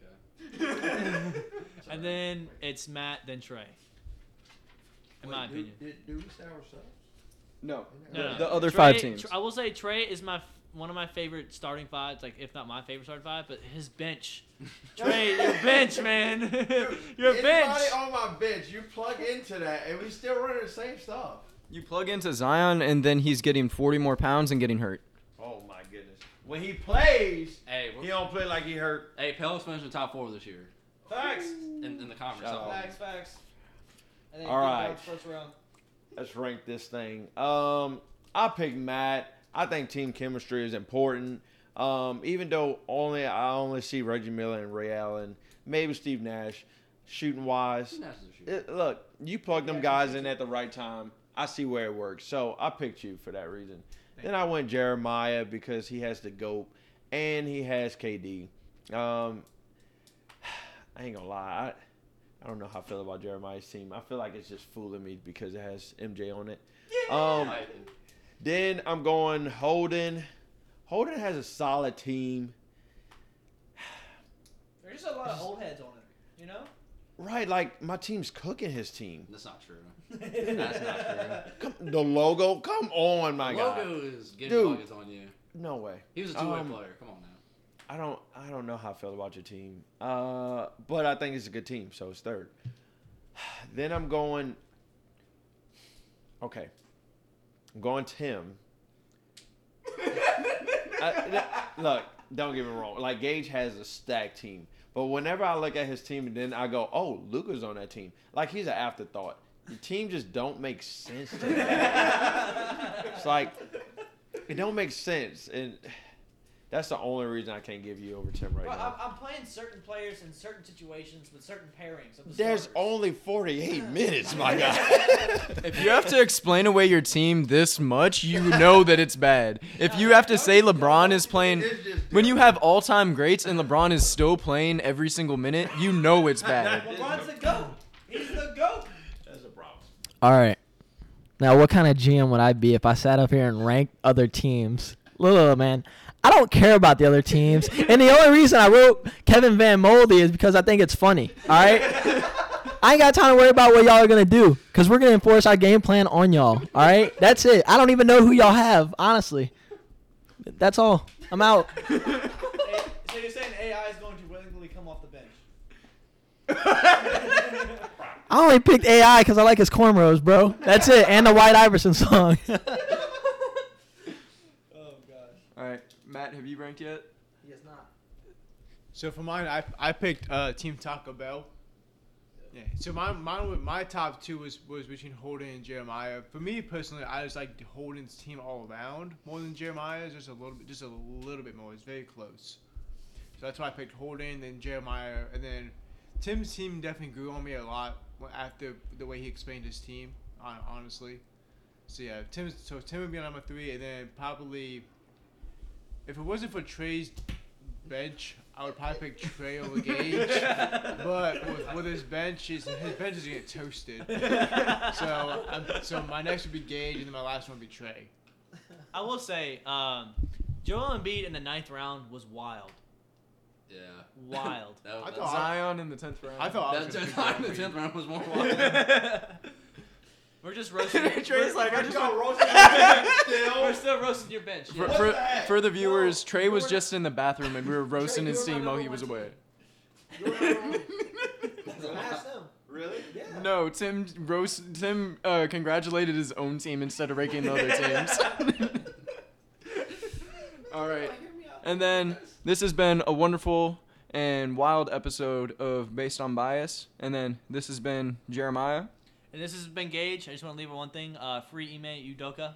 [SPEAKER 2] and then it's Matt, then Trey. In my
[SPEAKER 9] Wait,
[SPEAKER 2] opinion.
[SPEAKER 9] Did, did, did we say ourselves?
[SPEAKER 1] No.
[SPEAKER 2] No, no, no.
[SPEAKER 1] The other
[SPEAKER 2] Trey-
[SPEAKER 1] five teams.
[SPEAKER 2] Tr- I will say Trey is my f- one of my favorite starting fives, like if not my favorite starting five, but his bench. Trey, your bench, man. your bench.
[SPEAKER 9] Anybody on my bench, you plug into that, and we still running the same stuff.
[SPEAKER 1] You plug into Zion, and then he's getting 40 more pounds and getting hurt.
[SPEAKER 3] Oh my goodness. When he plays,
[SPEAKER 4] Hey,
[SPEAKER 3] he
[SPEAKER 4] we're,
[SPEAKER 3] don't play like he hurt.
[SPEAKER 4] hey, Pelos finished in the top four this year
[SPEAKER 6] Facts.
[SPEAKER 4] in, in the conference.
[SPEAKER 3] Shout out.
[SPEAKER 6] Facts. Facts. And then
[SPEAKER 3] All
[SPEAKER 6] good
[SPEAKER 3] right.
[SPEAKER 6] round, First round.
[SPEAKER 3] Let's rank this thing. Um, I picked Matt. I think team chemistry is important. Um, even though only I only see Reggie Miller and Ray Allen, maybe Steve Nash, shooting wise. It, look, you plug them guys in at the right time. I see where it works. So I picked you for that reason. Then I went Jeremiah because he has the GOAT and he has KD. Um, I ain't gonna lie. I, I don't know how I feel about Jeremiah's team. I feel like it's just fooling me because it has MJ on it. Um, then I'm going Holden. Holden has a solid team.
[SPEAKER 6] There's just a lot of old heads on it. You know.
[SPEAKER 3] Right, like my team's cooking his team.
[SPEAKER 4] That's not true.
[SPEAKER 6] That's
[SPEAKER 4] not
[SPEAKER 3] Come, the logo, come on, my God.
[SPEAKER 4] Logo is getting
[SPEAKER 3] Dude.
[SPEAKER 4] buckets on you.
[SPEAKER 3] No way.
[SPEAKER 4] He was a two-way
[SPEAKER 3] Um,
[SPEAKER 4] player. Come on now.
[SPEAKER 3] I don't I don't know how I feel about your team. Uh, but I think it's a good team, so it's third. Then I'm going Okay. I'm going Tim. I- th- look, don't get me wrong. Like Gage has a stacked team. But whenever I look at his team and then I go, "Oh, Luca's on that team." Like he's an afterthought. The team just don't make sense to me. it's like it don't make sense and that's the only reason I can't give you over Tim right
[SPEAKER 13] Bro, I'm,
[SPEAKER 3] now.
[SPEAKER 13] I'm playing certain players in certain situations with certain pairings. Of the
[SPEAKER 3] There's
[SPEAKER 13] starters.
[SPEAKER 3] only 48 minutes, my guy.
[SPEAKER 1] If you have to explain away your team this much, you know that it's bad. If you have to say LeBron is playing. When you have all time greats and LeBron is still playing every single minute, you know it's bad.
[SPEAKER 13] LeBron's the goat. He's the goat.
[SPEAKER 8] All right. Now, what kind of GM would I be if I sat up here and ranked other teams? Look, look, man, I don't care about the other teams, and the only reason I wrote Kevin Van Moldy is because I think it's funny. All right. I ain't got time to worry about what y'all are gonna do, cause we're gonna enforce our game plan on y'all. All right. That's it. I don't even know who y'all have, honestly. That's all. I'm out.
[SPEAKER 13] Hey, so you're saying AI is going to willingly come off the bench?
[SPEAKER 8] I only picked AI because I like his cornrows, bro. That's it. And the White Iverson song.
[SPEAKER 13] Oh gosh.
[SPEAKER 1] Matt, have you ranked yet?
[SPEAKER 6] He is not.
[SPEAKER 5] So for mine, I, I picked uh, Team Taco Bell. Yeah. So my mine wa- my top two was was between Holden and Jeremiah. For me personally, I just like Holden's team all around more than Jeremiah's. Just a little bit, just a little bit more. It's very close. So that's why I picked Holden, then Jeremiah, and then Tim's team definitely grew on me a lot after the way he explained his team. hon- Honestly, so yeah, Tim. So Tim would be on number three, and then probably if it wasn't for Trey's bench, I would probably pick Trey over Gage. but with, with his bench, his, his bench is gonna get toasted. So I'm, so my next would be Gage, and then my last one would be Trey.
[SPEAKER 13] I will say, um, Joel Embiid in the ninth round was wild.
[SPEAKER 4] Yeah.
[SPEAKER 13] Wild.
[SPEAKER 4] That was,
[SPEAKER 5] I
[SPEAKER 4] that's-
[SPEAKER 6] Oh,
[SPEAKER 5] thought-
[SPEAKER 1] Zion in the tenth round.
[SPEAKER 5] I thought I was
[SPEAKER 4] That
[SPEAKER 5] gonna pick
[SPEAKER 4] time the
[SPEAKER 5] Joel
[SPEAKER 4] tenth
[SPEAKER 5] Embiid.
[SPEAKER 4] round was more wild.
[SPEAKER 13] We're just roasting.
[SPEAKER 1] Trey's like, I just want
[SPEAKER 13] We're still roasting your bench.
[SPEAKER 1] For,
[SPEAKER 9] What
[SPEAKER 1] for,
[SPEAKER 9] the heck?
[SPEAKER 1] for the viewers, Trey was
[SPEAKER 9] were-
[SPEAKER 1] just in the bathroom and we were roasting
[SPEAKER 6] you
[SPEAKER 1] his
[SPEAKER 6] were my
[SPEAKER 1] team while
[SPEAKER 6] number
[SPEAKER 1] he was
[SPEAKER 6] one
[SPEAKER 1] away.
[SPEAKER 6] Don't ask them.
[SPEAKER 9] Really?
[SPEAKER 6] Yeah.
[SPEAKER 1] No, Tim roast Tim uh, congratulated his own team instead of ranking the other teams. All right.
[SPEAKER 6] Hear me out.
[SPEAKER 1] And then this has been a wonderful and wild episode of Based on Bias. And then this has been Jeremiah
[SPEAKER 13] And this has been Gage. I just want to leave with one thing. Uh, free email at Udoka.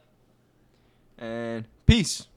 [SPEAKER 1] and peace.